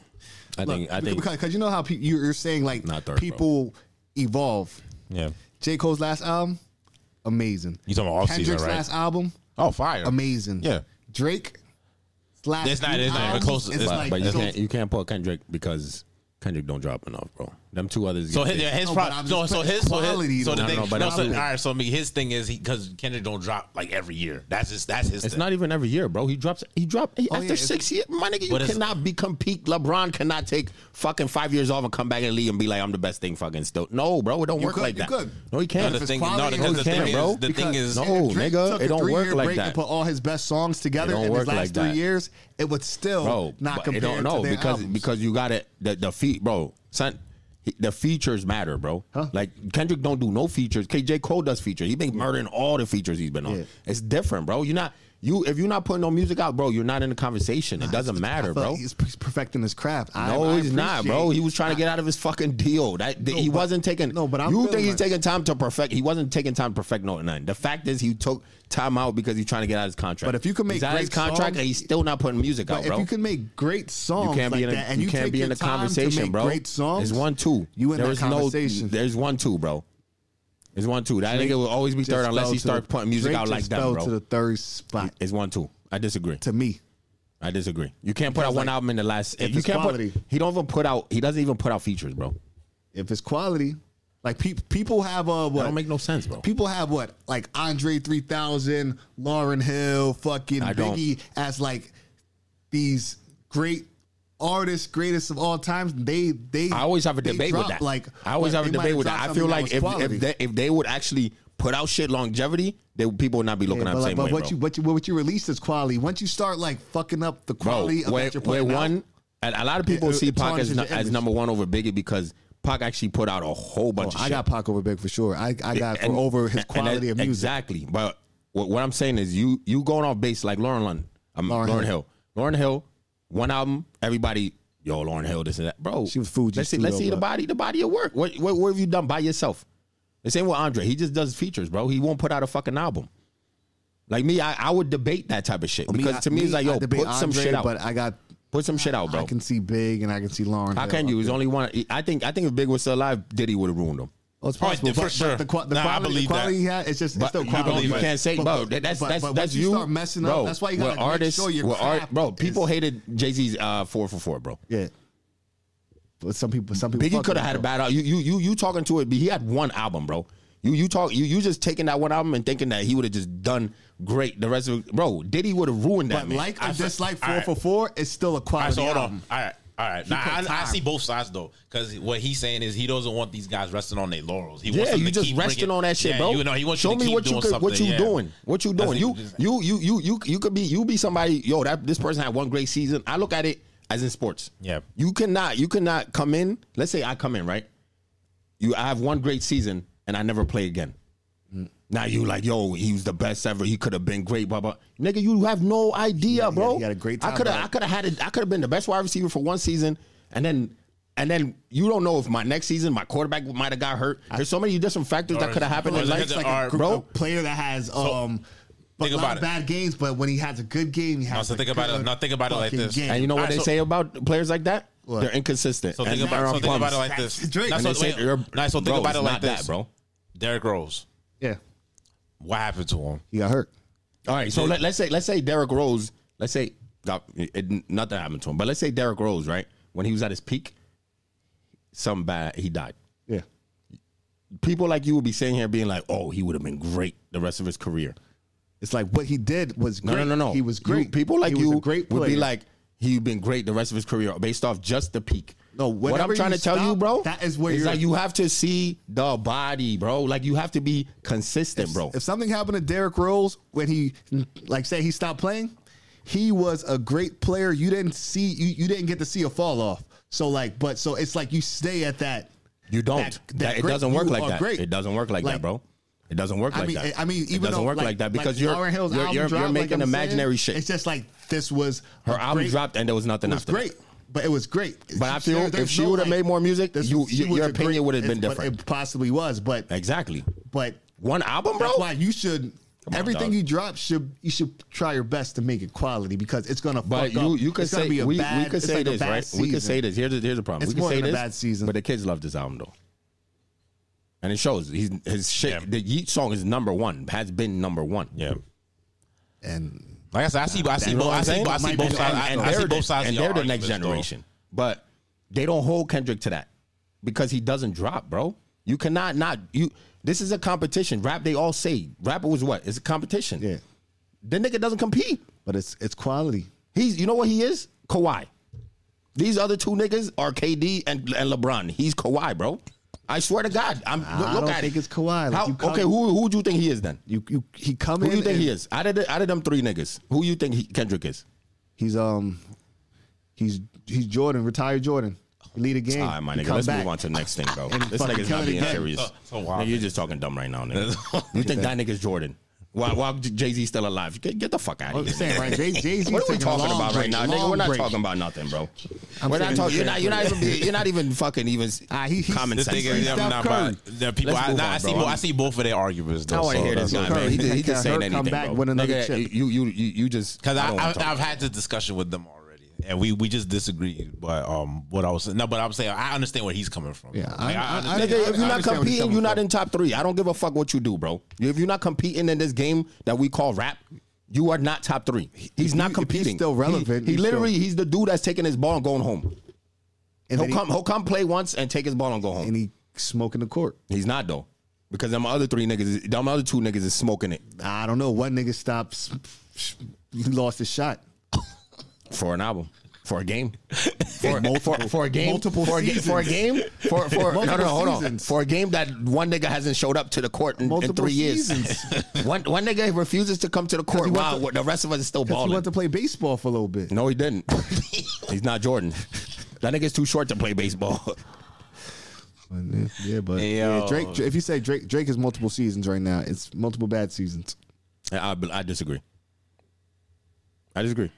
I think I
Look,
think
because, because you know how pe- you- you're saying like
Not third, bro.
people evolve.
yeah.
J Cole's last album, amazing.
You talking about off season,
Kendrick's
right?
last album,
oh, fire!
amazing.
Yeah.
Drake. Last
It's not-
few
it's not even
albums,
close.
It's
It's not-
like,
but you
so-
can't you can't put Kendrick because Kendrick don't drop enough, bro. Them two others.
So
get big.
his, yeah, his
No,
pro-
but I'm
no,
just
so
putting
his so
quality
his so
though.
the
No,
thing
no, but
no,
I'm
so, all
saying-
right. So me, his thing is he because Kendrick don't drop like every year. That's his. That's his.
It's
thing.
not even every year, bro. He drops. He dropped he-
Oh,
after
yeah, it's-
six years. My nigga, you
But it's-
cannot be compete. LeBron cannot take fucking five years off and come back in the league and be like, I'm the best thing fucking still. No, bro, it don't work
could,
like
you
that.
could.
No, he
No,
can't.
the
it's
thing, no,
quality,
because
you
the
can't,
thing
bro.
is, the thing
because
is,
No,
if Drake
nigga,
took
it
a
don't
three-year
work like
break
that.
And put all his best songs
It
together
don't
in
work
his last
like
three
that.
years, it would still
bro.
not
but it
compare
don't know
to their
because
albums.
because you got it. The, the feet, bro. Son, he- the features matter, bro.
Huh?
Like Kendrick don't do no features. KJ Cole does features. He been murdering all the features he's been on.
Yeah.
It's different, bro. You're not you if you're not putting no music out, bro. You're not in the conversation. It doesn't
I
matter,
feel
bro.
like he's he's perfecting his craft. I-
No,
I
he's not,
appreciate-
bro. He was trying to get out of his fucking deal. That that- he
but-
wasn't taking.
no, but I'm
you
feeling
think he's
like-
taking time to perfect? He wasn't taking time to perfect no none. The fact is, he took time out because he's trying to get out of his contract.
But if you can make
he's out of his
great
contract,
songs-
and he's still not putting music out,
But
bro.
if you can make great songs
You can't
like
be in a,
that, and
you,
you,
can't
take
be
your
in a
time to
conversation,
make
bro.
Great songs.
There's one two.
You in
there
that
is
conversation?
No, there's one two, bro. There's one two. That
Drake
nigga will always be
just
third unless
fell
he
to the-
starts putting music
Drake
out like
just
that,
fell
bro.
to the third spot
it's one two. I disagree.
to me.
I disagree. You can't put
Because,
out one
like,
album in the last.
if
If you
it's
can't
quality-
put, he don't even put out. He doesn't even put out features, bro.
If it's quality, like pe- people have uh, what
That don't make no sense, bro.
People have what like Andre 3000, Lauren Hill, fucking
I don't.
Biggie as like these great artists, greatest of all times. They they
I always have a
they
debate
drop,
with that.
Like
I always
but
have a
they might
debate with
dropped
that. I
something
feel
that
like
was
if,
quality.
if they if they would actually put out shit longevity, they would- people would not be looking
Yeah,
at
but
the
like,
same
but
way,
what
bro.
you what you what you release is quality. Once you start like fucking up the
bro,
quality of
where,
what you're
where
putting out,
one, and a lot of people
it-
see
it
Pac
tarnishes
as, nu-
your
as
image.
number one over Biggie because Pac actually put out a whole bunch
Oh,
of
I
shit.
got Pac over Big for sure. I, I got for
And-
over his
and that-
quality of music.
Exactly. But what, what I'm saying is you you going off base like Lauren Lund, um, Lauren,
Lauryn
Hill. Lauren Hill, one album, everybody yo, Lauren Hill, this and that, bro.
She was Fugees
Let's see,
too,
let's
though,
see the
but-
body, the body of work. What, what, what have you done by yourself? The same with Andre. He just does features, bro. He won't put out a fucking album. Like me, I, I would debate that type of shit because
I-
to me, it's like,
I
yo, put
debate
some
Andre,
shit out.
But I got,
put some shit out, bro.
I can see Big and I can see Lauren.
How
Hill.
can you? He's only one. I think. I think if Big was still alive, Diddy would have ruined him.
Oh, it's
Oh,
possible.
for
but, but
sure.
the, qua- the
Nah, I
quality,
believe
the quality
that.
he had, it's just
But
it's still
you
quality.
don't- you
but-
can't say,
but-
bro, that- that's-
but-
that's-
but
that's
once you
you,
start messing
bro.
up. That's why you gotta
we're
make
artists,
sure your
we're art-
craft
bro. People
is-
hated Jay Z's uh, four for four, bro.
Yeah. But some people, some people.
Biggie
fuck
could have
with
had a
it,
bad album. You you you you talking to it, but he had one album, bro. You you talk you you just taking that one album and thinking that he would have just done great. The rest of bro, Diddy would have ruined
though.
that.
But
man.
like or
I feel-
dislike
all
four
right.
for four, it's still a
All right,
quality.
so hold
album.
on. All right, all right. Nah,
put
I, I
time.
see both sides though, because what he's saying is he doesn't want these guys resting on their laurels. He wants
yeah,
them
you
to
just
keep
resting
bringing-
on that shit,
Yeah,
bro.
You know, he wants
Show
you to
me
keep
what
doing
you could, what you
something, yeah.
doing, what you
That's
doing. You
what he just-
you you you you you could be you be somebody. Yo, that this person had one great season. I look at it as in sports.
Yeah.
you cannot you cannot come in. Let's say I come in right. You I have one great season and I never play again. Now you like, yo, he was the best ever. He could have been great, blah blah. Nigga, you have no idea,
he
bro.
had- he had a great
I
time,
could have,
bro.
I could have had it. I could have been the best wide receiver for one season, and then, and then you don't know if my next season my quarterback might have got hurt. There's so many different factors that
Or-
could have happened
or
in
look
life,
at the-
like,
or-
group
bro.
of player that has um but
think
a lot
about
of
it.
bad games, but when he has a good game, he has
so
a
think about it-
good
no, think about it like
fucking
this.
game.
And you know what
Alright,
they
so-
say about players like that?
What?
They're inconsistent.
So
and
think about,
they're
so
on
think about
bums.
it like
That's
this.
Drake.
Nah,
And
so,
they say
wait,
you're-
nah, so
bro,
think about
it's
it
not
like
that,
this,
bro.
Derrick Rose,
Yeah.
what happened to him?
He got hurt.
All right, so let, us say let's say Derrick Rose, let's say got it, nothing happened to him, but let's say Derrick Rose, right? When he was at his peak, something bad, he died.
Yeah.
People like you would be sitting here being like, "Oh, he would have been great the rest of his career."
It's like what he did was
No,
great.
no, no, no.
He was
You-
great.
people like
he
you
was a great
would be
player.
like, "He'd been great the rest of his career based off just the peak."
No,
what
whenever
I'm trying
you
to tell you,
stop,
bro,
that is where
it's
you're-
like you have to see the body, bro. Like you have to be consistent, bro.
if something happened to Derrick Rose when he like say he stopped playing, he was a great player. You didn't see you, you didn't get to see a fall off. So like but so it's like you stay at that
You don't.
that-
That,
that
it
great-
doesn't work
you
like
are
that.
great.
It doesn't work like, that,
Like-
bro. It doesn't work
I
like
mean,
that.
I mean, even
it doesn't
though,
work like,
like,
that
like
because you're
Lauryn Hill's
you're,
album
you're,
dropped,
you're
like
making
I'm
imaginary
saying, It's
shit.
just like this was
Her
a
album
great-
dropped and there was nothing
It was
after. that.
great, but it was great.
But I feel
there's
if she would've made more music, you-
she
your
was a
opinion
great-
would've been
it's- but
different.
It possibly was, but
Exactly.
but
One album, bro.
that's why you should.
on,
everything
dog.
you drop should you should try your best to make it quality because it's gonna.
But
fuck
you
up.
you could
it's gonna
say
be a
we,
bad,
we could
it's
say
like a
this
bad
right. We could say
season.
this. Here's the, here's the problem.
It's
we could
more
say
than a
this.
bad season.
But the kids love this album though, and it shows. He's his shit.
Yeah.
The Yeet song is number one. Has been number one.
Yeah.
and
Like I said, I see, I see,
You know
both,
what
I
I'm
see,
saying?
bo- I see
Might
both
be-
sides.
and,
I
they're,
see
the-
both sides.
and
of your
they're the next
arguments, though.
generation. But they don't hold Kendrick to that because he doesn't drop, bro. You cannot not you. This is a competition. Rap, they all say rap was what? It's a competition.
yeah,
The nigga doesn't compete.
but it's it's quality.
He's you know what he is? Kawhi. These other two niggas are KD and, and LeBron. He's Kawhi, bro. I swear to God, I'm look,
I
look
don't
at
think
it.
it's Kawhi. Like,
How-
you come-
okay, who who do you think he is then?
You you he come
Who
in.
do you think
and
he is? Out of the, out of them three niggas, who you think he, Kendrick is?
He's um he's he's Jordan, retired Jordan. He lead a game.
All right, Oh, my
He
nigga.
come
Let's
back.
move on to the next thing, bro.
And
This
fucking
nigga's
kill
not
it
being
again.
serious.
Oh, so wild,
Nigga, you're just talking dumb right now, nigga. you think that nigga's Jordan? Why, why Jay Z still alive? Get, get the fuck out
I'm
of here.
saying, right? Jay Z.
What are we talking about right now, nigga? We're not talking about nothing, bro. we're not
saying
talking.
he's
You're not. You're not even. You're not even fucking even
Ah, he- he's-
common
This
sense.
thing
right
is
now.
Steph
not
Curry.
about the people.
Let's
I,
move
nah,
on,
I see,
bro.
both, I see both of their arguments. Though,
I want to hear this guy, man. He just, he just saying
Curry come
anything,
back,
bro.
win another
Nigga,
chip.
you, you, you, you just.
Because
I
I,
don't
I,
wanna
I've,
talk.
I've had this discussion with them already, and we we just disagree. But um, what I was no, but I'm saying I understand where he's coming from.
Yeah, I-
Like,
I-
understand.
I-
Nigga, if you're not
understand where he's
competing,
coming
you're not
from.
in top three. I don't give a fuck what you do, bro. If you're not competing in this game that we call rap, you are not top three. He's not
if he's
competing.
still
He-
relevant,
He,
he's
literally he's the dude that's taking his ball and going home. He'll
And then he-
come he'll come play once and take his ball and go home.
And he smoking the court.
He's not though. Because them other three niggas, is- them other two niggas is smoking it
I don't know. One nigga stops. He lost his shot.
for an album, for a game, for, for, for a game,
multiple
for a, ga- for a game, for for no, no, no,
Multiple
hold on,
seasons.
for a game that one nigga hasn't showed up to the court in, in
Multiple
three years.
seasons.
one one nigga refuses to come to the court.
he
Wow,
went
the rest of us is still
Because
balling.
he went to play baseball for a little bit.
No, he didn't. He's not Jordan. That nigga's too short to play baseball.
But, yeah, but
Yo.
yeah, Drake. If you say Drake, Drake is multiple seasons right now. It's multiple bad seasons.
I, I disagree. I disagree.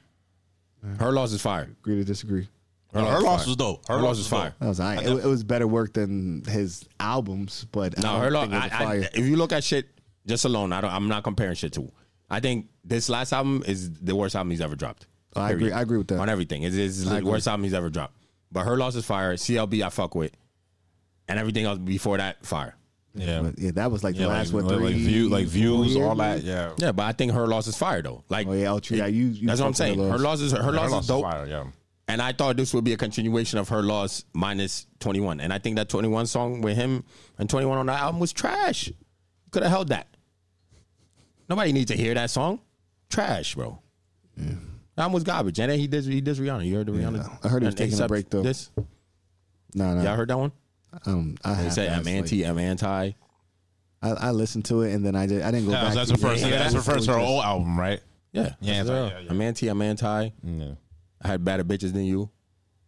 Her loss is fire.
Agree to disagree.
Her,
Her
her
Loss
loss
fire.
was dope.
Her Loss was
dope.
fire.
That was all right. It, it was better work than his albums, but
No,
I
her
don't
loss.
think it was
I, I,
fire.
if you look at shit just alone, I don't. I'm not comparing shit to. I think this last album is the worst album he's ever dropped.
I agree-
Period.
I agree with that.
on everything. It's, it's the worst album he's ever dropped. But her loss is fire. CLB I fuck with, and everything else before that fire.
Yeah.
But yeah, that was like
Yeah,
the
like,
last one.
like,
three,
like view, like
four
views,
years
all
maybe?
that. Yeah,
Yeah, but I think her loss is fire though. Like
Oh, yeah, El Tri- yeah, you- you
that's what I'm
fuck with
saying. Her
Her
loss is her, loss
Her
is dope.
fire, yeah,
And I thought this would be a continuation of her loss minus 21. And I think that 21 song with him and 21 on that album was trash. Could have held that. Nobody needs to hear that song. Trash, bro. That album was garbage. And then he did he did Rihanna. You heard the Rihanna.
I heard he was
and
taking a
except
break, though.
This?
No, no.
Y'all heard that one?
um, I
They
have
said I'm
that. It's
anti, I'm anti.
Like, I, I listened to it and then I did. I didn't go
yeah.
back.
That's
to
her
it.
first.
yeah,
that's her
that's
first. Her old album, right?
Yeah.
Yeah,
That's
yeah,
real.
yeah, yeah.
I'm anti, I'm anti.
Yeah.
I had better bitches than you.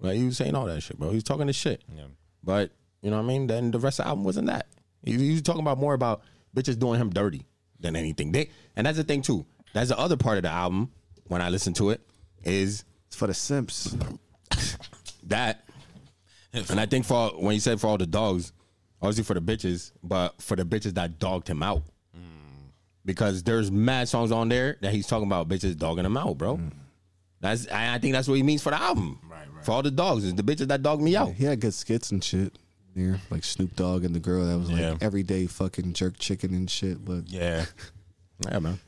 Like he was saying all that shit, bro. He was talking this shit.
Yeah.
But you know what I mean? Then the rest of the album wasn't that. He, he was talking about more about bitches doing him dirty than anything. They and that's the thing too. That's the other part of the album when I listen to it is
It's for the simps.
that. And I think for when you said for all the dogs, obviously for the bitches, but for the bitches that dogged him out. Because there's mad songs on there that he's talking about bitches dogging him out, bro. That's I, I think that's what he means for the album.
Mm. Right, right.
For all the dogs, is the bitches that dog me out.
He had good skits and shit. There, like Snoop Dogg and the girl that was like
Yeah.
everyday fucking jerk chicken and shit. But yeah,
Yeah.
Yeah, man.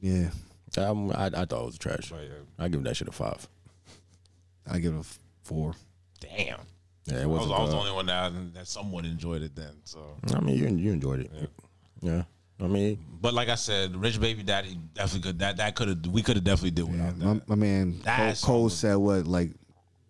The album, I, I thought it was trash.
But, yeah.
I give that shit a five.
I give it a f- four.
Damn.
Yeah, it
I was,
wasn't.
I was
uh,
the only one that, that someone enjoyed it then. So,
I mean, you you enjoyed it. Yeah. I mean,
but like I said, Rich Baby Daddy definitely could that that could have we could have definitely did without that.
My, my man
That
Cole,
song
Cole
was-
said what like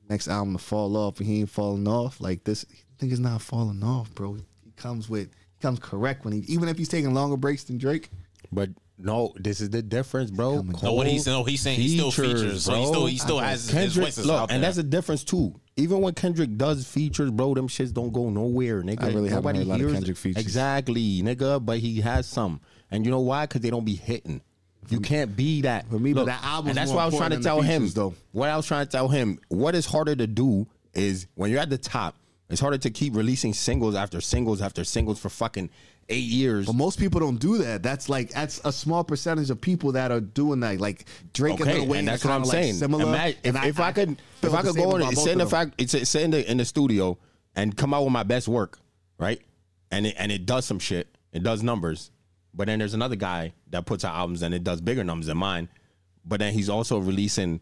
next album to fall off and he ain't falling off. Like this nigga's not falling off, bro. He comes with he comes correct when he even if he's taking longer breaks than Drake.
but no, this is the difference, bro.
No, what he's no, he's saying he still
features,
features, so he
bro.
still he still has his- his
Kendrick,
voices
look,
out
and
there.
that's the difference too. Even when Kendrick does features, bro, them shits don't go nowhere, nigga.
I really haven't
Nobody
heard a lot of
hears
Kendrick
it.
features.
Exactly, nigga. But he has some, and you know why? Because they don't be hitting. You can't be that
For me, but
Look,
that album's
and that's
more
what I was trying to
important than
tell
the
him.
features, though.
What I was trying to tell him. What is harder to do is when you're at the top. It's harder to keep releasing singles after singles after singles for fucking eight years.
But most people don't do that. That's like that's a small percentage of people that are doing that. Like Drake and Lil Wayne,
and that's
are
what I'm
kinda, like,
saying.
Similar.
Imagine, if,
and
if I, could, if
feel
I
the
could
same
go in
about
and
both
sit in the
of them.
fact, it's- sit in the in the studio and come out with my best work, right? And it and it does some shit. It does numbers, but then there's another guy that puts out albums and it does bigger numbers than mine. But then he's also releasing,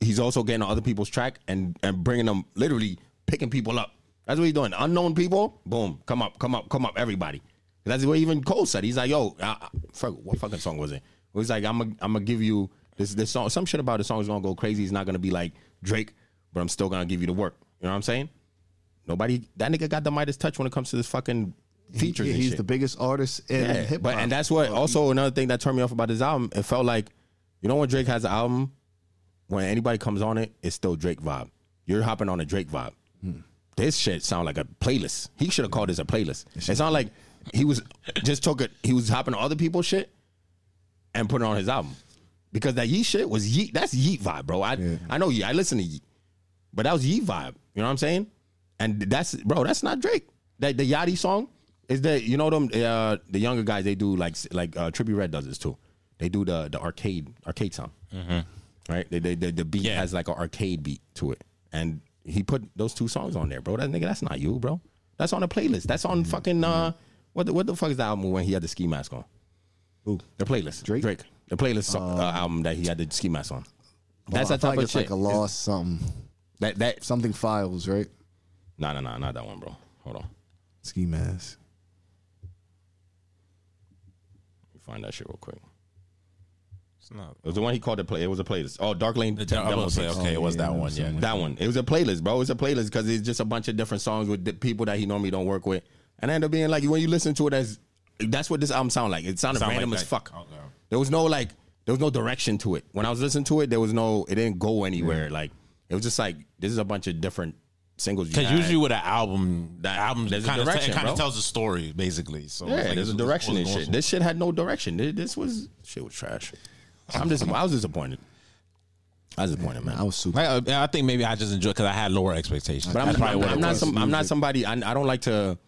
he's also getting on other people's track and and bringing them literally picking people up. That's what he's doing. Unknown people, boom, come up, come up, come up, everybody. That's what even Cole said. He's like, yo, I, I, fuck, what fucking song was it? It was like, I'm gonna I'm gonna give you this this song. Some shit about the song is gonna go crazy. It's not gonna be like Drake, but I'm still gonna give you the work. You know what I'm saying? Nobody, that nigga got the Midas touch when it comes to this fucking features.
Yeah,
and
he's
shit.
the biggest artist in
Yeah,
hip hop.
but and that's what also another thing that turned me off about this album. It felt like, you know, when Drake has an album, when anybody comes on it, it's still Drake vibe. You're hopping on a Drake vibe.
Hmm.
This shit sound like a playlist. He should have called this a playlist. It sound like he was just took it. He was hopping on other people's shit and putting it on his album because that Yeet shit was Yeet. That's Yeet vibe, bro. I I know Yeet. I listen to Yeet, but that was Yeet vibe. You know what I'm saying? And that's bro. That's not Drake. That the Yachty song is that you know them uh, the younger guys they do like like uh, Trippy Red does this too. They do the the arcade arcade sound, right? They, they, they, the beat
Yeah.
has like an arcade beat to it, and he put those two songs on there, bro. That nigga, that's not you, bro. That's on a playlist. That's on fucking uh, what the, what the fuck is the album when he had the ski mask on?
Ooh.
The playlist.
Drake?
Drake. The playlist so- uh, album that he had the ski mask on. That's
I
that type
feel like
of
it's
shit.
like a lost something.
that that
Something files, right?
no no no not that one, bro. Hold on, Let
Ski mask.
me find that shit real quick.
It's not.
It was the one he called it play. It was a playlist. Oh, Dark Lane.
The I'm
Demo
gonna say
Tapes.
okay, it was that
yeah,
one. Yeah,
That one. It was a playlist, bro. It was a playlist because it's just a bunch of different songs with di- people that he normally don't work with, and I end up being like when you listen to it as that's what this album sound like. It sounded
Sound like
random as
that.
fuck.
Okay.
There was no like there was no direction to it. When I was listening to it, there was no it didn't go anywhere. Like it was just like this is a bunch of different singles. you
Because
had.
usually with an album, that album
There's a
kind of
direction,
kind
bro.
of tells a story basically. So
Yeah,
it's like
there's a
it's-
direction and
it's-
shit. This shit had no direction. Thi- This was shit was trash. I'm just I was disappointed. I just pointed, man.
I was super.
Like, uh, I think maybe I just enjoy because I had lower expectations.
But I'm,
That's probably
I'm,
what
I'm
it
not
was.
some, I'm not somebody. I, I don't like to.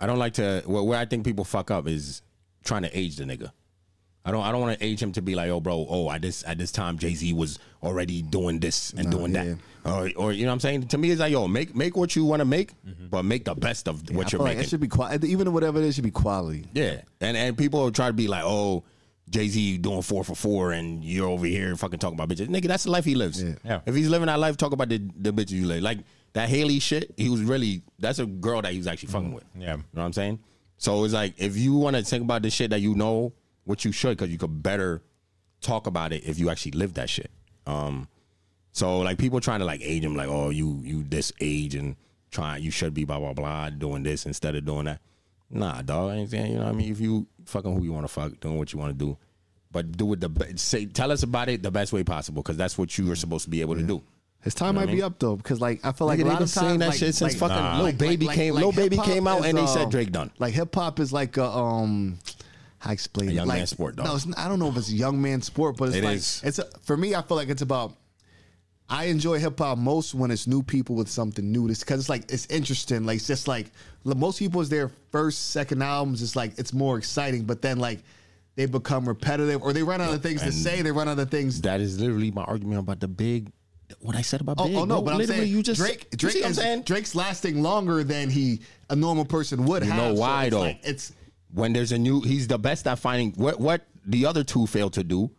I don't like to. Where, where I think people fuck up is trying to age the nigga. I don't. I don't want to age him to be like, oh, bro. Oh, I this at this time, Jay Z was already doing this and doing
yeah.
that, or or you know what I'm saying. To me, it's like, yo, make make what you want to make,
Mm-hmm.
but make the best of
I
what
feel
you're
like
making.
it should be quality. Even whatever it is, should be quality.
yeah, and and people try to be like, oh. Jay Z doing four for four, and you're over here fucking talking about bitches, nigga. That's the life he lives.
Yeah.
Yeah.
If he's living that life, talk about the, the bitches you like. Like that Haley shit, he was really that's a girl that he was actually fucking with. You
Yeah.
know what I'm saying? So it's like if you want to think about this shit that you know what you should, because you could better talk about it if you actually live that shit. Um so like people trying to like age him like, oh you you this age and trying you should be blah blah blah doing this instead of doing that. Nah, dog, I ain't saying, you know what I mean? If you fucking who you wanna fuck, doing what you wanna do. But do it the be- say tell us about it the best way possible because that's what you were supposed to be able to do.
His time might be up though, because like I feel like
Nigga,
a
they
lot
been
of times
saying that
like-
shit since
like-
fucking Lil Baby came- Lil Baby
hip-hop
came out
is,
and they said
uh,
Drake done.
Like hip hop is like a um, how I explain
A
it?
young
like,
man sport, dog.
No, it's, n- I don't know if it's a young man sport, but it's
It
like
is.
it's a, for me. I feel like it's about. I enjoy hip hop most when it's new people with something new. This because it's like it's interesting. Like it's just like l- most people's their first, second albums. It's like it's more exciting, but then like they become repetitive or they run out of things to
And
say. They run out of things
That is literally my argument about the big. What I said about
Oh,
big.
oh, no,
bro.
but I'm
literally,
saying
you just
Drake.
you
Drake
see what I'm
is-
saying
Drake's lasting longer than he a normal person would have.
know
so
why,
it's
though?
like- it's
when there's a new. He's the best at finding what what the other two fail to do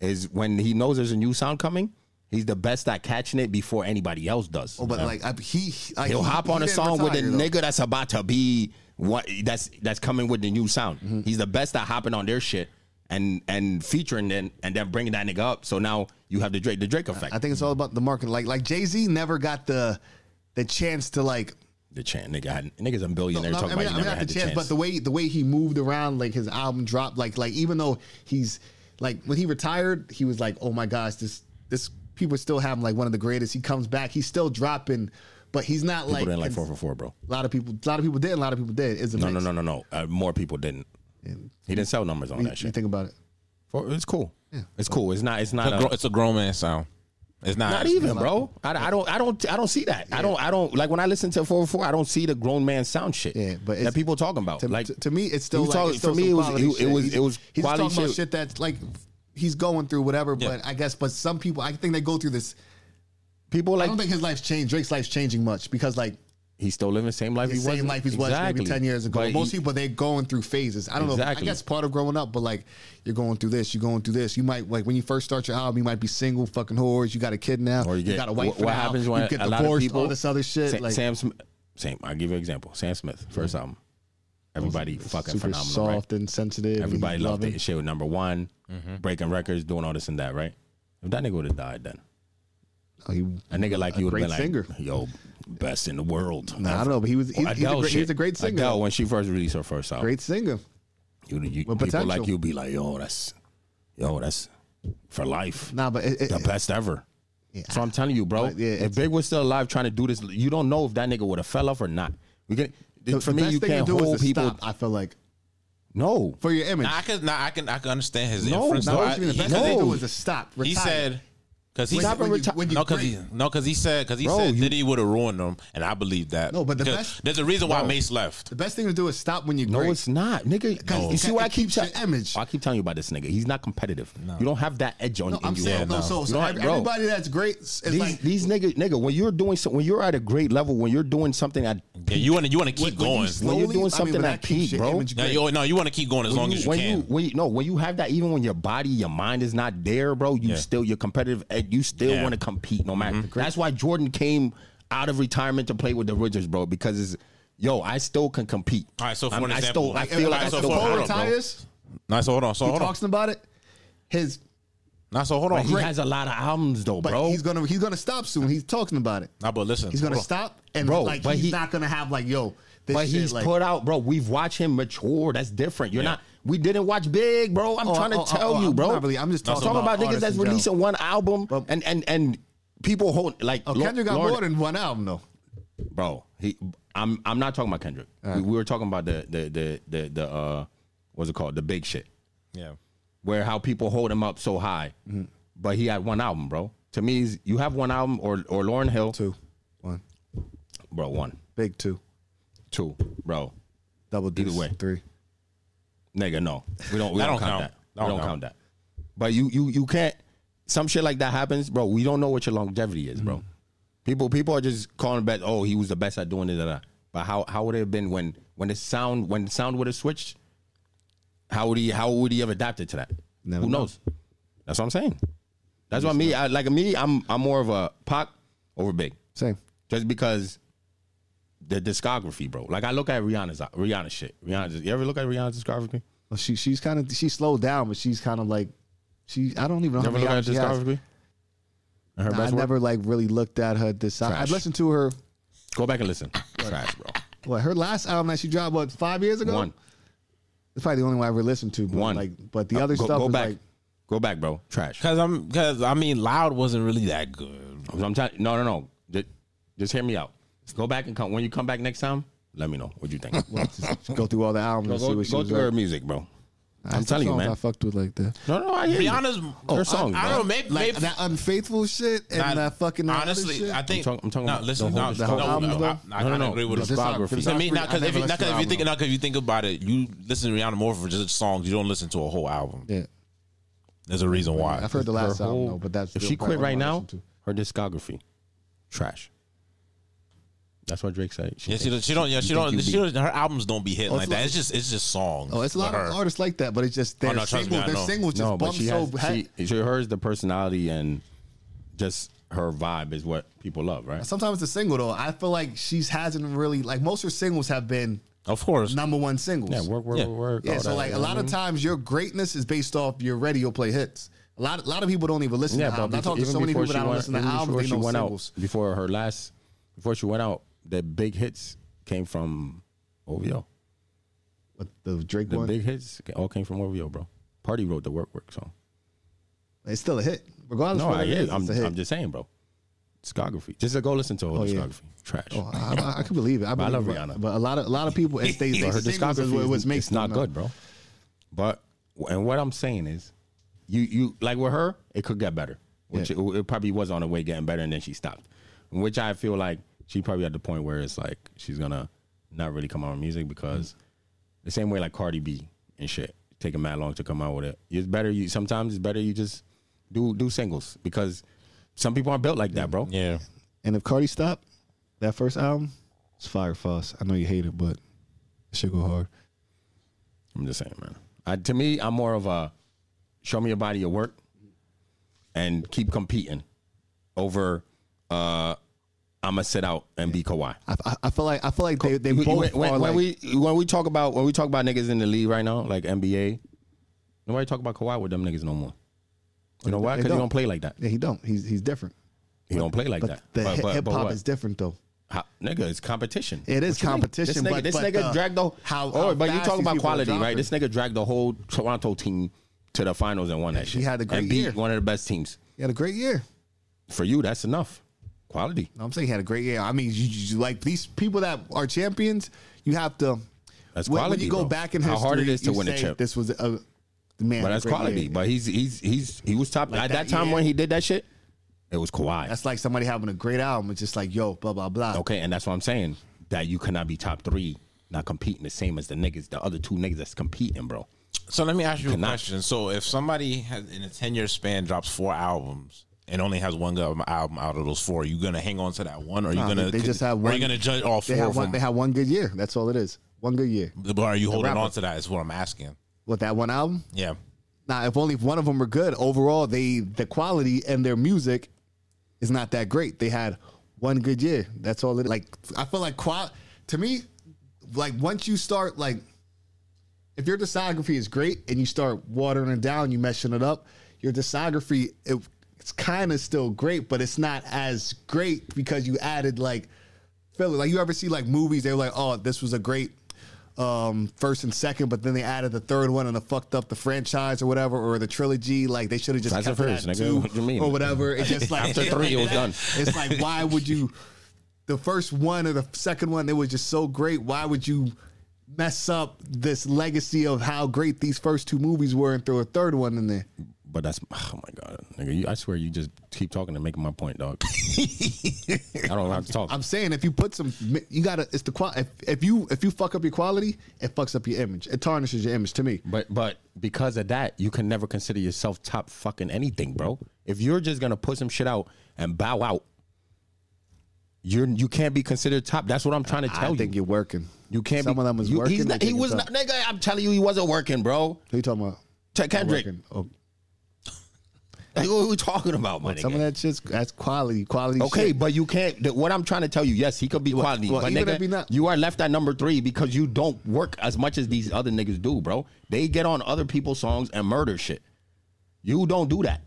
is when he knows there's a new sound coming. He's the best at catching it before anybody else does.
oh, but like I, he, he- like,
He'll
he-
hop
he
on a
didn't
song with a
retire, though.
nigga that's about to be what that's that's coming with the new sound.
Mm-hmm.
He's the best at hopping on their shit and and featuring and and then bringing that nigga up. So now you have the Drake the Drake effect.
I think it's all about the market. Like like Jay Z never got the the chance to like.
the chance nigga had, nigga's a billionaire
no,
talking about he never had the chance.
but the way the way he moved around, like his album dropped, like like even though he's like when he retired, he was like, oh my gosh, this this people still have him like one of the greatest. He comes back, he's still dropping, but he's not
People
like
didn't like
cons-
four for four, bro.
A lot of people, a lot of people did, a lot of people did. It's a
No,
mix.
no, no, no, no. Uh, more people didn't. He didn't sell numbers on
You,
that
you
shit.
think about it.
For- it's cool. It's cool. It's not. It's
It's
not.
a,
A,
gro- it's a grown man sound. It's not,
not even, bro. I, I don't. I don't. I don't see that. I don't. I don't. Like when I listen to four four, I don't see the grown man sound shit.
Yeah, but it's-
that people talking about.
To,
Oh, like
to, to me, it's still
you
like,
talk-
it's still
for me. It
some
was.
quality
It, it
shit.
was.
He's-
It was
He's just
quality
talking
shit.
about shit that's like he's going through whatever.
Yeah.
But I guess, but some people, I think they go through this.
People
I
like
don't think his life's changed. Drake's life's changing much because like
he's still living the same life.
the
he was
same life he was
exactly.
maybe ten years ago.
But
Most
he-
people they're going through phases. I don't know. I
Exactly.
guess part of growing up, but like you're going through this, you're going through this. You might like when you first start your album, you might be single, fucking whores. You got a kid now,
or you, get,
got a wife.
What,
now,
what happens when
you get
a lot of
divorced?
people?
all this other shit.
Sam,
like,
Sam Smith. Same. I'll give you an example. Sam Smith, first album. Everybody fucking
Mm-hmm. super
phenomenal, right?
soft and sensitive.
Everybody
and
loved
loving.
it. Shit with number one,
Mm-hmm.
breaking records, doing all this and that, right? If that nigga would have died, then
Oh, he-
a nigga like you would
great
have been
singer.
like, "Yo, best in the world."
Nah, I don't know, but he was he's,
Well,
he's, a,
Adele
great,
shit.
he's a great singer.
Adele, when she first released her first album,
Great singer.
you, you, people
with potential.
like you be like, "Yo, that's, yo, that's for life,
Nah, but it, it,
the best ever." So I'm telling you, bro.
But, yeah, it's-
if Big was still alive, trying to do this, you don't know if that nigga would have fell off or not. We can,
the,
for
the
me,
best
you
thing to
can't
do is
hold
to
people.
Stop, I feel like
No,
for your image.
Nah, I can. Nah, I can. I can understand his
No,
inference.
no,
though.
what
I-
you mean,
the best
he-
no.
thing to do is to stop. Retire.
He said because he
When-
said
when you- when you
no because
break-
he no because he said because he
Bro,
said
you-
Diddy would have ruined them, and I believe that.
No, but the
Because
best-
there's a reason why Mace left.
the best thing to do is stop when you're
No,
great.
it's not, nigga.
Cause-
You see
it
why I keep
keeps your
telling
image.
I keep telling you about this nigga. He's not competitive. You don't have that edge on.
No,
in
I'm
you,
saying
bro.
no. So,
You
so
don't have- bro,
everybody that's great is
These,
like
these nigga, nigga, when you're doing so, when you're at a great level, when you're doing something at
Yeah, you want to you want to keep
when you
going.
slowly-
when you're doing something
but
that
keeps
peak,
your
bro.
image
No,
great.
you, no, you want to keep going as long as you
when
can.
you when you no when you have that even when your body your mind is not there, bro. You
Yeah.
still you're competitive. And you still
Yeah. Mm-hmm.
want to compete no matter. That's why Jordan came out of retirement to play with the Wizards, bro. Because it's yo, I still can compete.
All right, so for
I'm-
an
I
example,
still I
like,
feel like I
so
still can
for- hold
Cole
on, bro.
retires.
Nah, so hold on. So
He
hold on.
talks about it. His
Nah, so hold on.
But he
Nah,
has a lot of albums though,
but
bro.
he's gonna he's gonna stop soon. He's talking about it.
but listen,
He's gonna
hold on.
stop and
Bro,
like
but
he's
he-
not gonna have like yo. This
But
shit,
he's
like,
put out, bro. We've watched him mature. That's different. You're not. We didn't watch Big, bro. I'm
Oh,
trying to
oh, oh,
tell
oh,
you,
I'm
bro.
not really- I'm just
I'm
talking
talking
about
about, niggas
artists
that's
in general.
releasing one album
But-
and and and people hold like
Oh,
Lo-
Kendrick got
Lord-
more than one album though.
bro. He, I'm I'm not talking about Kendrick. We, we were talking about the the the the, the uh, what's it called? The big shit
Yeah.
Mm-hmm.
where how people hold him up so high, but he had one album, bro. To to me, is- you have one album or or Lauren Hill,
Two. One.
bro. One,
Big two.
two, bro.
Double deuce.
way.
Three.
Nigga, no, we don't. We
That
don't, count,
don't count.
that. we
That don't
don't count.
count.
that. But you you you can't. Some shit like that happens, bro. We don't know what your longevity is, bro. People people are just calling back. Oh, he was the best at doing it. da, da." But how how would it have been when when the sound when the sound would have switched? How would he how would he have adapted to that?
Never
Who
know.
knows? That's what I'm saying. That's why me I, like me I'm I'm more of a Pac over Big
Same.
just because the discography, bro. Like I look at Rihanna's Rihanna shit. Rihanna, you ever look at Rihanna's discography?
Well, she she's kind of she slowed down, but she's kind of like she. I don't even
You ever
know how many
look at
albums
her
she has.
discography? And her
Nah, I
best work?
never like really looked at her. This I
Trash.
listened to her.
Go back and listen. Trash, bro.
What her last album that she dropped? What five years ago?
One,
It's probably the only one I ever listened to. But
one.
Like, but the
Uh,
other
go,
stuff
Go
was
back.
like
go back, bro. Trash.
Cause I'm, cause I mean, loud wasn't really that good.
I'm telling. No, no, no. Just, just hear me out. Go back and come. When you come back next time, let me know what you think.
well, just go through all the albums
go
and see
go,
what she
go
was
through
like.
her music, bro.
That's
I'm
the
telling you,
songs
man.
I fucked with like that.
No, no, I hear you.
Rihanna's
her songs,
I, I
bro.
don't know. Maybe,
Like
maybe
that unfaithful shit and
Nah,
that fucking other
honestly,
shit.
I think.
I'm talk- I'm talking
no,
about
listen,
the whole-
no,
the
whole
no,
albums,
no,
though?
I, I,
No, no,
I
no.
agree with
This
the
is-
album-
discography.
this
I mean,
album-
not because
never
if, you-
listened
not
to
'cause
the
if you think
album.
not because if you think about it, you listen to Rihanna more for just songs. You don't listen to a whole album.
Yeah,
There's a reason why.
I've heard the last
Her
album,
whole-
though, but that's
if
the
she
one
quit
I
right now,
listened to.
her discography, trash. That's what Drake said. She
Yeah, she,
thinks-
don't- she don't. Yeah, she
you think
don't.
you
She
beat-
don't. Her albums don't be hitting
Oh,
like
it's
that.
like-
It's just. It's just songs.
Oh, it's a lot
for her.
of artists like that, but it's just
Oh,
their
no, trust me,
singles.
I
Their
know.
singles just
no, but
bump
she
so
has she,
he-
she- hers the personality and just her vibe is what people love, right?
Sometimes the single though, I feel like she's hasn't really like most of her singles have been
Of course.
number one singles.
Yeah, work, work,
Yeah.
work, work.
Yeah, Mm-hmm.
all
so
that. Mm-hmm.
like a lot of times your greatness is based off your radio play hits. A lot, a lot of people don't even listen
Yeah,
to
but
albums. I talk to
even
so many
before
people
she
that don't
went-
listen to
even
albums.
before
They
she
know
went
singles.
out before her last before she went out, the big hits came from OVO.
But the Drake
The
one,
big hits all came from OVO, bro. Party wrote the work work song.
it's still a hit, regardless.
No,
of
I
what it
hear
is,
you. I'm,
it's a hit.
I'm just saying, bro. Discography. Just go listen to her
Oh, yeah.
discography. Trash.
Oh, I, I, I can believe it. I,
But I
believe
love
it.
Rihanna.
but a lot of a lot of people it's they,
But
they
her
singles is
discography
what,
is
what makes
it's not
them, uh,
good, bro. But and what I'm saying is, you you like with her, it could get better. Which it, it probably was on the way getting better, and then she stopped. Which I feel like she probably at the point where it's like she's gonna not really come out with music because the same way like Cardi B and shit taking mad long to come out with it. It's better you sometimes it's better you just do do singles because some people aren't built like that, bro.
Yeah.
And if Cardi stopped that first album, it's fire fuss. I know you hate it, but it should go hard.
I'm just saying, man. I, to me, I'm more of a show me your body of work and keep competing over uh I'ma sit out and be Kawhi.
I, I, I feel like I feel like they they
You- you-
both
when,
are
when
like,
we when we talk about when we talk about niggas in the league right now, like NBA, nobody talk about Kawhi with them niggas no more. You know why?
They
Because he
don't.
don't play like that.
yeah, he don't. He's he's different.
He don't play like
But
that.
the
But-
hi-
but-
hip
but
hop
what?
is different though.
How, nigga, it's competition.
It is
What you mean?
competition,
This nigga,
but-
this
but
nigga
the-
dragged the
how-
Oh,
how
but you
fast
talk
these
about
people are
quality, right?
dropping.
This nigga dragged the whole Toronto team to the finals and won that shit.
he had a great
and beat
year.
one of the best teams.
He had a great year.
For you, that's enough. Quality.
No, I'm saying he had a great year. I mean, you, you, you- like these people that are champions, you have to.
That's
when, when
quality,
you go
bro.
back in
How
history,
hard it is to
you
win a
say
chip.
This was a man.
But
a
that's
great
quality.
year.
But he's he's he's he was top
Like
at that,
that
time
year.
when he did that shit. It was Kawhi.
That's like somebody having a great album. It's just like yo, blah blah blah.
okay, and that's what I'm saying. That you cannot be top three, not competing the same as the niggas, the other two niggas that's competing, bro.
So let me ask you
Cannot.
a question. So if somebody has in a ten year span drops four albums and only has one good album out of those four, you gonna hang on to that one, or you
Nah,
gonna
they just have
Are
one-
you gonna judge all four
They have
of
one. They
them?
have one good year. That's all it is. One good year.
But are you holding
rapper.
on to that? Is what I'm asking.
With that one album.
Yeah.
Now, if only if one of them were good, overall they the quality and their music is not that great. They had one good year. That's all it like I feel like qual to me, like once you start like if your discography is great and you start watering it down, you meshing it up, your discography it, it's kind of still great, but it's not as great because you added like filler. Like you ever see like movies, they were like, oh, this was a great um, first and second, but then they added the third one and they fucked up the franchise or whatever or the trilogy. Like they should have just
That's
kept
the
it
first,
at
nigga.
two
What you mean?
or whatever. It's just like
After three, it was done.
It's like why would you? The first one or the second one, it was just so great. Why would you mess up this legacy of how great these first two movies were and throw a third one in there?
But that's oh my god, nigga! You, I swear you just keep talking and making my point, dog. I don't have to talk.
I'm saying if you put some, you gotta. It's the qual. If, if you if you fuck up your quality, it fucks up your image. It tarnishes your image. To me,
But but because of that, you can never consider yourself top fucking anything, bro. If you're just gonna put some shit out and bow out, you're you can't be considered top. That's what I'm trying to tell
I think
you.
you're working.
You can't.
Some
be,
of them was
you-
working.
He's
they
not, he
think
was
it's
not.
up.
Nigga, I'm telling you, he wasn't working, bro.
Who you talking about?
T- Kendrick,
Working. Oh,
like, what are we talking about, my
some
nigga?
of that shit's that's quality. Quality.
Okay,
shit.
but you can't. th- What I'm trying to tell you, yes, he could be quality,
well,
but
even
nigga,
if he not-
you are left at number three because you don't work as much as these other niggas do, bro. They get on other people's songs and murder shit. You don't do that.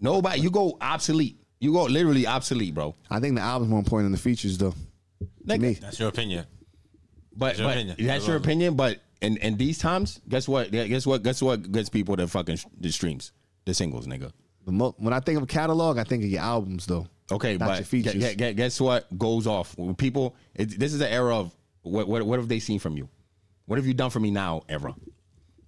Nobody, you go obsolete. You go literally obsolete, bro.
I think the album's more important than the features, though.
Nigga,
me.
That's your opinion.
But,
That's your
but
opinion.
that's your opinion. But in, in these times, guess what? Yeah, Guess what? Guess what gets people the fucking sh- the streams, the singles, nigga.
The mo- when I think of catalog, I think of your albums, though.
Okay,
not
but
your features.
gu- gu- guess what goes off when people. It, this is the era of what, what? What have they seen from you? What have you done for me now, era?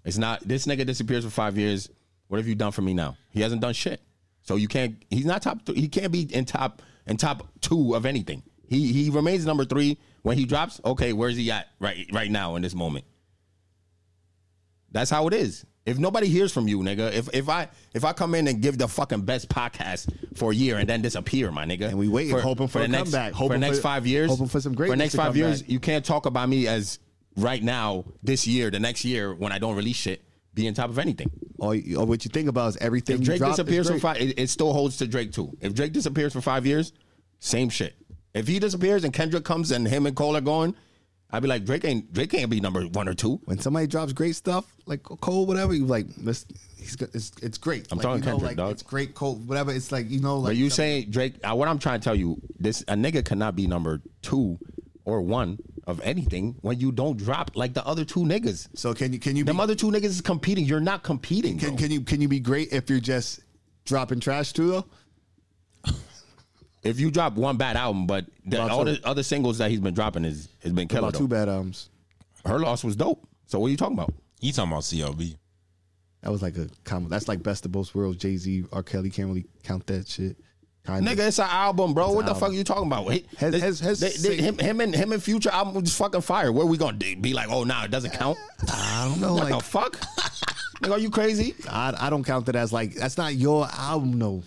It's not this nigga disappears for five years. What have you done for me now? He hasn't done shit. So you can't. He's not top. Three, he can't be in top in top two of anything. He he remains number three when he drops. Okay, where's he at right right now in this moment? That's how it is. If nobody hears from you, nigga, if if I if I come in and give the fucking best podcast for a year and then disappear, my nigga,
And we waiting, hoping for a
the next, for
comeback,
the
hoping
next
for-
five years,
hoping for some
For the
greatness
next
to
five
come
years,
back.
you can't talk about me as right now, this year, the next year, when I don't release shit, being top of anything.
Or, or what you think about is everything.
If
you
Drake
drop is
disappears for
great.
five, it, it still holds to Drake too. If Drake disappears for five years, same shit. If he disappears and Kendrick comes and him and Cole are going, I'd be like Drake ain't Drake can't be number one or two.
when somebody drops great stuff like Cole, whatever, you like this. He's good. It's, it's great.
I'm
like,
talking
you know,
Kendrick,
like,
dog.
It's great, Cole, whatever. It's like you know, like
But you
some-
saying Drake? Uh, what I'm trying to tell you, this a nigga cannot be number two or one of anything when you don't drop like the other two niggas.
So can you can you be,
Them other two niggas is competing. You're not competing.
can,
bro.
can you can you be great if you're just dropping trash too though?
if you drop one bad album, but the,
About
all
two.
the other singles that he's been dropping is has been
About
killer.
two
though.
bad albums.
Her loss was dope. So what are you talking about?
He talking about CLB.
That was like a combo. That's like best of both worlds. Jay Z, R. Kelly can't really count that shit. Kind
Nigga, it's an album, bro. what the
album.
fuck are you talking about? He-
Has-
they-
has- has
they- they-
sing-
him, him and him and Future album was fucking fire. Where we gonna d- be like, oh, nah, it doesn't count.
I don't know.
what
Like
the fuck? Nigga, are you crazy?
I, I don't count that as like that's not your album though.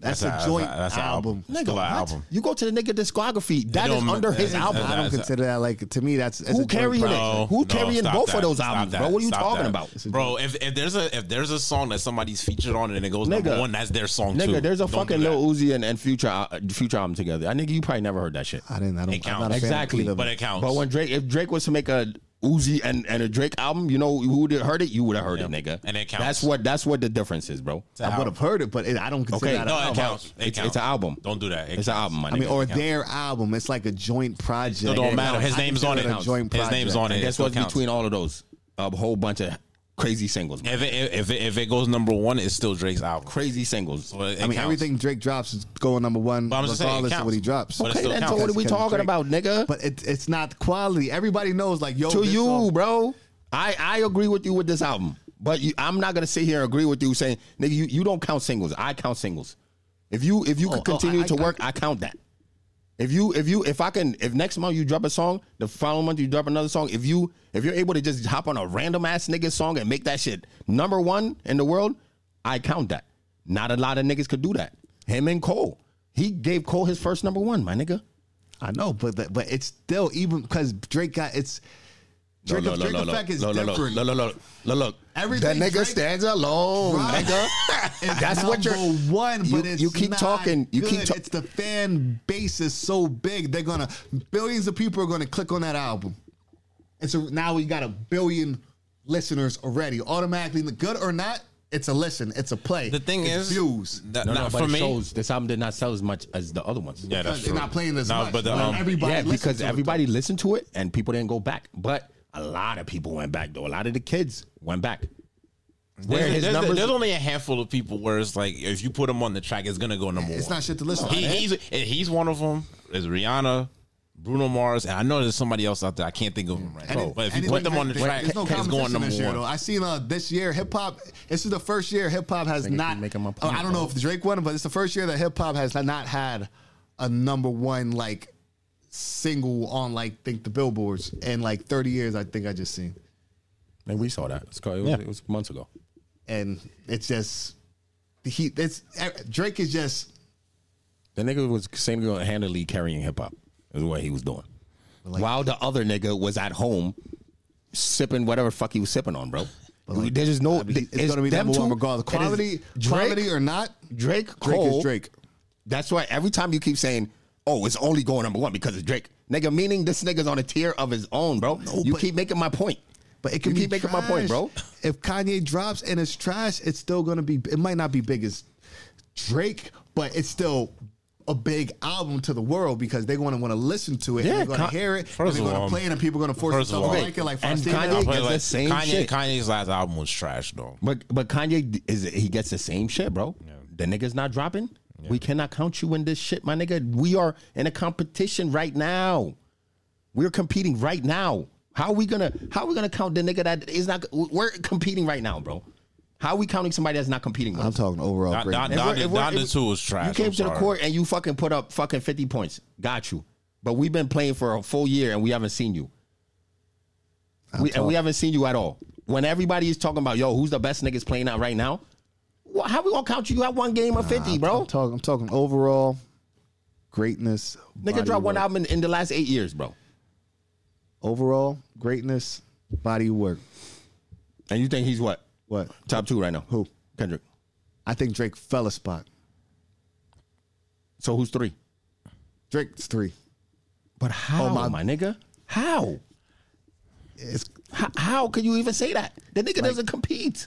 That's, a
That's a-
joint
that's a
album.
album.
Nigga,
Still a
what?
album.
You go to the nigga discography. That
don't
is
ma-
under his
that-
album.
that-
I don't
That's a-
consider that like to me. That's, that's a
Who
joint
carrying
project.
it? Who carrying
stop
both of
that.
those
Stop
albums,
that.
bro? What are you
Stop
talking
that.
about?
bro? If, if there's a if there's a song that somebody's featured on and it goes
Nigga.
number one, that's their song too.
Nigga, there's a
Don't
fucking
do that.
Lil Uzi and, and Future uh, Future album together. I nigga, you probably never heard that shit.
I didn't. I don't.
It
I'm
counts.
not a
Exactly,
fan of either of
but
them.
it counts.
But when Drake, if Drake was to make a Uzi and, and a Drake album, you know who would have heard it? You would have heard it,
Yeah.
nigga.
And it counts.
That's what that's what the difference is, bro.
It's a
I would have
album.
heard it, but it, I don't
Okay.
consider that. an
No,
No, it
album.
counts. It
It's-
counts.
it's an album.
Don't do that. It
It's an
counts.
album, my
I
nigga.
mean, or their album. It's like a joint project.
It don't matter. His
I
name's
consider
on
it
it.
a joint
His name's on
and
it. It
guess
still
what's
counts.
between all of those? A whole bunch of crazy singles, man.
If it, if it, if it goes number one, it's still Drake's album.
crazy singles.
So it- it
I mean,
counts.
everything Drake drops is going number one,
But I'm just saying, it
regardless of
counts.
what he drops.
But it
Okay,
still
then so
counts.
what are we
Because
talking
Drake-
about, nigga?
But it, it's not quality. Everybody knows, like, yo,
to
this
you,
song-
bro. I, I agree with you with this album, but you, I'm not gonna sit here and agree with you saying, nigga, you, you don't count singles. I count singles. If you if you
Oh,
could
oh,
continue
I-
to
I-
work, I, count that. If you if you if I can if next month you drop a song, the following month you drop another song. If you if you're able to just hop on a random ass nigga song and make that shit number one in the world, I count that. Not a lot of niggas could do that. Him and Cole, he gave Cole his first number one, my nigga.
I know, but that- but it's still even because Drake got it's. Drake,
look,
Drake
look, look,
effect is
look, look, look,
different.
Look, look, look, look, look.
Everything
that nigga
Drake
stands alone,
dropped
nigga.
It's
That's what you're.
number one,
you,
but it's
you keep
not
talking. You keep
good.
talking.
It's the fan base is so big. They're gonna billions of people are gonna click on that album. And so now we got a billion listeners already. Automatically, good or not, it's a listen. It's a play.
The thing
It's
is,
views.
That,
No, no,
not
but
for
it
me.
shows this album did not sell as much as the other ones.
yeah, that's
they're
true.
not playing as
Nah,
much.
but the,
Like,
um,
everybody
yeah,
listens
because
to it, though.
everybody listened to it and people didn't go back. But a lot of people went back though. A lot of the kids went back. Where
there's,
his
there's-
numbers?
there's only a handful of people where it's like if you put him on the track, it's gonna go number one. eh,
It's not shit to listen to.
He, he's and he's one of them. Is Rihanna, Bruno Mars, and I know there's somebody else out there. I can't think of them right
And
now.
it-
But if
and
you
it-
put them on the
there's
track,
no
it's
competition
going number
this year, Though.
one.
I seen uh, this year hip hop. This is the first year hip hop has
Nigga,
not.
keep making my
oh,
point,
I don't know
bro.
if Drake won, but it's the first year that hip hop has not had a number one like single on like think the billboards in like 30 years. I think I just seen,
And we saw that. It's called, it, was,
Yeah.
it was months ago.
and it's just he. It's eh, Drake is just
The nigga was single handedly carrying hip hop. Is what he was doing. While the other nigga was at home sipping whatever fuck he was sipping on, bro. There's just no.
I mean, it's,
it's
gonna be
them
number one
two, it
regardless.
is
Quality,
Drake,
quality or not,
Drake,
Drake
Cole,
is Drake.
That's why every time you keep saying, "Oh, it's only going number one because it's Drake," nigga, meaning this nigga's on a tier of his own, bro. you
but-
keep making my point.
But it can
you
be
keep making my point, bro.
trash. If Kanye drops and it's trash, it's still gonna be. It might not be big as Drake, but it's still a big album to the world because they're gonna want to listen to it.
Yeah,
and they're gonna
Con-
hear it. and
first
They're
of
gonna
all-
play it, and people are gonna force
first of
themselves to
all-
like it. Like
and
Faustino.
Kanye-
But
It's
like,
the same
Kanye,
shit.
Kanye's last album was trash, though.
But but Kanye d- is he gets the same shit, bro. The nigga's not dropping. We cannot count you in this shit, my nigga. We are in a competition right now. We're competing right now. How we gonna how we gonna count the nigga that is not? We're competing right now, bro. How we counting somebody that's not competing? With?
I'm
us?
talking overall.
Don,
great.
Don,
If
Don,
we're- if we're-
Don the
if-
Two was trash.
You came
I'm
to the
sorry.
court and you fucking put up fucking 50 points. Got you. But we've been playing for a full year and we haven't seen you. We, and we haven't seen you at all. When everybody is talking about, yo, who's the best niggas playing out right now? wha- how we gonna count you? You got one game of 50, bro.
I'm talking. I'm talking overall greatness.
Nigga
body
dropped one
work.
album in, in the last eight years, bro.
Overall greatness, body work.
And you think he's what?
What?
Top two right now.
Who?
Kendrick.
I think Drake fell a spot.
So who's three?
Drake's three.
But how,
Oh, my-
my nigga? How?
It's
How, how can you even say that? The nigga doesn't compete.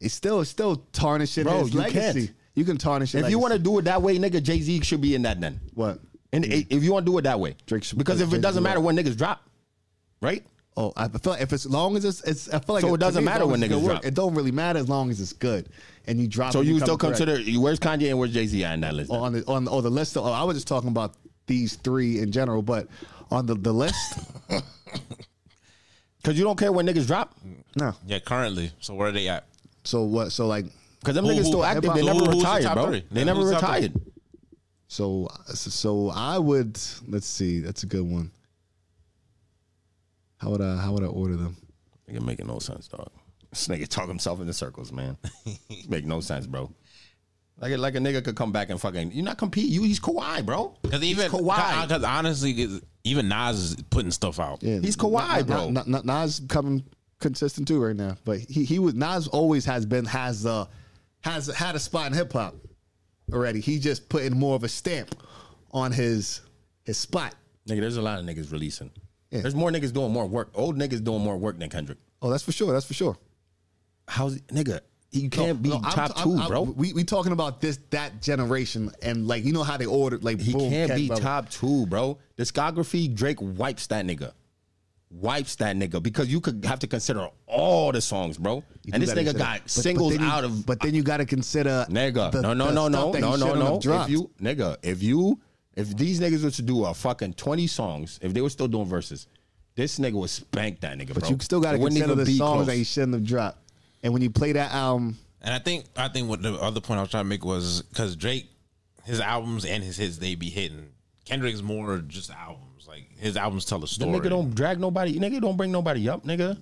it's still it's still tarnishing
Bro,
his
you
legacy.
can't.
You can tarnish.
If you want to do it that way, nigga, Jay Z should be in that then.
what?
And i- if you want to do it that way,
Drake should-
because if
Jay-Z
it doesn't
will.
matter when niggas drop, right?
Oh, I feel like if it's as long as it's, it's I feel like
So it
to
doesn't
me, as
matter
long
when
as it's
niggas
good
drop.
It don't really matter as long as it's good and Oh, you drop.
So
it,
you
come
still
correct.
consider where's Kanye and where's Jay Z on that list?
Oh, on the on oh the list. Oh, I was just talking about these three in general, but on the the list,
Because you don't care when niggas drop.
no.
Yeah, currently. So where are they at?
So what? So like,
Because them
Who-
niggas
who-
still active. They
who-
never
who's the
retired,
top
bro.
three?
They
Yeah,
never
who's the top
retired.
so so I would let's see. That's a good one. How would I how would I order them?
Nigga making no sense, dog. This nigga talk himself into circles, man. Make no sense, bro. Like a, like a nigga could come back and fucking you not compete. You he's Kawhi, bro.
Because even
he's Kawhi.
Because honestly, even Nas is putting stuff out.
Yeah,
He's Kawhi,
N-
bro.
N- N- N- Nas coming consistent too right now, but he he was Nas always has been has uh has had a spot in hip hop already. He just putting more of a stamp on his his spot.
nigga, there's a lot of niggas releasing.
Yeah.
There's more niggas doing more work. Old niggas doing more work than Kendrick.
Oh, that's for sure. That's for sure.
How's nigga? You can't
No,
be
no, I'm-
top
I'm-
2
I'm-
bro.
We we talking about this that generation and like you know how they ordered like
He
boom,
can't
cat
be
bubble.
top two, bro. Discography, Drake wipes that nigga. Wipes that nigga because you could have to consider all the songs, bro.
You
and
do
this
gotta
nigga
consider-
got
but- but
singles
then you-
out of
But then you got to consider
nigga.
the-
no, no,
the
no, no,
stuff that he
no, no,
shouldn't have
no. If
dropped.
you nigga, if you if these niggas were to do a fucking twenty songs, if they were still doing verses, this nigga would spank that nigga,
But
bro.
you still got to
It wouldn't
consider
even
the
be
songs
close.
that he shouldn't have dropped. And when you play that album,
And I think I think what the other point I was trying to make was because Drake, his albums and his hits they be hitting. Kendrick's more just albums. Like his albums tell a
The
story.
nigga don't drag nobody. Nigga don't bring nobody up, nigga.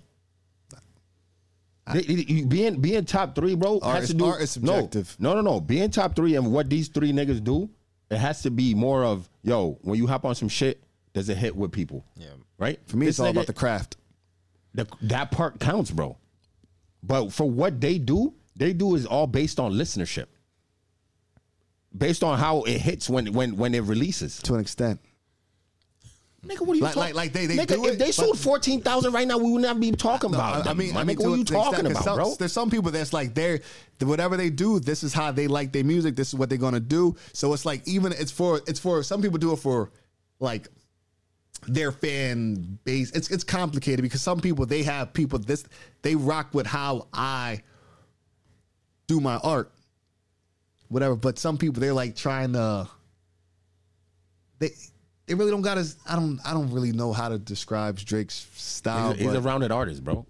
They- they- you- being being top three, bro,
Art
has
is-
to do
art is subjective.
No, no, no, no. Being top three and what these three niggas do, it has to be more of yo. When you hop on some shit, does it hit with people? Yeah, right.
for me,
This
it's all
nigga-
about the craft.
the, that part counts, bro. But for what they do, they do is all based on listenership, based on how it hits when when when it releases.
to an extent.
Nigga, what are you
Like-
talking?
like- like they- they
nigga,
do
if
it,
they
but-
sold fourteen thousand right now, we would not be talking about.
I, I
them,
mean,
my
I mean,
nigga,
to
what are you
an extent,
talking
'cause
about,
some-
bro?
There's some people that's like they're whatever they do. This is how they like their music. This is what they're gonna do. So it's like even it's for it's for some people do it for like their fan base. It's it's complicated because some people they have people this they rock with how I do my art, whatever. But some people they're like trying to they They really don't got his. I don't. I don't really know how to describe Drake's style.
He's, a, he's
but-
a rounded artist, bro.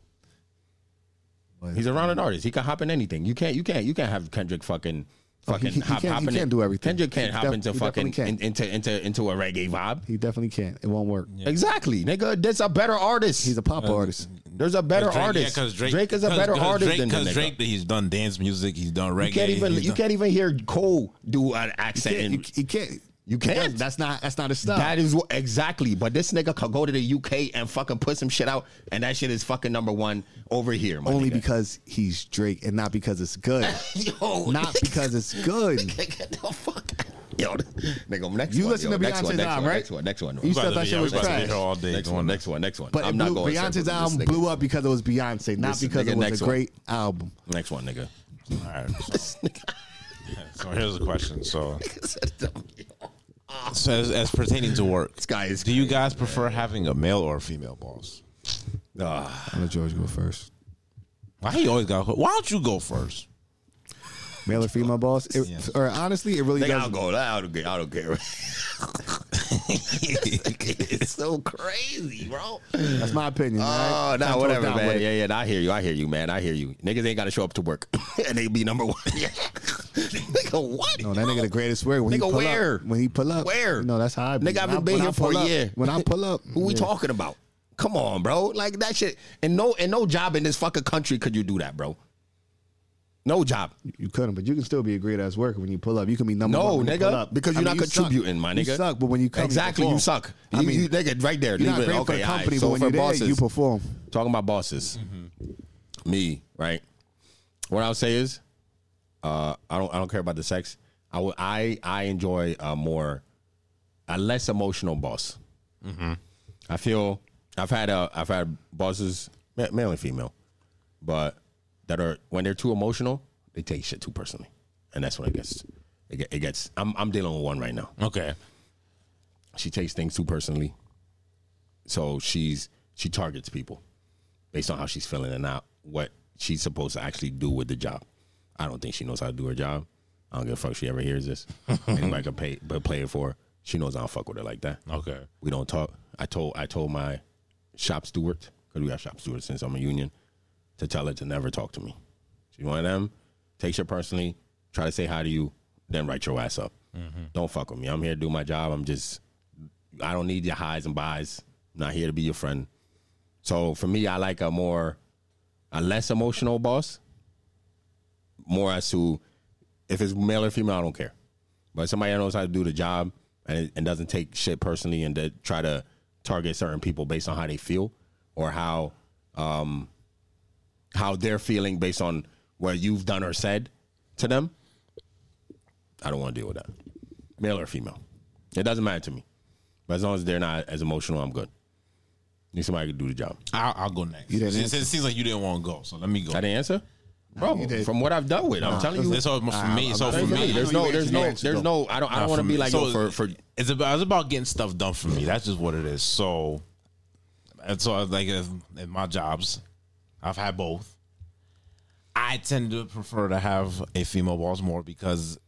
but-
He's a rounded artist. He can hop in anything. You can't. You can't. You can't have Kendrick fucking
Oh, he-
fucking
he
hop,
can't-
hop
he
in
can't
it.
do everything.
Kendrick can't
He
hop
def-
into
he
fucking
definitely can't.
in- into into into a reggae vibe.
He definitely can't. It won't work.
Exactly, nigga. That's a better artist.
He's a pop artist.
There's a better artist.
because Drake,
Drake is a
'cause-
better
'cause
artist
Drake,
than the
because
nigga.
Drake. He's done dance music. He's done reggae.
You can't even
he's
you
done-
can't even hear Cole do an accent.
Can't-
in-
You, you can't.
You
That's,
can't.
that's not. That's not his style.
That is what exactly. But this nigga could go to the UK and fucking put some shit out, and that shit is fucking number one over here. My
only
nigga.
because he's Drake and not because it's good.
yo,
not because it's good.
nigga, get the fuck. Yo, nigga, next
You
one.
listen
yo,
to
next one,
Beyonce's
next
album,
one,
right?
Next one, next one.
You
next
said
one.
About to
that
be-
shit
yeah,
was
we about to be
trash.
here all day
Next
going
one,
on.
next one, next one.
But
I'm
it
not
blew-
going
Beyonce's
circles,
album
this nigga.
blew up because it was Beyonce, not
Listen,
because
nigga,
it was
next
a
one.
great album.
Next one, nigga.
All right. So, so here's a question. So,
um,
so as, as pertaining to work,
This guy is
do you guys prefer having a male or a female boss?
Ah,
I'm gonna let George go first.
Why he always got? Why don't you go first?
Male or female boss? It-
Yeah.
Or honestly, it really
Nigga, I'll
doesn't.
go. I don't care. I don't care. it's so crazy, bro.
That's my opinion.
Oh, nah,
right? Don't throw it
whatever,
down
man.
with it.
Yeah, yeah, nah, I hear you. I hear you, man. I hear you. Niggas ain't got to show up to work, and they be number one. nigga, what?
No, that
bro?
nigga the greatest where when he
Nigga,
pull
where?
up. When he pull up.
Where?
No, that's how I be.
Nigga, I've
When I-
been been
when
here
I
for
pull
a
up-
year.
When I pull up.
Who we
yeah.
talking about? Come on, bro. Like that shit. And no, and no job in this fucking country could you do that, bro. No job.
You couldn't, but you can still be a great ass worker when you pull up. You can be number
No,
one. when you pull
nigga,
up.
because
I
you're
mean,
not
you suck.
contributing, my nigga.
You suck, but when you come,
exactly, you
perform.
suck.
I
You-
mean,
you, nigga, right there.
you're
leave
not
it.
great
okay,
for the
all right.
company,
So
but when
for
you're there,
bosses,
you perform.
talking about bosses. Me, right? What I'll say is, uh, I don't I don't care about the sex. I will- I I enjoy a more a less emotional boss. I feel I've had a I've had bosses ma- male and female, but that are when they're too emotional, they take shit too personally, and that's when it gets it, get, it gets. I'm I'm dealing with one right now
Okay.
she takes things too personally. So she's she targets people based on how she's feeling and not what she's supposed to actually do with the job. I don't think she knows how to do her job. I don't give a fuck if she ever hears this. Anybody can pay but play it for her. She knows I don't fuck with her like that.
Okay.
We don't talk. I told I told my shop steward, because we have shop stewards since I'm a union, to tell her to never talk to me. She's one of them. Takes you personally, try to say hi to you, then write your ass up. Don't fuck with me. I'm here to do my job. I'm just I don't need your highs and buys. I'm not here to be your friend. So for me, I like a more a less emotional boss. More as to if it's male or female, I don't care. But somebody that knows how to do the job and, and doesn't take shit personally and that try to target certain people based on how they feel or how um, how they're feeling based on what you've done or said to them. I don't want to deal with that, male or female. It doesn't matter to me. But as long as they're not as emotional, I'm good. Need somebody to do the job.
I'll, I'll go next.
You didn't
Since- it seems like you didn't want to go, so let me go.
I didn't answer, bro.
you did.
from what I've dealt with, I'm telling you,
It's all for me. So for
there's,
me,
there's no, there's no, there's no. I don't, I don't want to be like
so
yo, for for.
it's about it's about getting stuff done for me. That's just what it is. So, and so like if, in my jobs, I've had both. I tend to prefer to have a female boss more because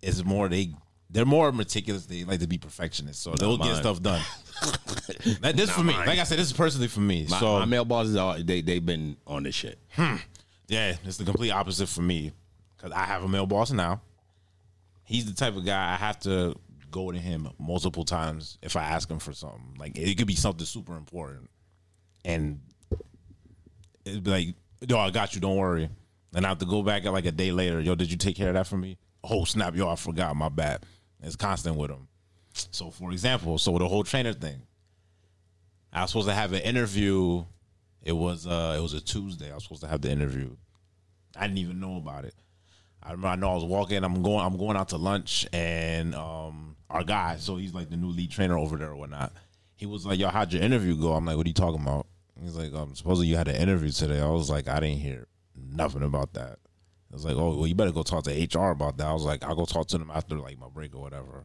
it's more they they're more meticulous. They like to be perfectionists, so they'll
mine.
get stuff done. Like, this for me, like I said, this is personally for me.
My,
so
my male bosses are they they've been on this shit.
Yeah, it's the complete opposite for me because I have a male boss now. He's the type of guy I have to go to him multiple times if I ask him for something. Like it could be something super important, and it'd be like, "Yo, I got you. Don't worry." Then I have to go back like a day later. Yo, did you take care of that for me? Oh snap! Yo, I forgot. My bad. It's constant with him. So, for example, so the whole trainer thing, I was supposed to have an interview. It was uh, it was a Tuesday. I was supposed to have the interview. I didn't even know about it. I remember I know I was walking. I'm going. I'm going out to lunch, and um, our guy. So he's like the new lead trainer over there or whatnot. He was like, "Yo, how'd your interview go?" I'm like, "What are you talking about?" He's like, um, "Supposedly you had an interview today." I was like, "I didn't hear nothing about that." I was like, "Oh, well, you better go talk to HR about that." I was like, "I'll go talk to them after like my break or whatever."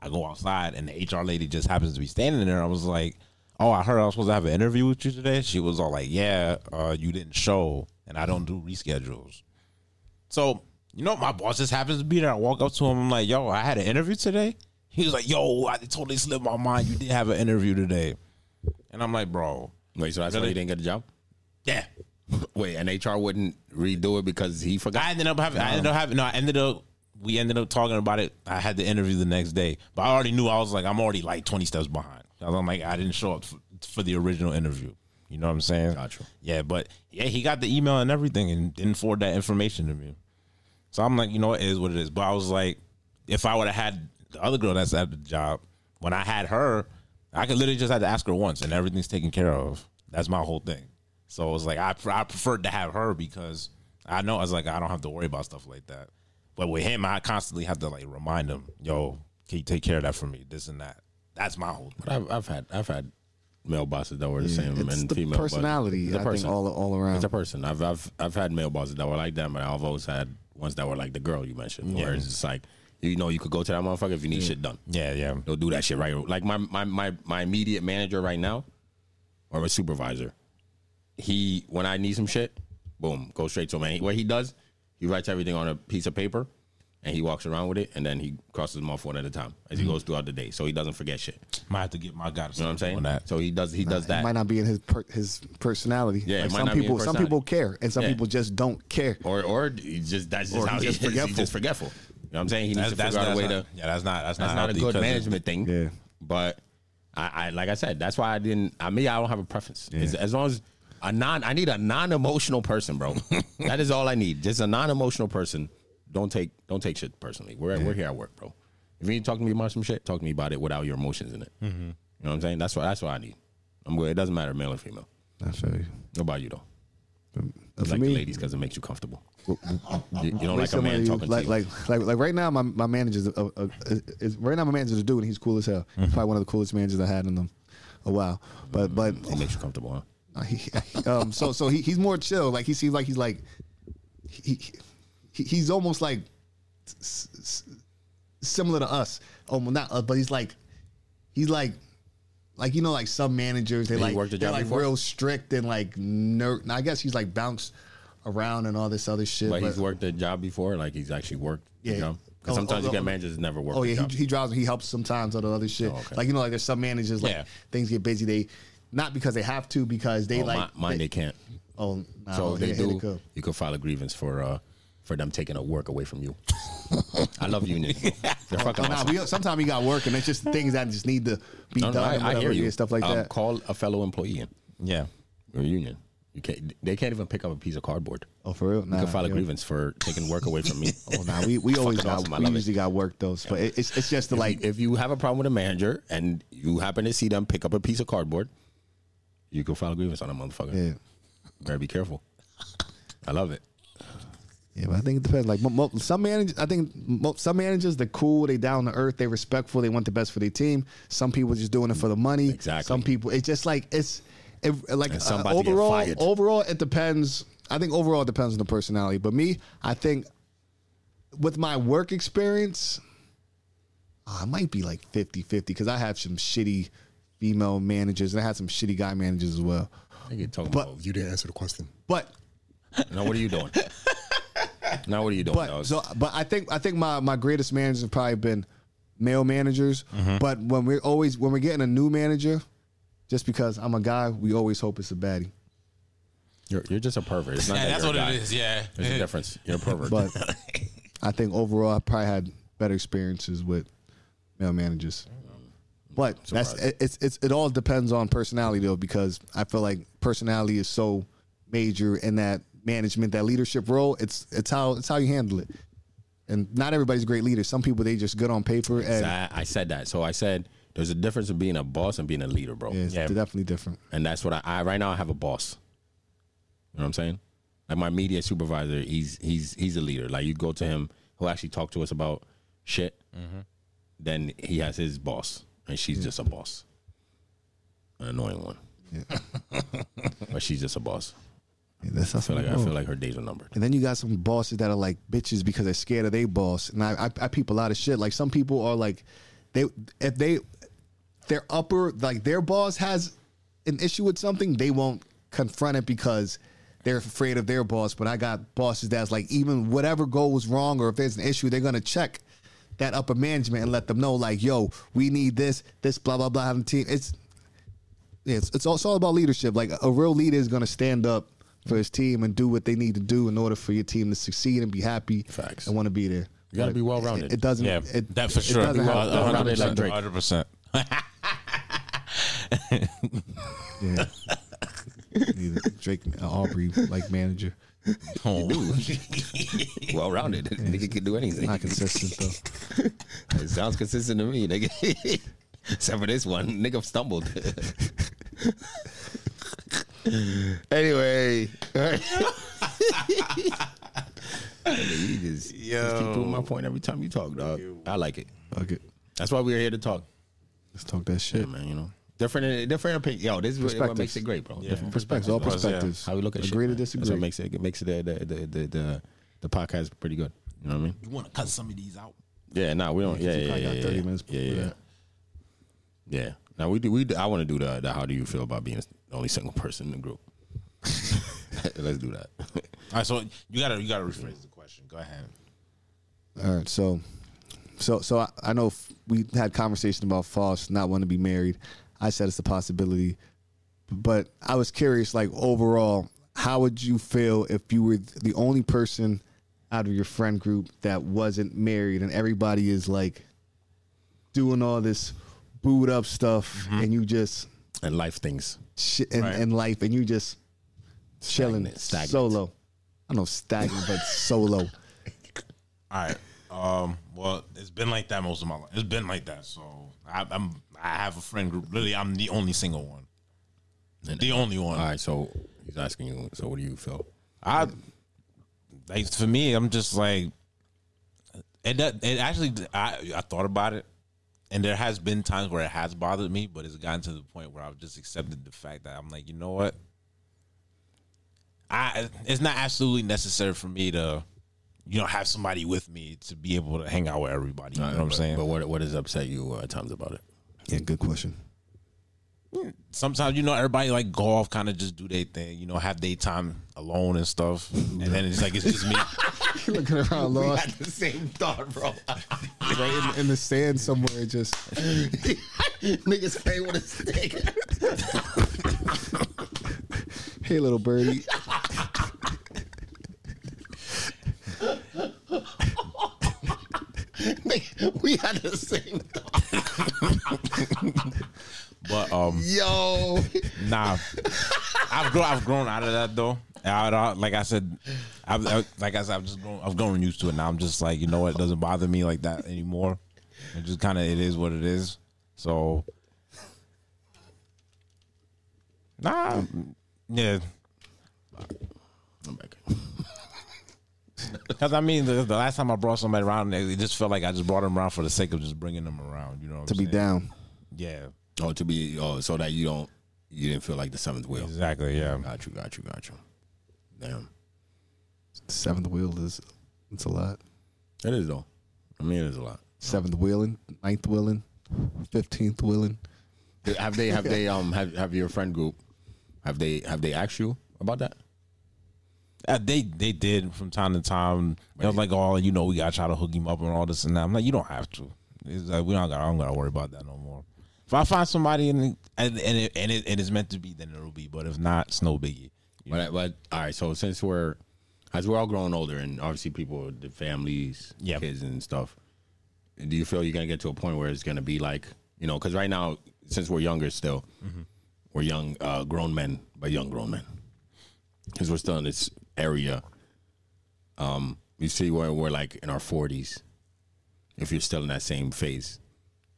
I go outside, and the HR lady just happens to be standing there. I was like, "Oh, I heard I was supposed to have an interview with you today." She was all like, "Yeah, uh, you didn't show, and I don't do reschedules." So, you know, my boss just happens to be there. I walk up to him. I'm like, yo, I had an interview today. He was like, "Yo, I totally slipped my mind. You did have an interview today," and I'm like, "Bro,
Wait, so that's why
Really?
he didn't get the job?
yeah."
Wait, and HR wouldn't redo it because he
I
forgot.
ended up having. I ended up having. No, I ended up. We ended up talking about it. I had the interview the next day, but I already knew I was like, I'm already like 20 steps behind. I was- I'm like, I didn't show up for, for the original interview. You know what I'm saying?
Gotcha.
Yeah, but yeah, he got the email and everything, and didn't forward that information to me. So I'm like, you know, it is what it is. But I was like, if I would have had the other girl that's at the job, when I had her, I could literally just had to ask her once, and everything's taken care of. That's my whole thing. So it was like I I preferred to have her because I know I was like I don't have to worry about stuff like that. But with him, I constantly have to like remind him, yo, can you take care of that for me? This and that. That's my whole. Thing.
I've, I've had I've had male bosses that were the same
It's
and
the
female bosses.
personality,
The
I think, all all
It's a
around.
person. I've I've I've had male bosses that were like that, but I've always had ones that were like the girl you mentioned. Where it's just like you know you could go to that motherfucker if you need shit done.
Yeah, yeah.
They'll do that shit right. Like my my my my immediate manager right now, or my supervisor, he when I need some shit, boom, go straight to him. And he- what he does, he writes everything on a piece of paper, and he walks around with it, and then he crosses them off one at a time as
Mm-hmm.
he goes throughout the day, so he doesn't forget shit.
Might have to get my guy.
You know what I'm saying?
On that.
So he does he does
It
that.
might not be in his per, his personality.
Yeah, it
like
might
some
not be in
people, some
personality.
people care, and some
Yeah.
people just don't care.
or or he just that's just
Or
how
he's
he
just
is. He's
forgetful.
just forgetful. You know what I'm saying? He needs
That's,
to
that's,
figure out a
that's
way
not,
to.
yeah, that's not that's,
That's
not,
not a
healthy
good
'cause it's-
management thing.
Yeah.
But I, I like I said, that's why I didn't. I mean, I don't have a preference. As, as long as a non, I need a non-emotional person, bro. that is all I need. Just a non-emotional person. Don't take don't take shit personally. We're at we're here at work, bro. If you need to talk to me about some shit, talk to me about it without your emotions in it.
Mm-hmm.
You know what I'm saying? That's what that's what I need. I'm good. It doesn't matter male or female.
I feel you. Um,
What about you though?
For
I like
me,
the ladies because it makes you comfortable. you, you don't like a
somebody
man
who-
talking
like,
to you.
Like, like, like right now, my my manager's a, a, a- is right now my manager's a dude, and he's cool as hell. He's probably one of the coolest managers I had in them a while. But but
it makes you comfortable, huh?
um, so so he, he's more chill. Like he seems like he's like he, he he's almost like s- s- similar to us. Oh, well, not us, but he's like he's like like you know like some managers they
Did he
like
work the
they're
job
like
before?
real strict and like nerd. Now, I guess he's like bounced around and all this other shit.
But
but-
he's worked a job before, like he's actually worked.
Yeah.
You know? 'Cause
Oh,
sometimes
oh,
you get
oh.
managers that never work.
Oh
a
yeah,
job. Oh,
he, he drives. He helps sometimes on the other shit.
okay.
Like you know, like there's some managers like
Yeah.
things get busy. They not because they have to, because they
Oh,
like.
mi- mine, they, can't.
oh, nah,
So if
here-
they
here
do.
go.
you can file a grievance for uh for them taking a work away from you. I love unions. They're fucking
Oh, nah,
awesome.
we, sometimes you got work, and it's just things that just need to be
No, no,
done.
I,
and
I hear
whatever,
you.
and stuff like
Um,
that.
Call a fellow employee in
yeah.
or union. You can't. They can't even pick up a piece of cardboard.
Oh, for real? Nah,
You can file a
yeah.
grievance for taking work away from me.
Oh, nah, we, we always got,
awesome. I
we
love it.
usually got work those, but it, it's it's just the like
like if you have a problem with a manager and you happen to see them pick up a piece of cardboard, you can file a grievance on a motherfucker.
yeah.
Better be careful. I love it.
Yeah, but I think it depends. Like mo- mo- some managers, I think mo- some managers they're cool, they down to earth, they respectful, they want the best for their team. Some people just doing it for the money.
Exactly.
Some people, it's just like it's it, like
And
uh,
some about to get
overall.
fired.
Overall, it depends. I think overall it depends on the personality. But me, I think with my work experience, I might be like 50 50 because I have some shitty female managers and I had some shitty guy managers as well.
I think you're talking
But-
about
oh, You didn't answer the question.
But
Now what are you doing? now what are you doing?
But
dog?
so, but I think I think my my greatest managers have probably been male managers. But when we're always when we're getting a new manager, just because I'm a guy, we always hope it's a baddie.
you're, you're just a pervert. It's not
Yeah,
that
that's
you're
what
a guy.
it is. Yeah.
There's a difference. You're a pervert.
But I think overall, I probably had better experiences with male managers. But that's it- it's it's it all depends on personality though, because I feel like personality is so major in that management, that leadership role. It's it's how it's how you handle it. And not everybody's a great leader. Some people they just good on paper and
I, I said that. So I said there's a difference of being a boss and being a leader, bro.
Yeah, it's
Yeah.
definitely different.
And that's what I, I right now I have a boss. You know what I'm saying? Like my media supervisor, he's he's he's a leader. Like you go to him, he'll actually talk to us about shit.
Mm-hmm.
Then he has his boss, and she's just a boss, an annoying one. but she's just a boss.
Yeah, that's
I feel like
Oh.
I feel like her days are numbered.
And then you got some bosses that are like bitches because they're scared of their boss. And I, I, I peep a lot of shit. Like some people are like, they if they their upper like their boss has an issue with something, they won't confront it because they're afraid of their boss. But I got bosses that's like even whatever goes wrong or if there's an issue, they're gonna check that upper management and let them know like, yo, we need this, this, blah blah blah. On the team, it's yeah, it's, it's, all, it's all about leadership. Like a real leader is going to stand up for his team and do what they need to do in order for your team to succeed and be happy
Facts.
and want to be there. You
gotta be well-rounded.
It, it doesn't.
Yeah,
it,
that for sure.
It doesn't have,
Well-
well-rounded.
like Drake.
Hundred percent.
Neither Drake uh, Aubrey like manager.
Oh, well rounded. Nigga can do anything.
Not consistent though.
It sounds consistent to me, nigga. Except for this one, nigga stumbled. anyway, you just, just keep proving my point every time you talk, dog. I like it.
Okay,
That's why we're here to talk,
let's talk that shit.
man. You know, different, different opinion. Yo, this is what
Perspectives.
makes it great, bro. Different
Perspectives, all
Yeah.
perspectives.
how we look at shit,
agree to
man. That's
disagree.
what makes it, it makes the the the the, the, the podcast pretty good. You know what I mean?
You want to cut some of these out?
Yeah, nah, we don't. Yeah,
you
yeah,
probably
yeah,
got
yeah,
30
yeah.
minutes
Yeah,
for
yeah.
that.
Yeah. Now we do. We do, I want to do the, the. How do you feel about being the only single person in the group? Let's do that.
All right, so you gotta you gotta rephrase the question. Go ahead.
All right, so, so, so I, I know f- we had conversation about Foss not wanting to be married. I said it's a possibility, but I was curious, like overall, how would you feel if you were the only person out of your friend group that wasn't married, and everybody is like doing all this booed up stuff, and you just
And life things.
shit in, in life, and you just chilling
Stagnant, stagnant.
solo. I don't know stagnant, but solo.
All right. Um. Well, it's been like that most of my life. It's been like that. So I, I'm I have a friend group. Really, I'm the only single one. The only one.
All right. So he's asking you. So what do you feel?
I like for me, I'm just like it. does- It actually, I I thought about it, and there has been times where it has bothered me, but it's gotten to the point where I've just accepted the fact that I'm like, you know what, I it's not absolutely necessary for me to, you know, have somebody with me to be able to hang out with everybody. You know what I'm
But-
saying?
But what what does upset you uh, at times about it?
Yeah, good question.
sometimes you know everybody like go off, kind of just do their thing, you know, have their time alone and stuff, and then it's like it's just me.
Looking around, lost.
the same thought, bro.
right in, in the sand somewhere. Just
Niggas ain't want to stick.
hey, little birdie.
we had the same thought.
But um,
Yo.
Nah, I've grown. I've grown out of that though. Out, out, like I said, I've, I, like I said, I've just grown. I've grown used to it now. I'm just like, you know what? It doesn't bother me like that anymore. It just kind of it is what it is. So, nah, yeah.
I'm back.
Because I mean, the, the last time I brought somebody around, it it just felt like I just brought them around for the sake of just bringing them around. You know, what
to
I'm
be
saying?
down.
Yeah,
Oh, to be oh, so that you don't you didn't feel like the seventh wheel.
exactly. Yeah.
Got you. Got you. Got you. Damn.
Seventh wheel is it's a lot.
It is though. I mean, it is a lot.
Seventh wheeling, ninth wheeling, fifteenth wheeling.
Have they have they um have have your friend group? Have they have they asked you about that?
Uh, they they did from time to time. They was like, "Oh, you know, we gotta try to hook him up and all this and that." I'm like, "You don't have to. It's like we don't got. I don't gotta worry about that no more. If I find somebody and and and it, and, it, and it's meant to be, then it'll be. But if not, it's no biggie.
But, but all right, so since we're as we're all growing older, and obviously people, the families,
Yeah.
kids, and stuff, do you feel you're gonna get to a point where it's gonna be like you know? Because right now, since we're younger still, we're young, uh, grown men, but young grown men, because we're still in this area. Um, you see, where we're like in our forties. If you're still in that same phase,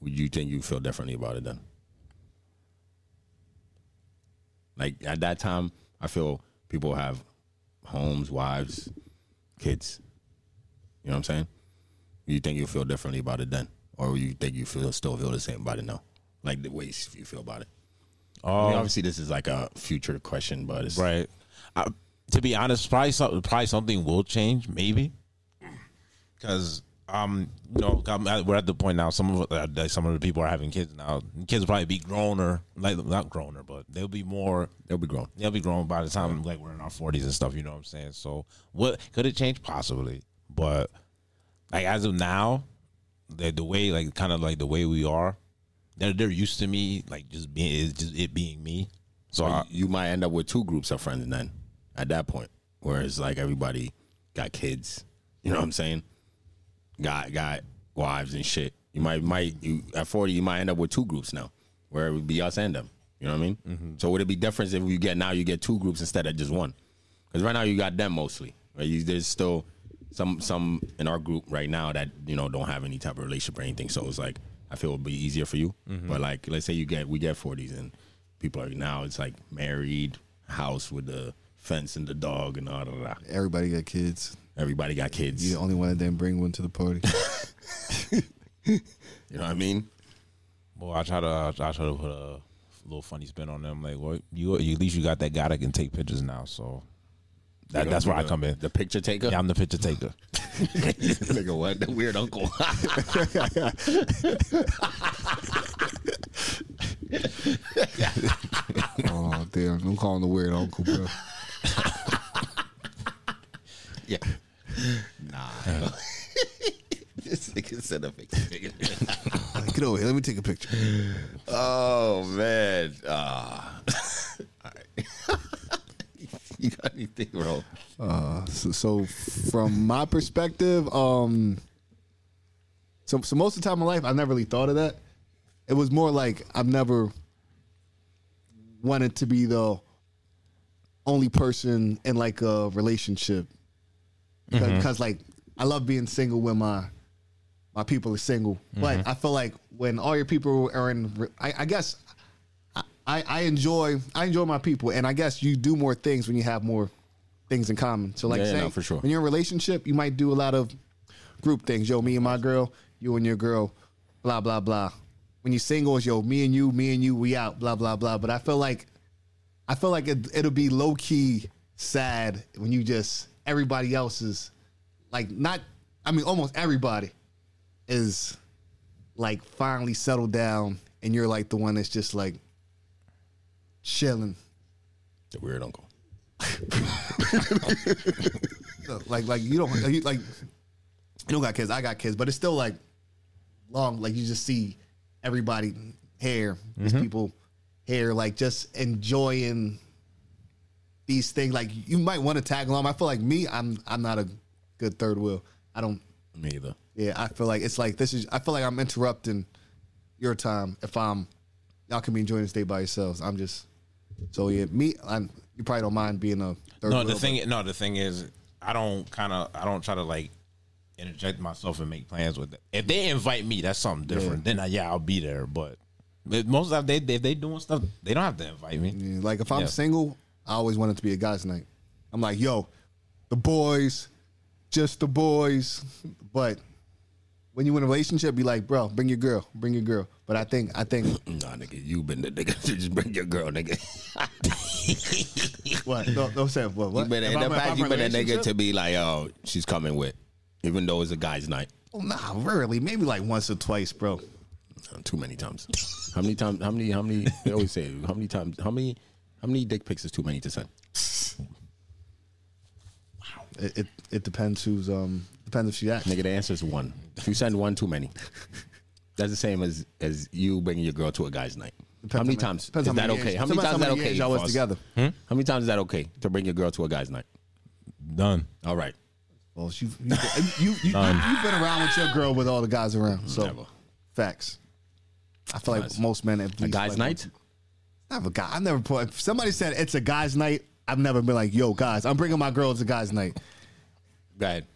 would you think you feel differently about it then? Like at that time, I feel people have homes, wives, kids. You know what I'm saying? You think you feel differently about it then, or you think you feel still feel the same about it now? Like the ways you feel about it. I mean,
Oh,
obviously, this is like a future question, but it's
right. I, to be honest, probably something probably something will change, maybe, because um, you know, I'm at- we're at the point now. Some of uh, like, some of the people are having kids now. Kids will probably be growner, like not growner, but they'll be more
they'll be grown.
they'll be grown by the time like we're in our forties and stuff. You know what I'm saying? So what could it change? Possibly, but like as of now, the, the way like kind of like the way we are, they're they're used to me like just being it's just it being me. So I,
you might end up with two groups of friends then at that point where it's like everybody got kids you know what i'm saying got got wives and shit you might might you at 40 you might end up with two groups now where it would be us and them you know what i mean so would it be different if you get now you get two groups instead of just one because right now you got them mostly right you, there's still some some in our group right now that you know don't have any type of relationship or anything so it's like i feel it would be easier for you but like let's say you get we get 40s and people are now it's like married house with the fence and the dog and all of that
Everybody got kids.
everybody got kids
You the only one that didn't bring one to the party.
you know what i mean
well, I try to I try to put a little funny spin on them. Like, well, you, you at least you got that guy that can take pictures now. So that, that's where I come in.
the picture taker
Yeah, I'm the picture taker.
nigga what the weird uncle
oh damn! I'm calling the weird uncle, bro.
yeah nah this nigga said a picture taker
Like, Get over here. Let me take a picture.
Oh man. Ah. All right. you got anything, bro?
So, so from my perspective, um, so so most of the time in life, I never really thought of that. It was more like I've never wanted to be the only person in like a relationship because like I love being single when my my people are single, but
Mm-hmm.
I feel like when all your people are in, re- I, I guess. I- I, I enjoy I enjoy my people, and I guess you do more things when you have more things in common. So, like,
Yeah, yeah,
say
no, for sure.
when you're in a relationship, you might do a lot of group things. Yo, me and my girl, you and your girl, blah blah blah. When you're single, it's yo, me and you, me and you, we out, blah blah blah. But I feel like I feel like it, it'll be low key sad when you just everybody else is like not. I mean, almost everybody is like finally settled down, and you're like the one that's just like chilling,
The weird uncle.
No, like like you don't you, like you don't got kids. I got kids, but it's still like long. Like you just see everybody here, these people here, like just enjoying these things. Like you might want to tag along. I feel like me, I'm I'm not a good third wheel. I don't
Me either.
Yeah, I feel like it's like this is. I feel like I'm interrupting your time if I'm. Y'all can be enjoying this day by yourselves. I'm just. So yeah, me. I'm, you probably don't mind being a. Third
No,
wheel,
the thing no, the thing is, I don't kind of I don't try to like interject myself and make plans with them. If they invite me, that's something different. Then I, yeah, I'll be there. But, but most of the time, they if they doing stuff, they don't have to invite me.
but, yeah, like if I'm
Yeah.
single, I always want it to be a guys' night. I'm like, yo, the boys, just the boys. But when you in a relationship, be like, bro, bring your girl, bring your girl. But I think, I think
Nah, nigga, you been the nigga. to Just bring your girl, nigga.
what? No, no sense. What? what?
You been,
If
in the
I'm- if
past,
I'm
you
in a
been a nigga
relationship?
to be like, oh, she's coming with, even though it's a guy's night.
Oh, nah, rarely. Maybe like once or twice, bro.
Uh, Too many times. How many times? How many? How many? They always say, how many times? How many? How many dick pics is too many to send?
It, it it depends who's um depends if she acts.
Nigga, the answer is one. If you send one, too many. That's the same as as you bringing your girl to a guy's night. how many
on-
times
depends
is
on
that
many
okay?
years-
How many
depends
times
on
is that
many
okay?
years y'all was
for us?
together.
How many times is that okay to bring your girl to a guy's night?
Done.
All right.
Well, you you you, you, have been around with your girl with all the guys around. So
Never.
facts. I feel like most men at least
A guy's
like,
night?
I have a guy. I never put. If somebody said it's a guy's night, I've never been like, yo, guys, I'm bringing my girl to guys' night.
Go ahead.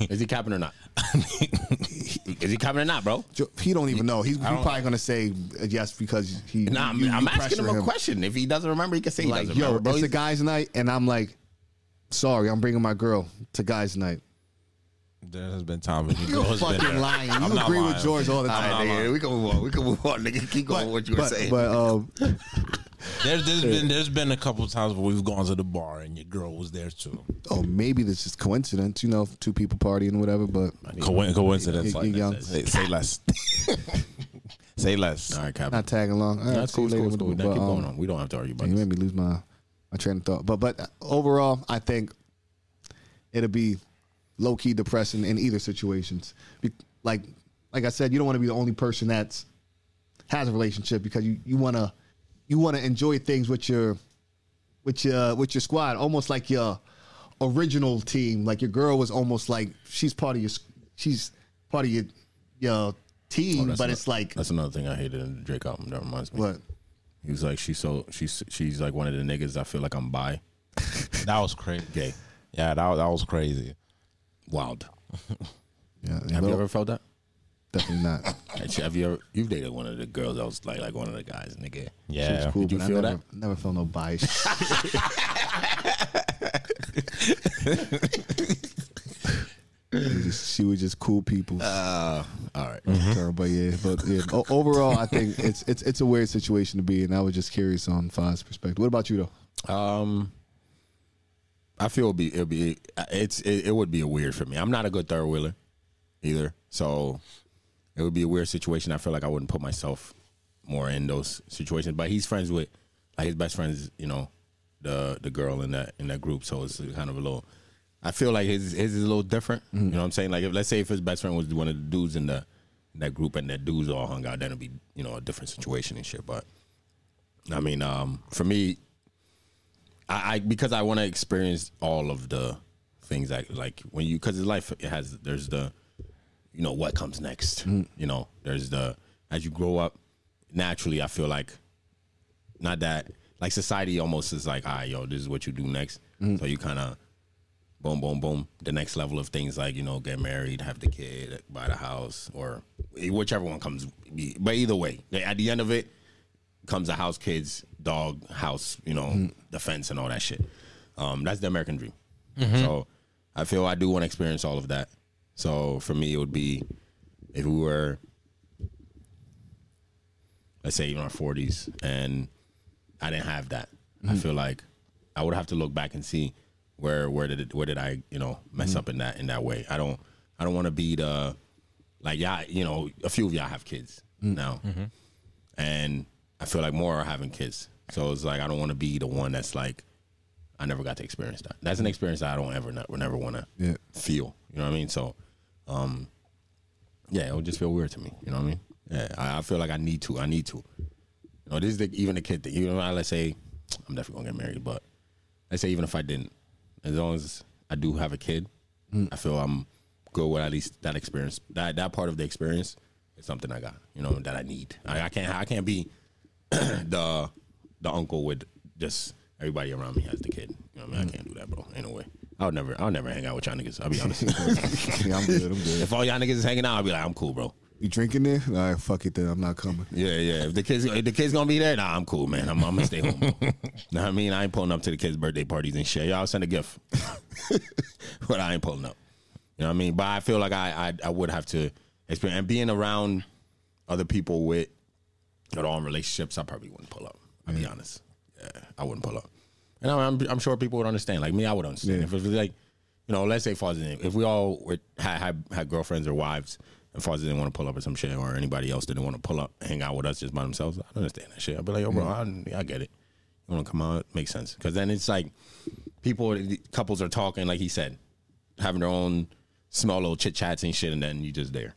Is he capping or not? Is he capping or not, bro?
Jo- He don't even know. He's, he's probably gonna say yes because he.
Nah, I'm,
you-
I'm
you
asking him
pressure
a question. If he doesn't remember, he can say he
Like,
doesn't
yo,
remember, bro.
it's a
He's-
guys' night, and I'm like, sorry, I'm bringing my girl to guys' night.
There has been time when
You're fucking lying. You agree with George all the
All right,
time.
nigga, we can move on. We can move on, nigga. Keep going with what you were
but,
saying.
but um,
uh,
There's, there's been there's been a couple times where we've gone to the bar and your girl was there too.
oh, maybe this is coincidence. You know, two people partying, or whatever. But
Coin- coincidence.
You- you young.
Say, say less. say less.
All right, capping.
not tagging along. All right,
That's
see
cool.
you
It's
later
cool.
with
It's
the-
cool. Now
but,
keep
um,
going on. We don't have to argue about
You
this.
made me lose my my train of thought. But but overall, I think it'll be low key depressing in either situations. Be, like like I said, you don't want to be the only person that's has a relationship because you you want to you want to enjoy things with your with your with your squad, almost like your original team. Like your girl was almost like she's part of your s- she's part of your your team, but it's like
Oh, that's another thing I hated in the Drake album. That reminds me.
what
He was like, she's so she's she's like one of the niggas. I feel like I'm bi.
That was crazy. Yeah, that was, that was crazy.
Wild.
yeah,
Have you ever felt that?
definitely not.
Have you ever you've dated one of the girls that was like like one of the guys, nigga?
Yeah.
Cool,
Did you
but
feel
I
that?
never, Never felt no bias. she was just cool people. Uh, Mm-hmm.
All right.
Sorry, but yeah, but yeah. o- overall, I think it's it's it's a weird situation to be in. I was just curious on Fon's perspective. What about you though?
Um, I feel it'd be it'd be it's it, it would be weird for me. I'm not a good third wheeler either, so it would be a weird situation. I feel like I wouldn't put myself more in those situations. But he's friends with like his best friends, you know, the the girl in that in that group. So it's kind of a little. I feel like his his is a little different. You know what I'm saying? Like if let's say if his best friend was one of the dudes in the in that group and the dudes all hung out, then it'd be you know a different situation and shit. But I mean, um, for me, I, I because I want to experience all of the things that like when you because life it has there's the you know what comes next you know there's the as you grow up naturally I feel like not that like society almost is like ah yo this is what you do next so you kind of boom boom boom the next level of things like you know get married have the kid buy the house or whichever one comes but either way at the end of it comes a house, kids, dog, house, you know, the fence and all that shit. Um, that's the American dream. Mm-hmm. So I feel I do want to experience all of that. So for me, it would be if we were, let's say, in our forties, and I didn't have that. I feel like I would have to look back and see where where did it, where did I you know mess up in that in that way. I don't I don't want to be the like y'all you know a few of y'all have kids now and I feel like more are having kids. So it's like I don't want to be the one that's like I never got to experience that. That's an experience that I don't ever never, never want to
Yeah.
feel. You know what I mean? So, um, yeah, it would just feel weird to me. You know what I mean? Yeah, I, I feel like I need to. I need to. You know, this is the, even the kid thing. You know, let's say I'm definitely gonna get married, but let's say even if I didn't, as long as I do have a kid, I feel I'm good with at least that experience. That that part of the experience is something I got. You know that I need. I, I can't. I can't be the the uncle with just everybody around me has the kid. You know what I mean? I can't do that, bro. Ain't no way. I'll never. I'll never hang out with y'all niggas. I'll be honest.
Yeah, I'm good. I'm good.
if all y'all niggas is hanging out, I'll be like, I'm cool, bro.
You drinking there? All right, fuck it then. I'm not coming.
Yeah, yeah. If the kids, if the kids gonna be there, nah, I'm cool, man. I'm, I'm gonna stay home. know what I mean? I ain't pulling up to the kids' birthday parties and shit. Y'all send a gift, but I ain't pulling up. You know what I mean? But I feel like I, I, I would have to experience and being around other people with at all in relationships. I probably wouldn't pull up. I'll be honest. Yeah, I wouldn't pull up. And I'm, I'm, I'm sure people would understand. Like me, I would understand. If it was like, you know, let's say Father's Day, if we all were, had, had had girlfriends or wives, and Father didn't want to pull up or some shit, or anybody else didn't want to pull up, hang out with us just by themselves, I understand that shit. I'd be like, yo, bro, I, I get it. You want to come out? Makes sense. Because then it's like people, couples are talking, like he said, having their own small little chit chats and shit, and then you just there.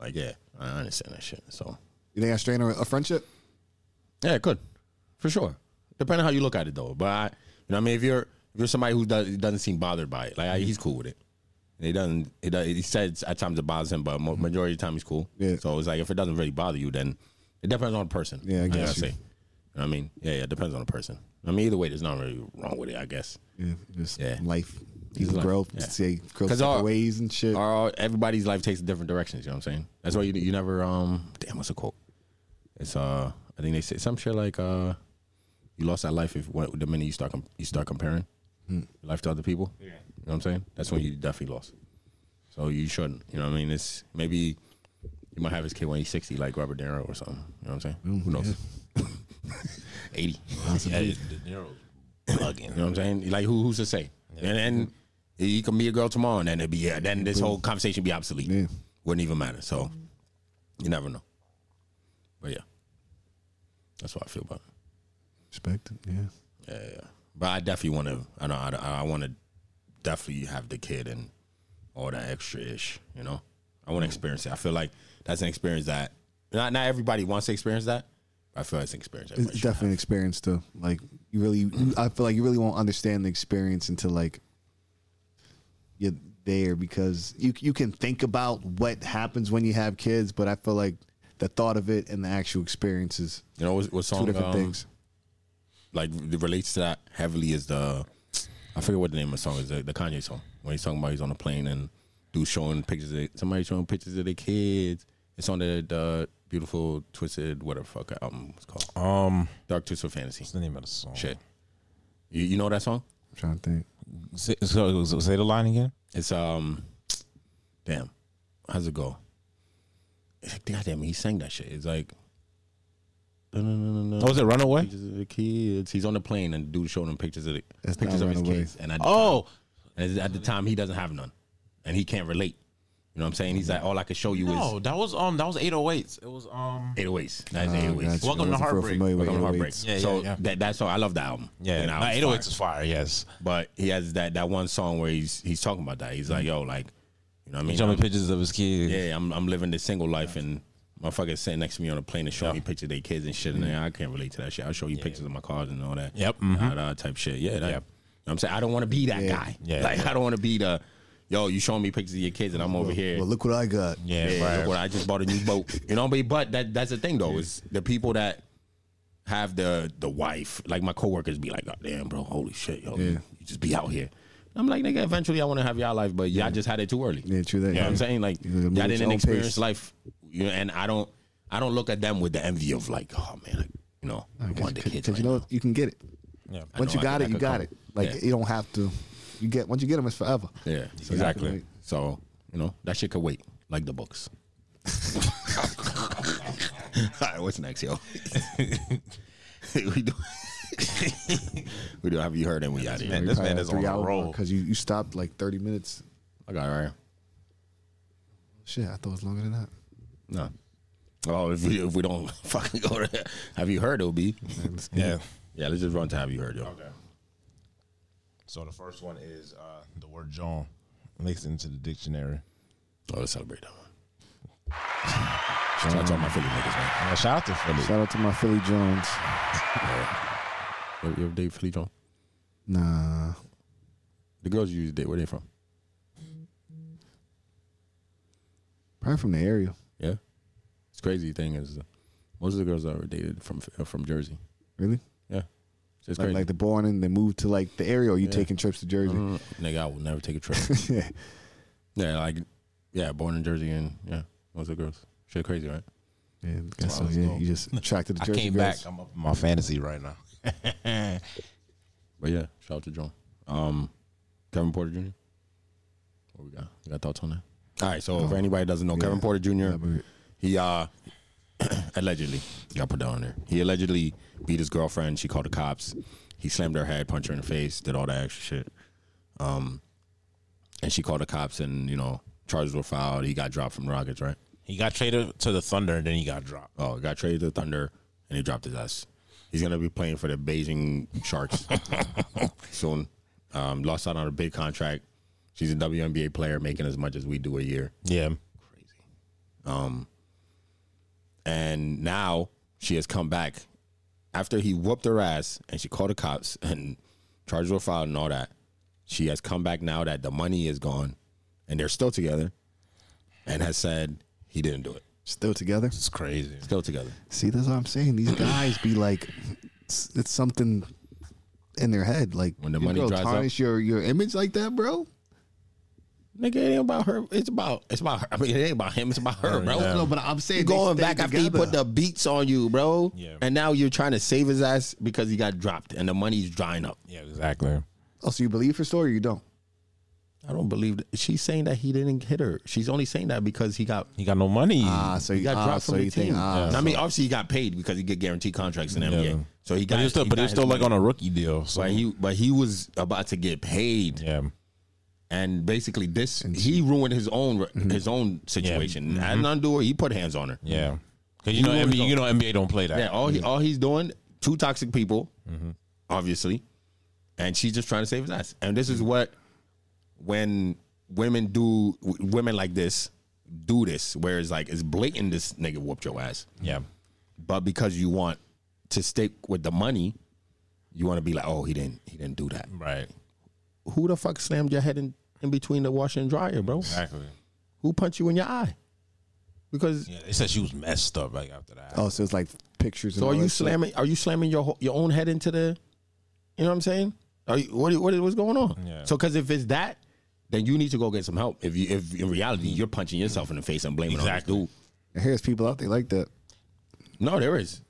Like, yeah, I understand that shit. So
You think I strain a, a friendship?
yeah, it could, for sure. Depending on how you look at it, though. But I, you know, what I mean, if you're if you're somebody who does, doesn't seem bothered by it, like I, he's cool with it. He doesn't. He, does, he said at times it bothers him, but mo- majority of the time he's cool.
Mm-hmm. Yeah.
So it's like if it doesn't really bother you, then it depends on the person.
Yeah, I
like
guess you.
say. You know what I mean, yeah, yeah, it depends on the person. I mean, either way, there's nothing really wrong with it, I guess.
Yeah, just
Yeah.
life.
Just
People
life,
grow,
yeah.
say grow
'Cause
different
all-
ways and shit.
Our, our- everybody's life takes different directions. You know what I'm saying? That's why you you never um. Damn, what's a quote? It's uh, I think they say some shit like uh, you lost that life if what, the minute you start com- you start comparing your life to other people. Yeah, you know what I'm saying? That's when you definitely lost. So you shouldn't. You know what I mean? It's maybe you might have his kid when he's 60, like Robert De Niro or something. You know what I'm saying? Who knows? 80.
Yeah, De Niro's bugging.
You know what I'm saying? Like who who's to say? And then you can meet a girl tomorrow, and then it'd be yeah, then this whole conversation be obsolete.
Yeah.
Wouldn't even matter. So you never know. But yeah, that's what I feel about. it.
Respect it. Yeah.
Yeah, yeah. But I definitely want to. I don't. I, don't- I want to definitely have the kid and all that extra ish. You know, I want to experience it. I feel like that's an experience that not not everybody wants to experience that. But I feel it's an experience.
It's
everybody should
definitely an experience too. Like you really, you- I feel like you really won't understand the experience until like you're there because you you can think about what happens when you have kids, but I feel like the thought of it and the actual experience is
have. You know what, what
two
song?
different
um,
things.
like it relates to that heavily is the I forget what the name of the song is the, the Kanye song when he's talking about he's on a plane and dudes showing pictures of somebody showing pictures of their kids. It's on the, the beautiful twisted whatever fuck album it's called
Um,
Dark Twisted Fantasy.
what's the name of the song?
Shit, you, you know that song?
I'm trying to think.
Say, so, so say the line again.
It's um, damn, how's it go? It's like, God damn, he sang that shit. It's like, no, no, no, no, no.
Oh, is it Runaway?
Pictures of the kids. He's on the plane and dude showing him pictures of the
That's
pictures
not
of his
Runaway.
kids. And I
Oh,
And at the time, he doesn't have none, and he can't relate. You know what I'm saying? He's like, all I can show you
no,
is
that was um, that was 808s. It was um,
808s. That's
Oh,
808s.
gotcha. I
Welcome to
wasn't real
Heartbreak.
familiar with
Welcome to Heartbreak.
808s.
Yeah, yeah,
so
yeah.
That, that song, I love that album.
yeah,
And
no,
I was
808s
fire.
is fire. Yes,
But he has that that one song where he's he's talking about that. He's like, yo, like, you know what I mean?
showed me
I'm-
pictures of his kids.
yeah, I'm I'm living this single life and. Motherfuckers sitting next to me on a plane and showing me pictures of their kids and shit, and I can't relate to that shit. I'll show you pictures of my cars and all that.
Yep,
Nah,
mhm.
that type shit. Yeah, that,
Yep.
you know what I'm saying I don't want to be that
Yeah.
guy.
Yeah,
like
yeah.
I don't want to be the, yo, you showing me pictures of your kids and I'm over here.
Well, look what I got.
yeah,
Yeah,
right.
look what I just bought a new boat. You know, but but that that's the thing though is the people that have the the wife, like my coworkers, be like, oh, damn, bro, holy shit, yo, you, you just be out here. I'm like, nigga, eventually I want to have y'all life, but y'all just had it too early.
Yeah, true that.
You know what I'm saying? Like, y'all
You gotta move at your
didn't
own
experience
pace.
life, you know, and I don't, I don't look at them with the envy of like, oh man, like, you know, I
Because
want the kids.
you
right
know
now.
what? you can get it.
yeah.
Once you
know I
got
could-
it,
I
you
could
got
come.
it. Like
Yeah.
you don't have to. You get once you get them, it's forever.
Yeah,
So you
exactly.
can, like,
So you know that shit could wait, like the books. All right, what's next, yo? we do. we do. Have you heard? And we out
Man,
here.
this
probably
man
a
is on a
three-hour
roll.
because you you stopped like thirty minutes.
I got it right. here.
Shit, I thought it was longer than that.
No. Oh, if we, if we don't fucking go to have you heard, it'll be.
Yeah.
Yeah, let's just run to have you heard, yo.
Okay. So the first one is uh, the word John mixed into the dictionary.
Oh, let's celebrate that one. Shout out to all my Philly niggas, man.
Yeah, shout out to Philly.
Shout out to my Philly Jones.
You ever, you ever date Philly John?
Nah,
The girls you used to date, where they from?
probably from the area.
Yeah. It's crazy thing is, uh, most of the girls I ever dated from uh, from Jersey.
Really?
Yeah. It's just
Like,
crazy.
like the born and they moved to like the area. Or you
Yeah.
taking trips to Jersey?
Mm, nigga, I will never take a trip.
yeah.
yeah, like, yeah, born in Jersey and yeah, most of the girls. Shit crazy, right?
Yeah, I guess
That's why
so,
I was
yeah.
dope.
You just attracted to
I
Jersey
came
girls.
back. I'm up in my fantasy right now.
But yeah, shout out to John. Um, Kevin Porter Jr. What we got? You got thoughts on that? All right, so
Um,
if anybody doesn't know, Kevin Porter Jr.
but-
he uh allegedly got put down there. He allegedly beat his girlfriend. She called the cops. He slammed her head, punched her in the face, did all that extra shit. Um, and she called the cops, and you know charges were filed. He got dropped from the Rockets, right?
He got traded to the Thunder and then he got dropped.
Oh, he got traded to the Thunder, and he dropped his ass. He's gonna be playing for the Beijing Sharks soon. Um, lost out on a big contract. She's a WNBA player, making as much as we do a year.
Yeah.
and now she has come back after he whooped her ass and she called the cops and charges were filed and all that. She has come back now that the money is gone and they're still together and has said he didn't do it.
Still together?
It's crazy.
Still together.
See, that's what I'm saying. These guys be like, it's, it's something in their head. Like
When the
your
money
girl
dries up.
tarnish your your image like that, bro.
Nigga, it ain't about her. It's about it's about her. I mean, it ain't about him. It's about her, bro.
No, but I'm saying
You
they
going
stay
back after he
together.
put the beats on you, bro.
Yeah.
And now you're trying to save his ass because he got dropped and the money's drying up.
Yeah, exactly.
Oh, so you believe her story? or You don't?
I don't believe that. She's saying that he didn't hit her. She's only saying that because he got
He got no money.
Ah, so
He
you
got
ah,
dropped
so
from the
you
team.
think, ah,
I mean, obviously he got paid because he get guaranteed contracts in the
Yeah.
NBA. So he got,
but he was still,
he
but he
got
was still
his
like
money.
on a rookie deal. So
But he, but he was about to get paid,
yeah.
and basically this, he ruined his own his own situation. Had nothing to do with it. He put hands on her.
Mm-hmm. Yeah. Cause you know,
knew it was
NBA, you know, NBA don't play that.
Yeah, all he all he's doing two toxic people,
Mm-hmm.
obviously, and she's just trying to save his ass. And this is what when women do w- women like this do this, where it's like it's blatant. This nigga whooped your ass,
Yeah.
but because you want to stick with the money, you want to be like, oh, he didn't, he didn't do that.
Right.
Who the fuck slammed your head in, in between the washer and dryer, bro?
Exactly.
Who punched you in your eye? Because
Yeah. They said she was messed up like after that.
Oh, so it's like pictures. and
So are
all
you
that
uh,
shit.
slamming? Are you slamming your ho- your own head into the? You know what I'm saying? Are you what? What what's going on?
Yeah.
So because if it's that, then you need to go get some help. If you if in reality you're punching yourself in the face and blaming
Exactly.
on this
And Here's people out there like that.
dude. No, there is.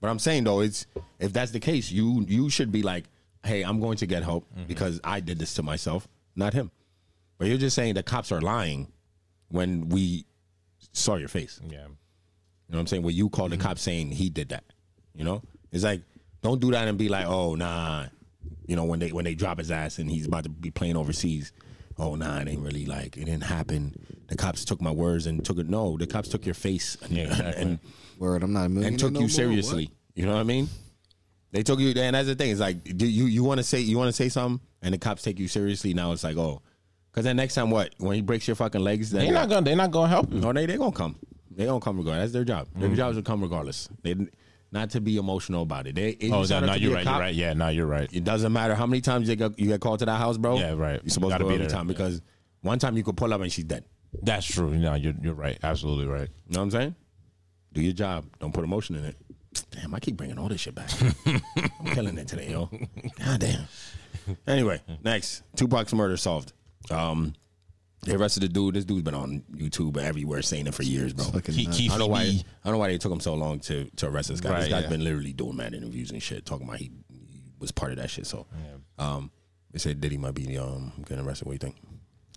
But I'm saying though, it's if that's the case, you you should be like, hey, I'm going to get help because I did this to myself, not him. But you're just saying the cops are lying when we saw your face.
Yeah.
You know what I'm saying? Where you call the cop saying he did that. You know? It's like, don't do that and be like, oh nah. You know, when they when they drop his ass and he's about to be playing overseas, oh nah, it ain't really like it didn't happen. The cops took my words and took it. No, the cops took your face and and,
Word, I'm not a millionaire
and took
no
you
more,
seriously. You know what I mean? They took you and that's the thing, it's like do you you wanna say you wanna say something and the cops take you seriously, now it's like, oh. Cause then next time what? When he breaks your fucking legs, then
They're not gonna. They're not gonna Mm-hmm. help you.
no, they they gonna come. They gonna come regardless. That's their job. Their jobs will come regardless. They not to be emotional about it. They, if you
Oh,
sign
no,
up
no,
to be
you're
a
right.
cop,
You're right. Yeah, no, you're right.
It doesn't matter how many times you get you get called to that house, bro.
Yeah, right.
You're supposed
Gotta
to
be
be every
there.
time because one time you could pull up and she's dead.
That's true. No, you're you're right. Absolutely right.
You know what I'm saying? Do your job. Don't put emotion in it. Damn, I keep bringing all this shit back. I'm killing it today, yo. God damn. Anyway, next Tupac's murder solved. Um, they arrested the dude. This dude's been on YouTube everywhere saying it for years, bro.
Fucking
Keep,
nuts.
I don't know why.
why.
I don't know why they took him so long to to arrest this guy. this
Right,
guy's
yeah.
been literally doing mad interviews and shit, talking about he, he was part of that shit. So, um, they said Diddy might be um getting arrested. What do you think?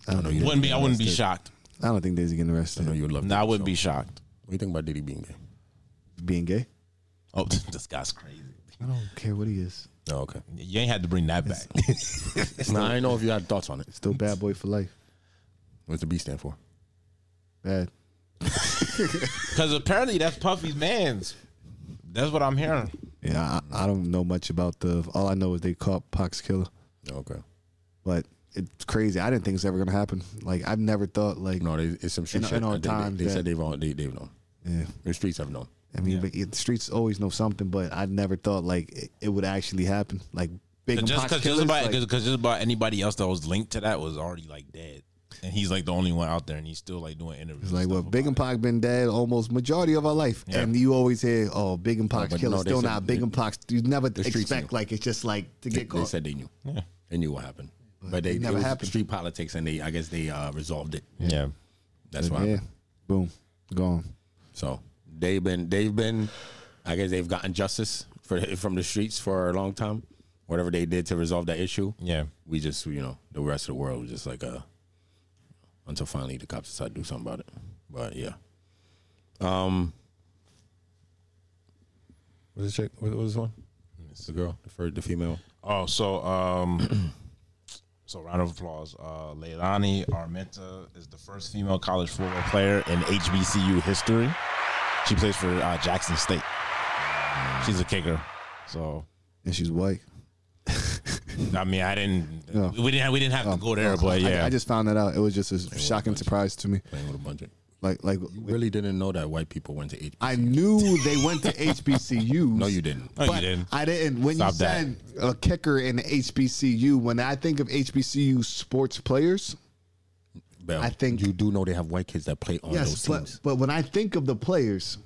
I don't know. You
Wouldn't be. I wouldn't be shocked.
I don't think Dizzy getting
I know
arrested
you would love.
No,
Diddy,
I wouldn't
so.
be shocked.
What do you think about Diddy being gay?
for being gay.
Oh, this guy's crazy.
I don't care what he is.
Oh, okay.
You ain't had to bring that back.
Now I know if you had thoughts on it.
Still bad boy for life.
What's the B stand for?
Bad.
Because apparently that's Puffy's man's. That's what I'm hearing.
Yeah, I, I don't know much about the. All I know is they caught Pox Killer,
Okay.
but it's crazy. I didn't think it was ever gonna happen. Like I've never thought like.
No, they, it's some shit.
In-
shit.
in our
I think they-
times
they,
that-
said they've all they, they've known.
Yeah,
The streets have known.
I mean, but it, the streets always know something, but I never thought like it, it would actually happen. Like big
Just
Pox
because
Killers.
just, about,
like,
'cause- 'cause just about anybody else that was linked to that was already like dead. And he's like the only one out there and he's still like doing interviews.
It's like
and
well,
stuff
Big and
about
Pac been dead almost majority of our life,
Yeah.
and you always hear, "Oh, Big and Pac's
but
killer."
no, they
Still
said
not Big
they-
and Pac's. You never
streets
expect
knew.
like it's just like to
They,
get
they
caught.
said they knew. Yeah. They knew what happened. But, they
it never
it was
happened.
Street politics, and they I guess they uh, resolved it.
it. Yeah.
That's why.
yeah, boom, gone.
So they've been they've been I guess they've gotten justice for from the streets for a long time. Whatever they did to resolve that issue.
Yeah.
We just you know, the rest of the world was just like uh until finally the cops decide to do something about it. But yeah. Um was this chick what was this one? The girl, the first, the female.
Oh, so um so round of applause. Uh Leilani Armenta is the first female college football player in HBCU history. She plays for uh, Jackson State. She's a kicker. So
And she's white.
I mean, I didn't.
No.
We didn't. Have, we didn't have to go there,
Oh,
but
I-
yeah,
I, just found that out. It was just a shocking surprise to me.
Playing with a bunch of
Like, like
really didn't know that white people went to H.
I knew they went to HBCU.
No, you didn't.
No, you
but
didn't.
I didn't. When
Stop
you
that.
said a kicker in HBCU, when I think of HBCU sports players,
Bell,
I think-
you do know they have white kids that play on
yes,
those
but,
teams.
but when I think of the players,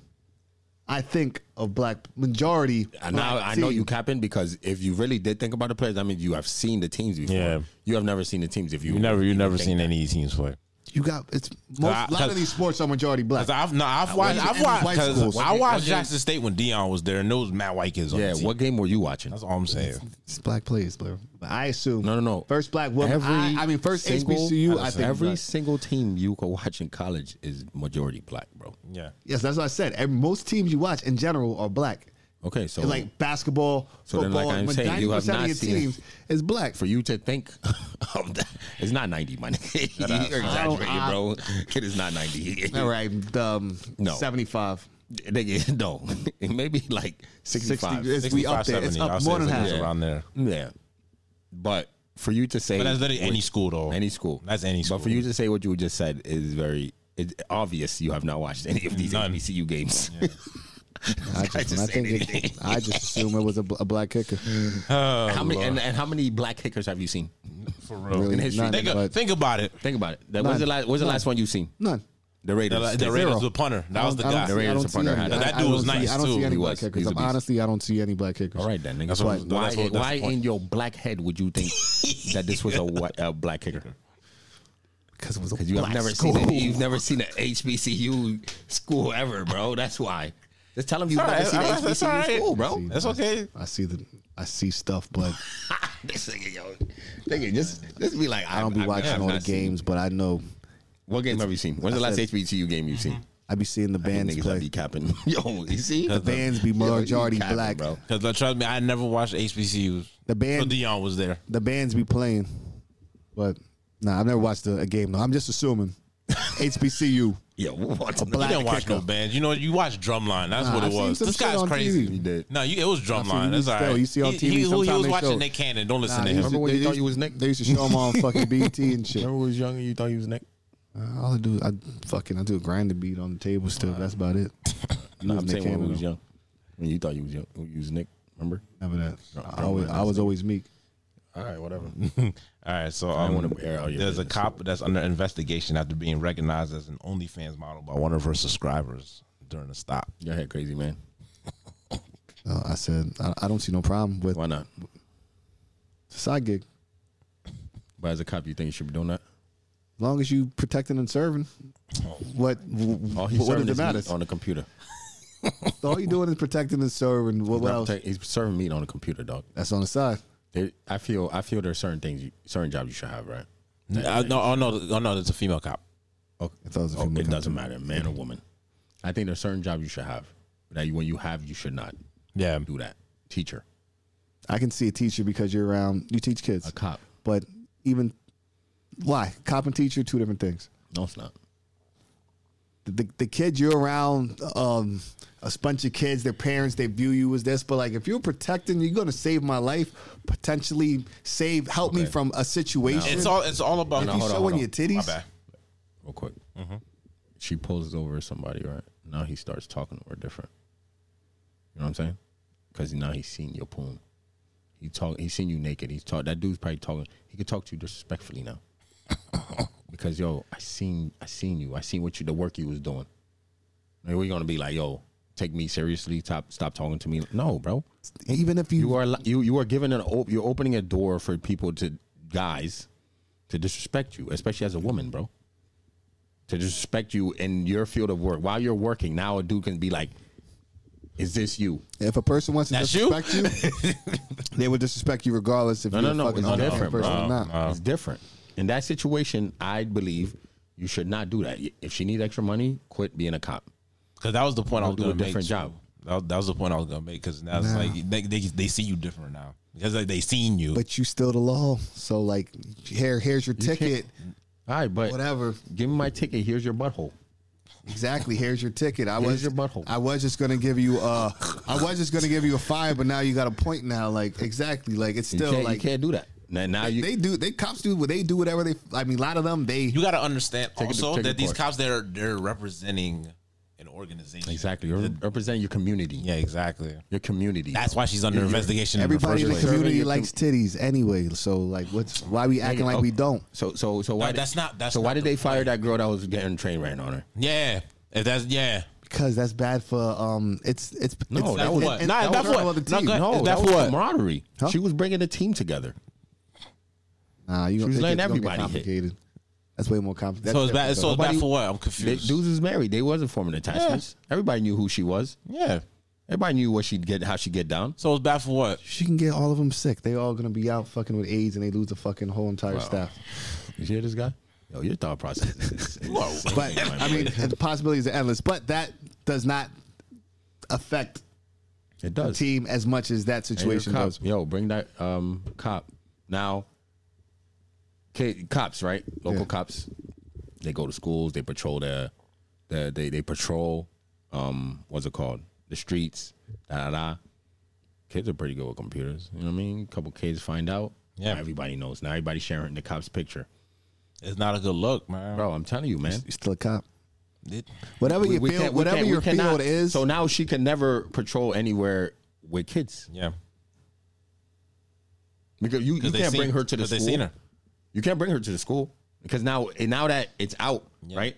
I think of black majority.
And now
black
I know
team.
you capping because if you really did think about the players, I mean, you have seen the teams before.
Yeah.
You have never seen the teams if you,
you never, you
even
never
think
seen
that.
E
any teams play.
You got it's most
I-
a lot
'cause-
of these sports are majority black.
Cause I've no, I've watched,
and
I've
the
watched,
white schools.
cause
What-
I
what-
watched Jackson State when Dion was there, and there was Matt White kids on
Yeah,
the team.
what game were you watching?
That's all I'm saying.
It's black players, bro. But I assume
No, no, no.
First black woman. I, I mean, first HBCU. I think
every
black.
single team you go watch in college is majority black, bro.
Yeah,
Yes, that's what I said. And most teams you watch in general are black.
Okay, so
like basketball,
So then, like
football.
I'm
when
saying, you have
90% of
not
your
seen it.
teams is black.
for you to think of that, it's not ninety, my nigga. You're
I don't-
exaggerating,
I-
bro. It is not ninety.
All right, um,
No.
seventy-five.
Nigga, no, maybe like 65.
60 It's- we up
65,
there. It's
70.
up
I'll say
more than
it's
half.
around there.
Yeah, but for you to say
But that's literally any school though.
Any school.
That's any school.
But for you to say what you just said is very it's obvious you have not watched any of these
None.
HBCU games.
I just,
just
I think
said
it, I just assume it was a, bl- a black kicker.
how many and, and how many black kickers have you seen?
for real.
Really,
In history.
none,
think,
but
think about it.
Think about it. That was the
None.
last. What's the last one you've seen?
none.
The
The,
Raiders.
the
Zero.
Raiders, the punter, that was the
I don't- I don't
guy.
see- I
Raiders
don't
are
see
front
any-
runner.
I-
That
I
dude
don't
was
see-
nice,
I don't
too.
see any
He
black
was.
kickers.
He's a
I'm-
beast.
Honestly, I don't see any black kickers.
All right, then. nigga.
That's what-
But
that's
why,
what- that's
why
the point.
in your black head would you think that this was a, whi- a black kicker?
because it was a
Because you have never seen it, you've never seen an HBCU school ever, bro. That's why. Just tell them you've
All
never
right,
seen
all
an
right, that's
HBCU
all right.
school, bro.
That's okay.
I see the I see stuff, but
this nigga, yo, nigga, just just be like,
I don't be watching all the games. But I know
What game have you seen? When's the
I
last
said-
HBCU game you've seen?
I be seeing the bands
Niggas that be
play.
capping. Yo, you see,
The bands be majority
capping,
black.
bro.
Because trust me, I never watched HBCUs.
The band-
So Dion was there.
The bands be playing, but nah, I've never watched a, a game though. I'm just assuming HBCU.
Yo, what's a
You
black-
didn't watch
kicker.
no bands. You know, you watched Drumline. That's
Nah,
what
I
it
seen
was.
some
This
shit
guy's
on
crazy.
TV.
He did.
No, you, it was Drumline.
seen
That's all
still.
right.
You see on
He-
TV
He, who he
sometimes
was
they
watching
show-
Nick Cannon. Don't listen
Nah,
to
they used
him.
Remember
to-
when you
they
thought
used-
you was Nick?
They used to show them on fucking BT and shit.
Remember when you was young and you thought you was Nick?
All I do, I fucking, I do a grinder beat on the table still. That's about it.
No, I'm
Nick
saying when we
Cannon,
was
though.
young. When you thought you was young, when you was Nick. Remember?
Never that. I,
bro,
always,
man,
I was always meek.
All right, whatever.
All right, so
don't
um,
wanna air out your
there's a
business.
cop that's under investigation after being recognized as an OnlyFans model by one of her subscribers during a stop.
Your head crazy, man.
Uh, I said, I, I don't see no problem with
Why not?
side gig.
But as a cop, you think you should be doing that?
As long as you protecting and serving, what
Oh. All
what,
he's
what
serving
does it
is Oh.
matter?
meat on the computer.
All you doing is protecting and serving. What,
He's
what
not
else?
protect- he's serving meat on the computer, dog.
That's on the side.
They- I feel. I feel there are certain things, you, certain jobs you should have, right?
Uh, no, oh no, oh no, it's a female cop.
I thought it was a
Oh,
female
it
cop.
doesn't matter, man or woman. I think there are certain jobs you should have that you, when you have, you should not
Yeah,
do that. Teacher,
I can see a teacher because you're around. You teach kids,
a cop.
but even why cop and teacher two different things.
No, it's not.
the, the kid you're around um, a bunch of kids their parents they view you as this but like if you're protecting you're going to save my life potentially save help me from a situation
it's all it's all about.
if you
hold on,
showing
hold
your
on.
My
titties
bad.
Real quick. She pulls over somebody, right? Now he starts talking to her different. You know what I'm saying? Because now he's seen your poom. He talk. He's seen you naked. He's talk. That dude's probably talking. He could talk to you disrespectfully now. because yo, I seen. I seen you. I seen what you. The work you was doing. Now we're gonna be like, yo, take me seriously. Stop. Stop talking to me. No, bro.
even if you,
You are li- you you are giving an op- you're opening a door for people to guys to disrespect you, especially as a woman, bro. To disrespect you in your field of work while you're working. Now a dude can be like, "Is this you?"
if a person wants to
That's you?
disrespect you, they will disrespect you regardless if
No,
you're
no, no.
a
It's
fucking underage
different,
person
bro.
or not
It's different. In that situation, I believe you should not do that. If she needs extra money, quit being a cop.
Because that was the point I
I'll
was
do a
going to make.
different
too.
job.
That was, that was the point I was going to make. Because now it's like they, they they see you different now. Because like they seen you.
but you still the law so like here here's your ticket
All right, but
whatever
Give me my ticket. Here's your butthole.
Exactly. Here's your ticket. I
Here's
was
your butthole.
I was just gonna give you. Uh, I was just gonna give you a fine, but now you got a point. Now, like exactly, like it's
You,
still
can't,
like
you can't do that. Now, now you
they do. They cops do what they do. Whatever they. I mean, a lot of them they.
you got to understand
Take it to-
also
take
that
it
these
apart.
cops they're they're representing an organization.
exactly you're representing your community.
Yeah, exactly.
Your community.
That's why she's under investigation.
everybody
in
in the
the first place.
community
Serving your
likes titties anyway. So like, what's why we acting like we don't?
So so so why
Oh. No, that's not- that's
so why
not
did
the
they fire that girl that was getting train ran on her?
Yeah, if that's yeah.
Because that's bad for um. It's it's
No,
it's,
that
it's-
was-
it's- it's
Nah,
terrible
that's what-
for the
no,
team.
go ahead.
No,
That's
that was
what-
camaraderie.
Huh?
She was bringing the team together.
Nah, you
She was
it
letting
gets- gonna get
everybody hit.
complicated. That's way more complicated.
So it's bad. So it's bad
Nobody-
for what? I'm
They,
confused.
dudes was married. They wasn't forming attachments. Everybody knew who she was.
yeah.
Everybody knew what she'd get, how she'd get down.
So it's bad for what?
She can get all of them sick. They all gonna be out fucking with AIDS, and they lose the fucking whole entire staff.
You hear this guy? Yo, your thought process. is- is-
But I mean, the possibilities are endless. But that does not affect
it
the
does.
team as much as that
And your
situation
cop-
does.
Yo, bring that um cop now. K, cops, right? Local
Yeah.
cops. They go to schools. They patrol their, their they they patrol. Um, what's it called? The streets. Da da da. Kids are pretty good with computers. You know what I mean? A couple kids find out.
Yeah.
Now everybody knows. Now everybody sharing the cop's picture.
It's not a good look, man.
Bro, I'm telling you, man.
You still a cop?
It,
Whatever your field,
can't-
whatever
can't-
your
cannot-
field is,
So now she can never patrol anywhere with kids
yeah,
because you, you
they
can't
seen-
bring her to the
'cause
school.
they seen her.
You can't bring her to the school because now and now that it's out, right?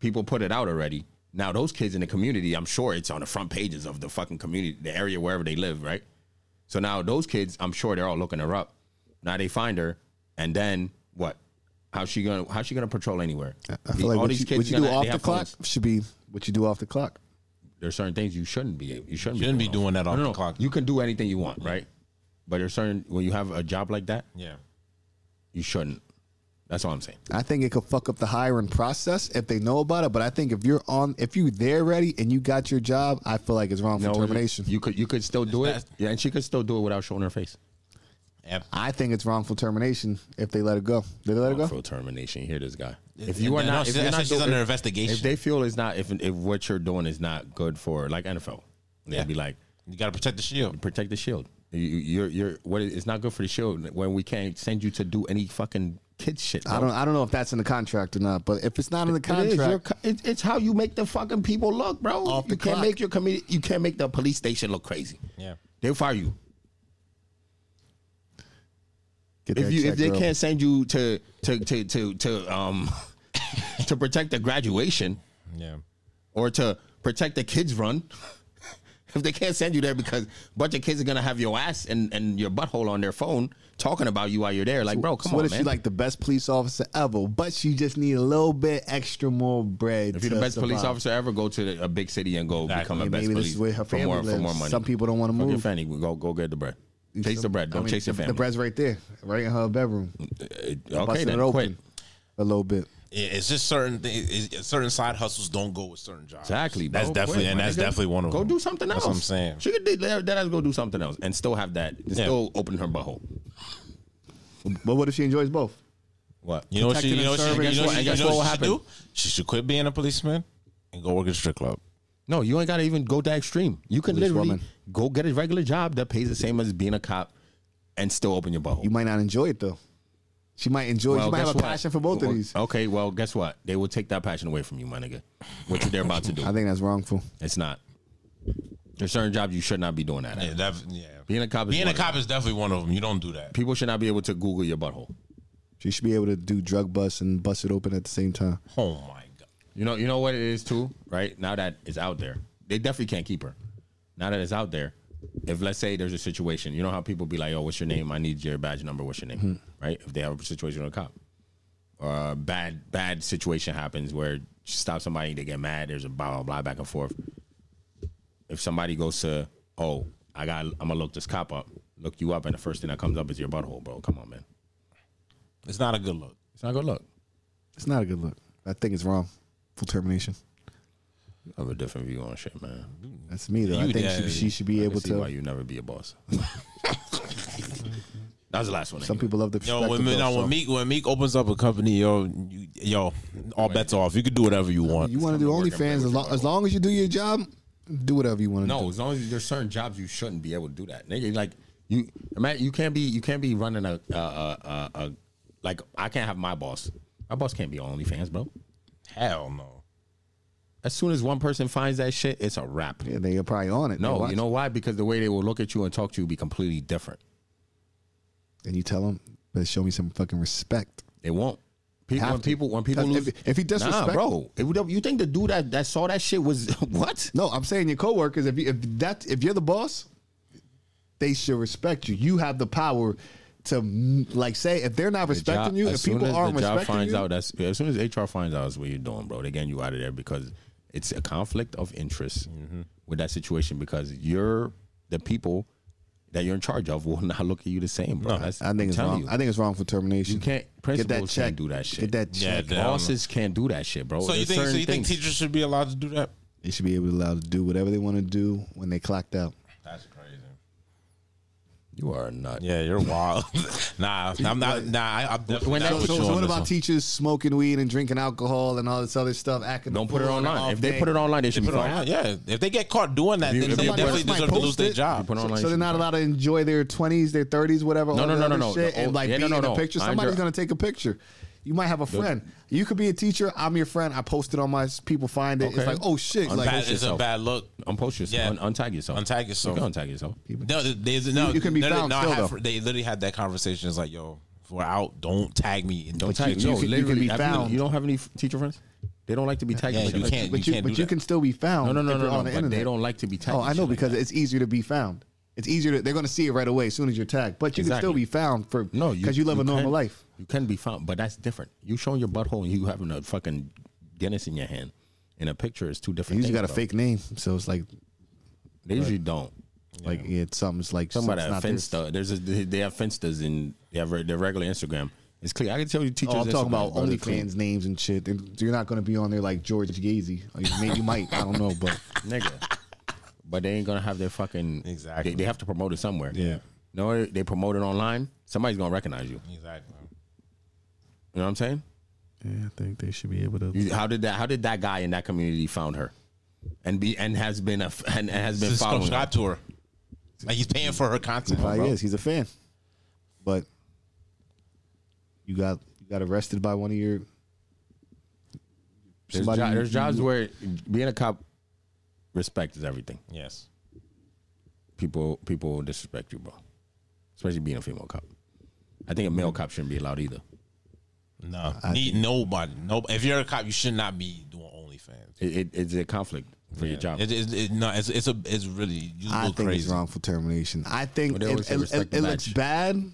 People put it out already. Now those kids in the community, I'm sure it's on the front pages of the fucking community, the area wherever they live, right? So now those kids, I'm sure they're all looking her up. Now they find her, and then what? How's she gonna How's she gonna patrol anywhere?
I feel like
all
what
these
you,
kids
what you
gonna-
do
they
off the
have
clock
phones.
should be what you do off the clock.
there's certain things you shouldn't be you shouldn't,
Shouldn't be doing
off-
that
No,
off
no,
the
no.
clock.
You can do anything you want, right? But there's certain when you have a job like that,
yeah.
you shouldn't. That's all I'm saying.
I think it could fuck up the hiring process if they know about it. But I think if you're on, if you there ready and you got your job, I feel like it's wrong for termination.
You could you could still do it, yeah, and she could still do it without showing her face.
yeah.
I think it's wrongful termination if they let it go. Did they let it go?
Wrongful termination. Here, this guy. If
And
you are
then- no,
not, if
she-
you're
that's
not
why she's
doing-
under
if-
investigation.
If they feel it's not, if if what you're doing is not good for like NFL, they'd
Yeah.
be like,
You gotta protect the shield.
protect the shield. You, you're you're what is, it's not good for the shield when we can't send you to do any fucking kid shit.
I
bro.
don't. I don't know if that's in the contract or not. But if it's not in the
It is. Your
contract,
co- it- it's how you make the fucking people look, bro.
Off
you
the
can't
clock.
make your community. You can't make the police station look crazy.
Yeah.
They'll fire you
get
if
that
you if
check,
they
girl.
can't send you to to to to to um to protect the graduation
Yeah.
or to protect the kids run. If they can't send you there because a bunch of kids are gonna have your ass and, and your butthole on their phone talking about you while you're there, like bro, come
So
on,
what if
man.
she like the best police officer ever, but she just need a little bit extra more bread?
if you're the
to
best police
survive?
officer ever, go to the, a big city and go
Exactly.
become a
Maybe
best
this
police
is where her
for more
family
for more
lives.
money.
Some people don't wanna
Fuck Your
move.
family, go go get the bread. Chase the bread.
I
Don't
mean,
chase your
the-
family.
The bread's right there, right in her bedroom.
Uh, okay,
Busting
then
it open
quit.
a little bit.
It- It's just certain things. it's- Certain side hustles don't go with certain jobs.
Exactly. bro.
That's definitely
Quit,
and
my
that's
nigga.
definitely one of
Go
them.
do something else.
That's what I'm saying.
She could do that. That's go do something else and still have that. And
Yeah.
Still open her butthole.
But what if she enjoys both?
What?
You know what she?
Protecting
You know
and
what she?
serving.
You know what she-
And
you
guess
know
what
what she should
will
do? She should quit being a policeman and go work at a strip club.
No, you ain't got to even go that extreme. You can
Police
literally
woman.
go get a regular job that pays the same as being a cop and still open your butthole.
You might not enjoy it though. She might enjoy. it. she might
guess
have a
what?
passion for both of
Well, oh.
these.
Okay, well, guess what? They will take that passion away from you, my nigga. What you they're about to do.
I think that's wrongful.
It's not. There's certain jobs you should not be doing that. at.
Yeah, def- yeah.
Being a cop is
Being
one
a
of them.
cop is definitely one of them. You don't do that.
People should not be able to Google your butthole.
She should be able to do drug busts and bust it open at the same time.
Oh my god.
You know, you know what it is too, right? Now that it's out there, they definitely can't keep her. Now that it's out there, if let's say there's a situation, you know how people be like, "Oh, what's your name? I need your badge number. What's your name?" Right? If they have a situation with a cop, or a bad bad situation happens where you stop somebody, they get mad. There's a blah blah blah back and forth. If somebody goes to, "Oh, I got, I'm gonna look this cop up, look you up," and the first thing that comes up is your butthole, bro. Come on, man.
It's not a good look.
It's not a good look.
It's not a good look. I think it's wrong. Full termination.
I have a different view on shit, man.
That's me though. I
You-
think
yeah,
she, she should be
I can
able
see why
to.
you never be a boss. that was the last one.
Some people love the perspective.
Yo, when,
though,
now,
so-
when Meek when Meek opens up a company, yo, you, yo, all bets off. You can do whatever you want.
you want to do OnlyFans as long, as long as you do your job, do whatever you want to
No, as long as there's certain jobs you shouldn't be able to do that, nigga. Like you, man, you can't be you can't be running a a a, a, a like I can't have my boss. My boss can't be on OnlyFans, bro.
Hell no.
As soon as one person finds that shit, it's a wrap.
do. Yeah, they're probably on it. They
No,
watch
you know why? Because the way they will look at you and talk to you will be completely different.
it. and you tell them, but show me some fucking respect.
They won't. People,
Have
when
to.
people, when people
If-
lose,
if he disrespect-
nah, bro. If you- you think the dude that, that saw that shit was what?
No, I'm saying your coworkers. If you, if that if you're the boss, they should respect you. You have the power to mm, like say if they're not respecting
job-
you,
as
if
soon
people
as
aren't
the job
respecting
finds
you,
out that's as soon as HR finds out that's what you're doing, bro. They're getting you out of there because it's a conflict of interest
Mm-hmm.
with that situation because you're the people that you're in charge of will not look at you the same, bro. That's,
I
I'm
think it's
telling
wrong.
You,
I think it's wrong for termination.
you can't
get that
principals
check.
can't do that shit.
Get that
Yeah,
check.
damn.
Bosses can't do that shit, bro.
So you
There's
think so?
certain
You think
things.
teachers should be allowed to do that?
They should be able to allowed to do whatever they want to do when they clocked out.
That's crazy.
you are a nut?
Yeah, you're wild. nah, I'm not. Nah, I, I'm definitely
When
not
that-
with
So,
you
so
on
what
this
about
one.
teachers smoking weed and drinking alcohol and all this other stuff? Acting
Don't put it
fool on an
online.
off
If they
day?
put it online, they should
Put
be
it
fine.
online. Yeah, if they get caught doing
If
that,
you-
then
if
they
you-
definitely
Somebody
deserve
else
to
might
lose
post
their
it.
job.
Put it online.
So they're
should
not
be fine.
allowed to enjoy their twenties, their thirties, whatever.
No,
all
no,
the
no,
other
no, no.
shit,
The
And
old-
like
yeah,
be
no,
in
no,
a
no.
picture.
Mind
Somebody's
your-
gonna take a picture. You might have a friend. You could be a teacher. I'm your friend. I post it on my people find it. It's
Okay.
like, oh shit,
Unpa-
like
it's a bad look.
Unpost yourself.
Yeah.
Un- untag yourself.
Untag yourself.
You can untag yourself.
No, th- there's no.
You- you can be
no, no,
found
no, I
still,
have-
though.
They literally had that conversation. It's like, yo, if we're out, don't tag me and don't tag
you-
me.
you can-
literally,
be
I've really-
found.
You don't have any f- teacher friends. They don't like to be tagged.
Yeah,
like
you
that.
can't.
but you,
can't
but
do
you
that.
can still be found.
No, no, no,
if
no,
you're
no.
on the
but
internet.
they don't like to be tagged.
Oh, I
and
know
shit like
because
that.
it's easier to be found. It's easier to they're going to see it right away as soon as you're tagged. But you
Exactly.
can still be found for
no,
because you, live a normal
can-
life.
You can be found, but that's different. You showing your butthole and you having a fucking Guinness in your hand in a picture is two
You
different.
usually
things,
got
bro.
a fake name, so it's like
They usually don't.
like it's something's like
Somebody
it's
have
not theirs.
Finsta. There's a, they have Finstas and they have re- their regular Instagram. It's clear. I can tell you teachers.
Oh, I'm talking
Instagram,
about
bro, they're clean.
OnlyFans names and shit. They- You're not going to be on there like George Gazy. Or you- Maybe you might. I don't know, but
nigga. But they ain't gonna have their fucking
Exactly.
They, they have to promote it somewhere.
Yeah.
No, they promote it online. Somebody's gonna recognize you.
Exactly.
You know what I'm saying?
yeah, I think they should be able to.
You- How did that? How did that guy in that community found her, and be and has been a f- and, and has been following? Her.
subscribe to her. Like he's paying for her content.
Probably
bro.
is. He's a fan, but you got you got arrested by one of your.
There's,
somebody
jo-
you-
there's jobs
you-
where being a cop, respect is everything.
Yes.
People people will disrespect you, bro. Especially being a female cop. I think a male cop shouldn't be allowed either.
No. Need nobody. No. If you're a cop, you should not be doing OnlyFans.
It, it, it's a conflict for your job.
It, it, it, no, it's, it's a it's really you
I
look
think
crazy.
it's wrongful termination. I think
But they
it,
always
it,
say
it,
respect the
it looks
badge.
bad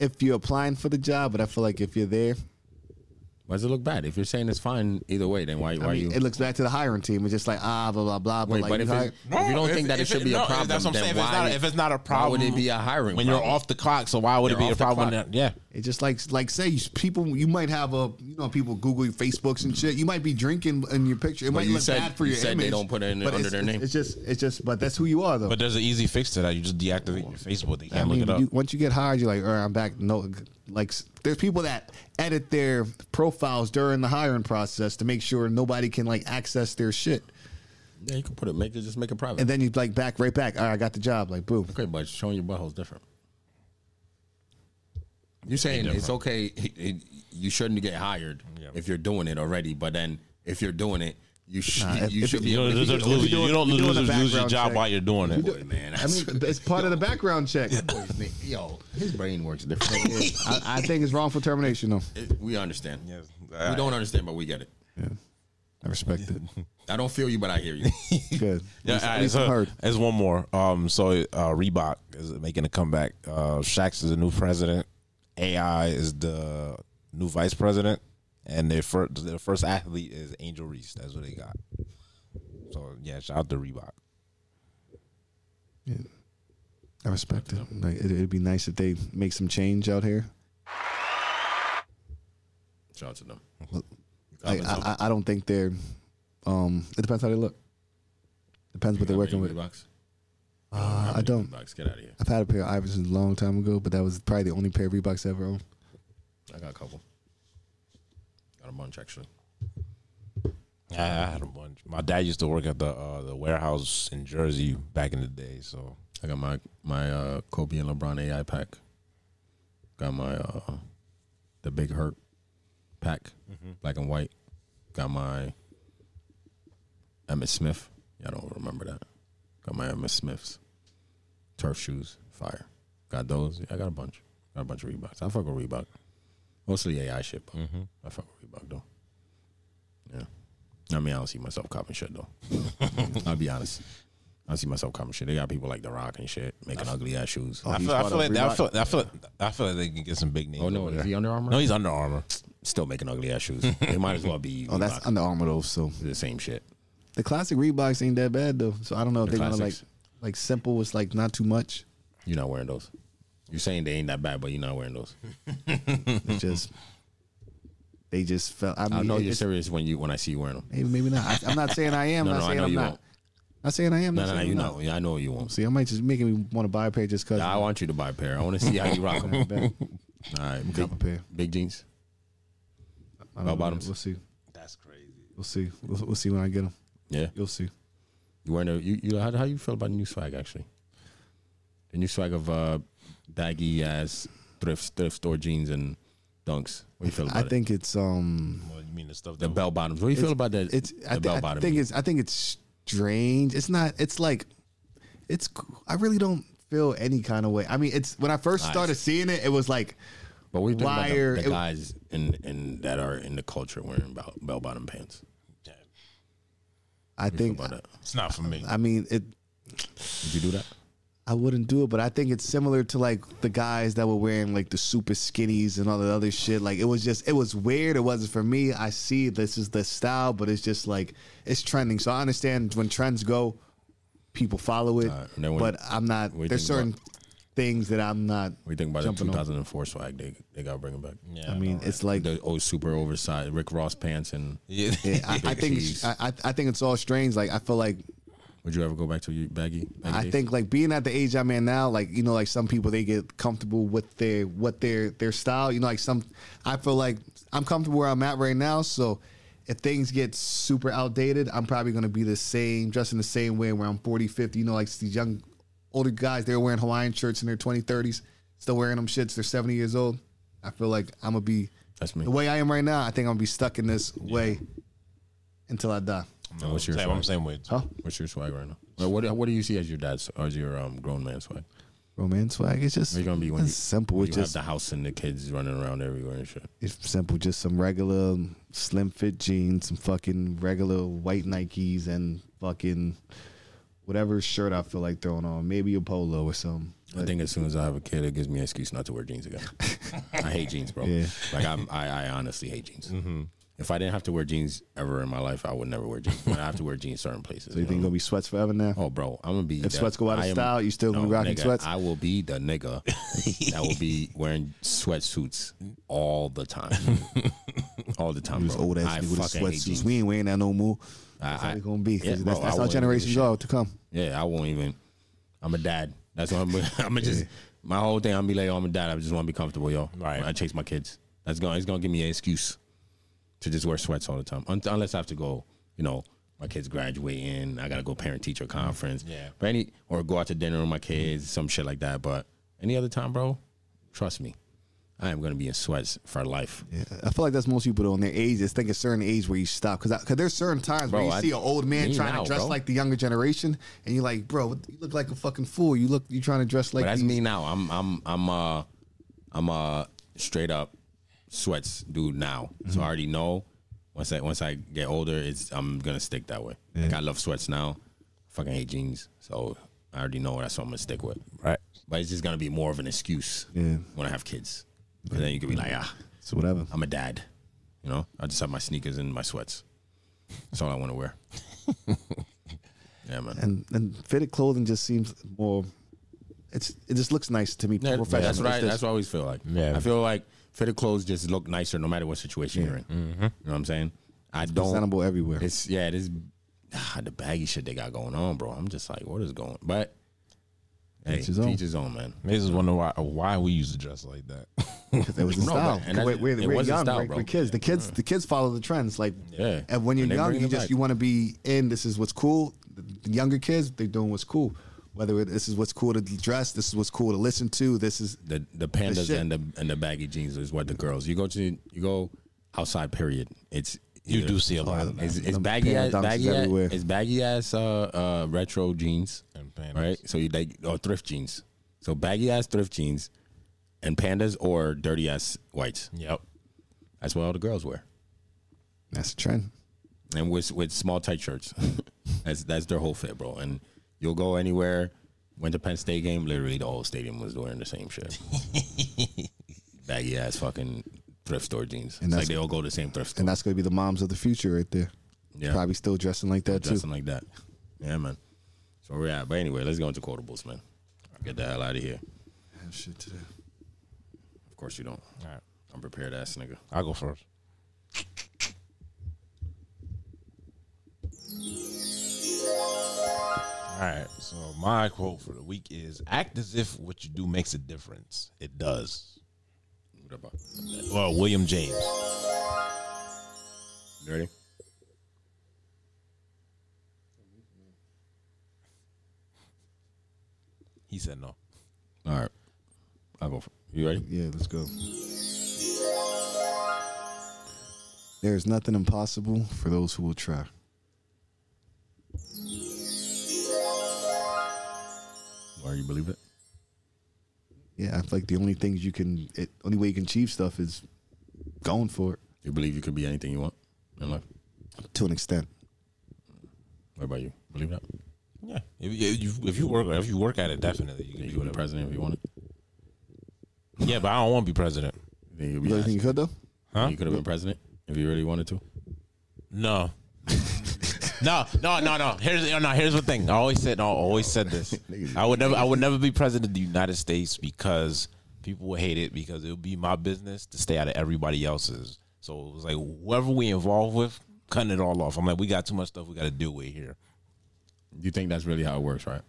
if you're applying for the job, but I feel like if you're there,
why does it look bad? If you're saying it's fine either way, then why why
I mean,
you?
it looks bad to the hiring team. It's just like ah blah blah blah. But
Wait,
like
but
you
if,
hire-
it, if you don't
if-
think that it
if
should be a
no,
problem,
that's what
then
I'm saying. If it's,
why,
not, if it's not a
why
problem,
would it be a hiring
when you're
problem?
off the clock? So why would it
You're
be a
off the
problem?
clock.
when you're- yeah.
It's just like like say you- people you might have a you know people Google your Facebooks and shit. You might be drinking in your picture. It might
you
look
said-
bad for
you
your
said they
image.
don't put it in-
but
under
it's-
their
it's-
name.
It's just it's just but that's who you are though.
But there's an easy fix to that. You just deactivate your Facebook. They
I
can't
mean,
look it up.
you- once you get hired, you're like, all right, I'm back. No, like there's people that edit their profiles during the hiring process to make sure nobody can like access their shit.
yeah, you can put it, make it, just make it private.
And then you like back right back. All right, I got the job. Like boom.
okay, but showing your butthole is different. You're saying it's okay. It, it, you shouldn't get hired
Yeah.
if you're doing it already. But then if you're doing it, you should
if-
you
if
should
it-
be
You
able
don't,
to
lose,
if you
lose-
do it-
you don't
if you do
lose,
it in a
lose your
background
job
check.
while you're doing it.
Boy, man.
I mean, it's part of the background check.
yo, his brain works differently.
I, I think it's wrongful termination though.
we understand.
Yes.
We don't understand, but we get it.
I respect it.
I don't feel you, but I hear you.
Good.
Yeah,
At least- at
all right,
least
so
I'm heard.
there's one more. Um, so uh, Reebok is making a comeback. Uh, Shax is the new president. AI is the new vice president, and their first their first athlete is Angel Reese. That's what they got. So yeah, shout out to Reebok.
Yeah. I respect it. Like, it. It'd be nice if they make some change out here.
Shout out to them.
Like, I, I, I don't think they're. Um, it depends how they look. Depends what they're working with.
Box.
Uh, I don't.
Box. Get out of here.
I've had a pair of Iversons a long time ago, but that was probably the only pair of Reeboks I ever owned.
I got a couple. Got a bunch actually.
I, I had a bunch. My dad used to work at the uh, the warehouse in Jersey back in the day. So
I got my my uh, Kobe and LeBron AI pack. Got my uh, the Big Hurt pack, black and white. Got my Emmett Smith. Y'all don't remember that. Got my Emmett Smiths. Turf shoes, fire. Got those. Yeah, I got a bunch. Got a bunch of Reeboks. I fuck with Reebok. Mostly AI shit. But I fuck with Reebok though. Yeah. I mean, I don't see myself copping shit though. I'll be honest. I see myself coming shit. They got people like The Rock and shit making ugly ass shoes.
I
he's
feel, I
part
feel
of
like that, I
Reebok?
feel I feel I feel like they can get some big names.
Oh no,
over
is
there.
he Under Armour?
no, he's Under Armour.
still making ugly ass shoes. They might as well be.
Oh, that's Under Armour though. So
the same shit.
the classic Reeboks ain't that bad though. So I don't know if
They're
they want to like
classics.
like simple was like not too much.
You're not wearing those. You're saying they ain't that bad, but you're not wearing those.
It's just they just felt. I mean,
I know you're
it's-
serious when you when I see you wearing them.
maybe maybe not. I, I'm not saying I am.
No,
not
no, I
saying
know
I'm
you
not.
won't.
Not saying I am.
No,
not
no, no,
saying
you
I'm
know,
not.
yeah, I know you won't.
See, I might just making me want to buy a pair just cause.
I want you to buy a pair. I want to see how you rock them.
Bad.
All right,
Cop a
big,
pair.
big jeans.
I don't know.
bottoms.
We'll see.
That's crazy.
We'll see. We'll, we'll see when I get them.
Yeah,
You'll see.
you wearing a, you, you how, how you feel about the new swag actually? The new swag of uh, baggy ass thrift thrift store jeans and dunks. What do you feel about
I
it?
think it's um
Well, you mean the stuff
the
that
bell bottoms. What do you feel about that?
it's I,
the
thi- I
bottom.
think it's I think it's strange. It's not. It's like it's. cool. I really don't feel any kind of way. I mean, it's when I first
Nice.
started seeing it, it was like
But we think about
wire,
the, the
it-
guys in, in that are in the culture wearing bell, bell bottom pants.
I think.
About that,
It's not for me.
I mean, it.
would you do that?
I wouldn't do it, but I think it's similar to like the guys that were wearing like the super skinnies and all that other shit. Like it was just, it was weird. It wasn't for me. I see this is the style, but it's just like it's trending. So I understand when trends go, people follow it.
All right, and then when-
but I'm
what
not.
do you
There's
think
certain things that I'm
What
not.
do you think about
Jumping
the
on.
2004 swag? They they got to bring it back.
Yeah,
I mean, it's like
the old super oversized Rick Ross pants. And
yeah.
Yeah, I, I think it's, I, I- I think it's all strange. Like I feel like
would you ever go back to your baggy? baggy
I
days?
think like being at the age I'm at now, like you know, like some people they get comfortable with their what their their style. You know, like some I feel like I'm comfortable where I'm at right now. So if things get super outdated, I'm probably gonna be the same, dressed in the same way. Where I'm 40, 50. You know, like these young older guys, they're wearing Hawaiian shirts in their 20, 30s, still wearing them shits. They're 70 years old. I feel like I'm gonna be
that's me.
the way I am right now. I think I'm gonna be stuck in this way until I die.
No,
what's your
same,
swag?
I'm same way. too.
Huh?
What's your swag right now? Well, What what do you see as your dad's as your um, grown man swag?
Romance swag. It's just
What you gonna be when
it's
you-
simple.
You
It's
have
just
the house and the kids running around everywhere and shit.
it's simple. Just some regular um, slim fit jeans, some fucking regular white Nikes, and fucking whatever shirt I feel like throwing on. Maybe a polo or something.
I think as soon as I have a kid, it gives me an excuse not to wear jeans again. I hate jeans, bro.
Yeah. Mm-hmm.
Like I'm, I, I honestly hate jeans. If I didn't have to wear jeans ever in my life, I would never wear jeans. But I have to wear jeans certain places.
So you
you
think
know?
gonna be sweats forever now?
Oh, bro, I'm gonna be.
If sweats go out of style, you still gonna be rocking
nigga,
sweats?
I will be the nigga that will be wearing sweatsuits all the time, all the time.
Those
bro.
old ass
I
nigga with the
fucking hate jeans.
sweatsuits. We ain't wearing that no more.
I-
That's how
I-
they gonna be. 'cause
yeah,
that's
bro, I
that's how
wouldn't give a
generations
shit.
are to come.
Yeah, I won't even. I'm a dad. That's what I'm. I'm gonna just my whole thing. I'm be like, oh, I'm a dad. I just want to be comfortable, yo.
Right.
When I chase my kids. That's going. to It's gonna give me an excuse to just wear sweats all the time, Un- unless I have to go. You know, my kids graduating. I gotta go parent teacher conference.
Yeah.
But any or go out to dinner with my kids, some shit like that. But any other time, bro, trust me, I am gonna be in sweats for life.
Yeah, I feel like that's most people though in their age. It's think a certain age where you stop because because there's certain times
Bro,
where you
I-
see an old man
me
trying
now,
to dress
bro.
like the younger generation, and you're like, bro, what- you look like a fucking fool. You look, you trying to dress like
But that's
these-
me now. I'm I'm I'm uh I'm uh straight up sweats dude now.
Mm-hmm.
So I already know once I once I get older, it's I'm gonna stick that way. Like I love sweats now. Fucking hate jeans. So I already know that's what I'm gonna stick with.
Right.
But it's just gonna be more of an excuse
Yeah.
when I have kids. And then you can be like, ah,
So whatever.
I'm a dad. You know, I just have my sneakers and my sweats. That's all I want to wear. yeah, man.
and and fitted clothing just seems more. It's it just looks nice to me.
Yeah,
professional.
That's what I,
It's just-
that's what I always feel like.
Yeah.
I feel like fitted clothes just look nicer no matter what situation you're in.
Mm-hmm.
You know what I'm saying? I don't.
presentable everywhere.
It's yeah. It is ah, the baggy shit they got going on, bro. I'm just like, what is going? But hey,
Teach his own.
teach his own, man.
This is wondering why why we used to dress like that.
it was the
No,
style.
but- and that-
we're we're-
it
we're
was the
young.
style,
we're,
bro.
we're kids. The kids the kids follow the trends. Like
Mm. Yeah.
and when you're
And they
young,
bring
you
it
just
back.
you want to be in. This is what's cool. The younger kids they're doing what's cool. Whether it, this is what's cool to dress, this is what's cool to listen to. This is
The the pandas
shit.
and the and the baggy jeans is what the girls. You go to you go outside. Period. It's
You
either-
do see a lot of
It's,
that.
it's
Them
baggy ass,
Panda Dunks
baggy
is
ass,
everywhere.
it's baggy ass uh, uh, retro jeans,
And Pandas.
right? So you like or thrift jeans. So baggy ass thrift jeans, and pandas or dirty ass whites.
Yep.
That's what all the girls wear,
that's a trend.
and with with small tight shirts. that's that's their whole fit, bro. And you'll go anywhere. Went to Penn State game. Literally, the whole stadium was wearing the same shit. baggy ass fucking thrift store jeans.
And
it's
that's-
like they all go to the same thrift store.
And that's going to be the moms of the future right there.
Yeah.
Probably still dressing like that too.
dressing like that. Yeah, man. So we're at. But anyway, let's go into quotables, man. Get the hell out of here.
Shit today.
Of course you don't.
All right.
I'm prepared ass nigga.
I'll go first. All right. So my quote for the week is act as if what you do makes a difference. It does.
What about?
Well, William James.
You ready?
He said no.
All right. I'll go for You ready?
Yeah, let's go. There is nothing impossible for those who will try.
Or you believe it?
Yeah, I feel like the only things you can, it, only way you can achieve stuff is going for it
You believe you could be anything you want in life?
to an extent.
What about you? Believe that?
Yeah, if, if you if you work if you work at it, definitely you can
You
be
could be
whatever.
president if you wanted.
Yeah, but I don't want to be president.
You think you'd be
You really think you could though?
Huh?
You could have been president if you really wanted to.
No. no, no, no, no. Here's no, here's the thing. I always said, no, I always said this. I would never, I would never be president of the United States because people would hate it because it would be my business to stay out of everybody else's. So it was like whoever we involved with, cutting it all off. I'm like, we got too much stuff we got to deal with here.
You think that's really how it works, right?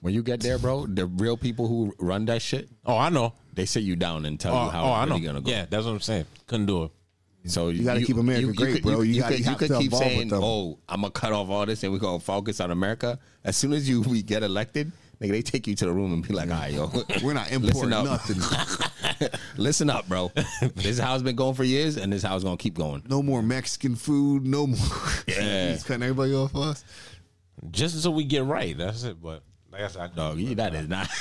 When you get there, bro, the real people who run that shit,
Oh, I know.
they sit you down and tell
Oh,
you how
oh, I
it's
know.
really gonna go.
Yeah, that's what I'm saying. Couldn't do it.
So you
gotta keep America great,
could-
bro. You gotta-
could,
you have
could
to
keep
evolve with
saying,
them.
"Oh, I'm gonna cut off all this and we're gonna focus on America." As soon as you we get elected, nigga, they take you to the room and be like, "All right, yo,
We're not
listen
importing
up,
nothing.
listen up, bro. This is how it's been going for years, and this is how it's gonna keep going."
No more Mexican food. No more.
Yeah.
He's cutting everybody off us.
Just until we get right. That's it. But like I said, I,
Dog, you, that is not.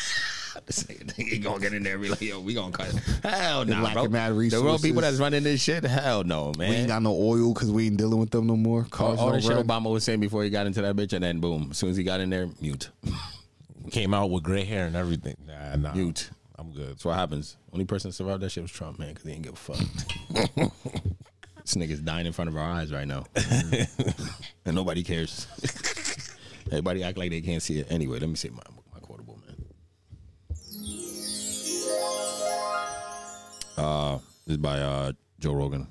This nigga think he gonna get in there and be like, yo, we gonna cut. Hell no,
lack
bro.
of mad
The real
resources.
people that's running this shit, hell no, man.
We ain't got no oil because we ain't dealing with them no more.
all
Cars
all the
don't
shit
run.
Obama was saying before he got into that bitch, and then boom, as soon as he got in there, mute,
came out with gray hair and everything. Nah, nah.
mute.
I'm good.
That's what happens. Only person that survived that shit was Trump, man, because he didn't give a fuck. this nigga's dying in front of our eyes right now, and nobody cares. Everybody act like they can't see it. Anyway, let me see my my quotable, man. Uh, this is by uh, Joe Rogan.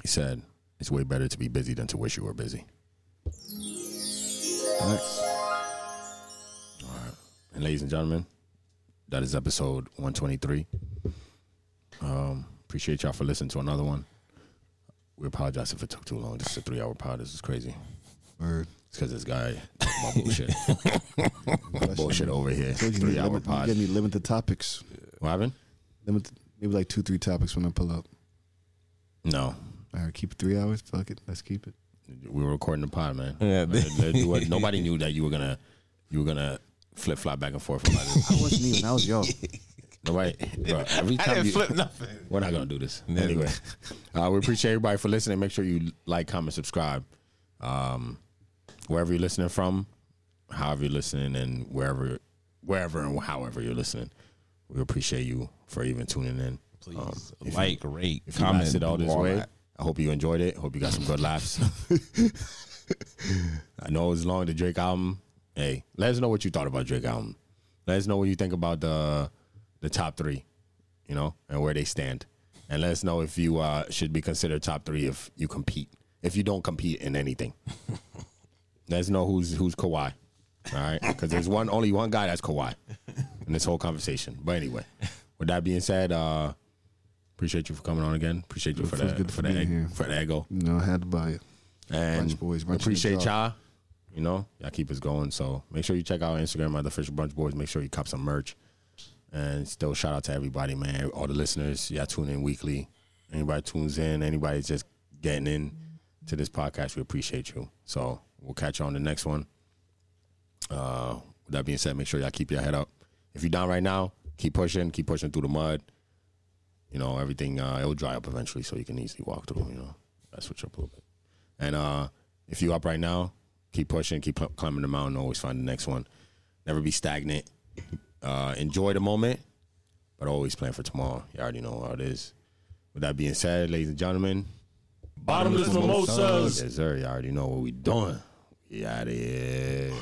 He said, "It's way better to be busy than to wish you were busy."
Nice.
And ladies and gentlemen, that is episode 123. Um, appreciate y'all for listening to another one. We apologize if it took too long. This is a three hour pod. This is crazy.
Word.
It's because this guy, my bullshit, bullshit over here.
Told you, you
Three hour
limit- You
pod.
gotta limit the topics.
What happened?
Limit maybe like two, three topics when I pull up.
No,
All right, keep it three hours. Fuck it, let's keep it.
we were recording the pod, man.
Yeah.
Uh, you were- nobody knew that you were gonna, you were gonna flip flop back and forth. About
I
it.
wasn't even. I was y'all.
Nobody, bro, every
I
time
didn't
you,
flip nothing.
We're not gonna do this anyway. Uh, we appreciate everybody for listening. Make sure you like, comment, subscribe, um, wherever you're listening from, however you're listening, and wherever, wherever and however you're listening. We appreciate you for even tuning in.
Please
Um, if you-
like, rate,
if you
comment.
lasted all
do
this way,
that.
I hope you enjoyed it. Hope you got some good laughs. I know it was long the Drake album. Hey, let us know what you thought about Drake album. Let us know what you think about the the top three, you know, and where they stand. And let us know if you uh, should be considered top three if you compete. If you don't compete in anything, let us know who's who's Kawhi. All right, because there's one only one guy that's Kawhi in this whole conversation. But anyway, with that being said, uh, appreciate you for coming on again. Appreciate you for
feels
that
good to
for the
be here.
egg, for the ego.
You know, I had to buy it.
And
Brunch Boys, Brunch in the
appreciate
Jar.
y'all. You know, y'all keep us going. So make sure you check out our Instagram at the official Brunch Boys. Make sure you cop some merch. And still shout out to everybody, man. All the listeners, y'all tune in weekly. Anybody tunes in, anybody just getting in to this podcast, we appreciate you. So we'll catch you on the next one. Uh, with that being said, make sure y'all keep your head up. If you're down right now, keep pushing, keep pushing through the mud. You know, everything uh, it'll dry up eventually, so you can easily walk through. You know, that's what you're little bit. And uh, if you up right now, keep pushing, keep cl- climbing the mountain, always find the next one. Never be stagnant. Uh, enjoy the moment, but always plan for tomorrow. You already know how it is. With that being said, ladies and gentlemen,
Bottomless mimosas.
yes, sir, you already know what we doing. We out here.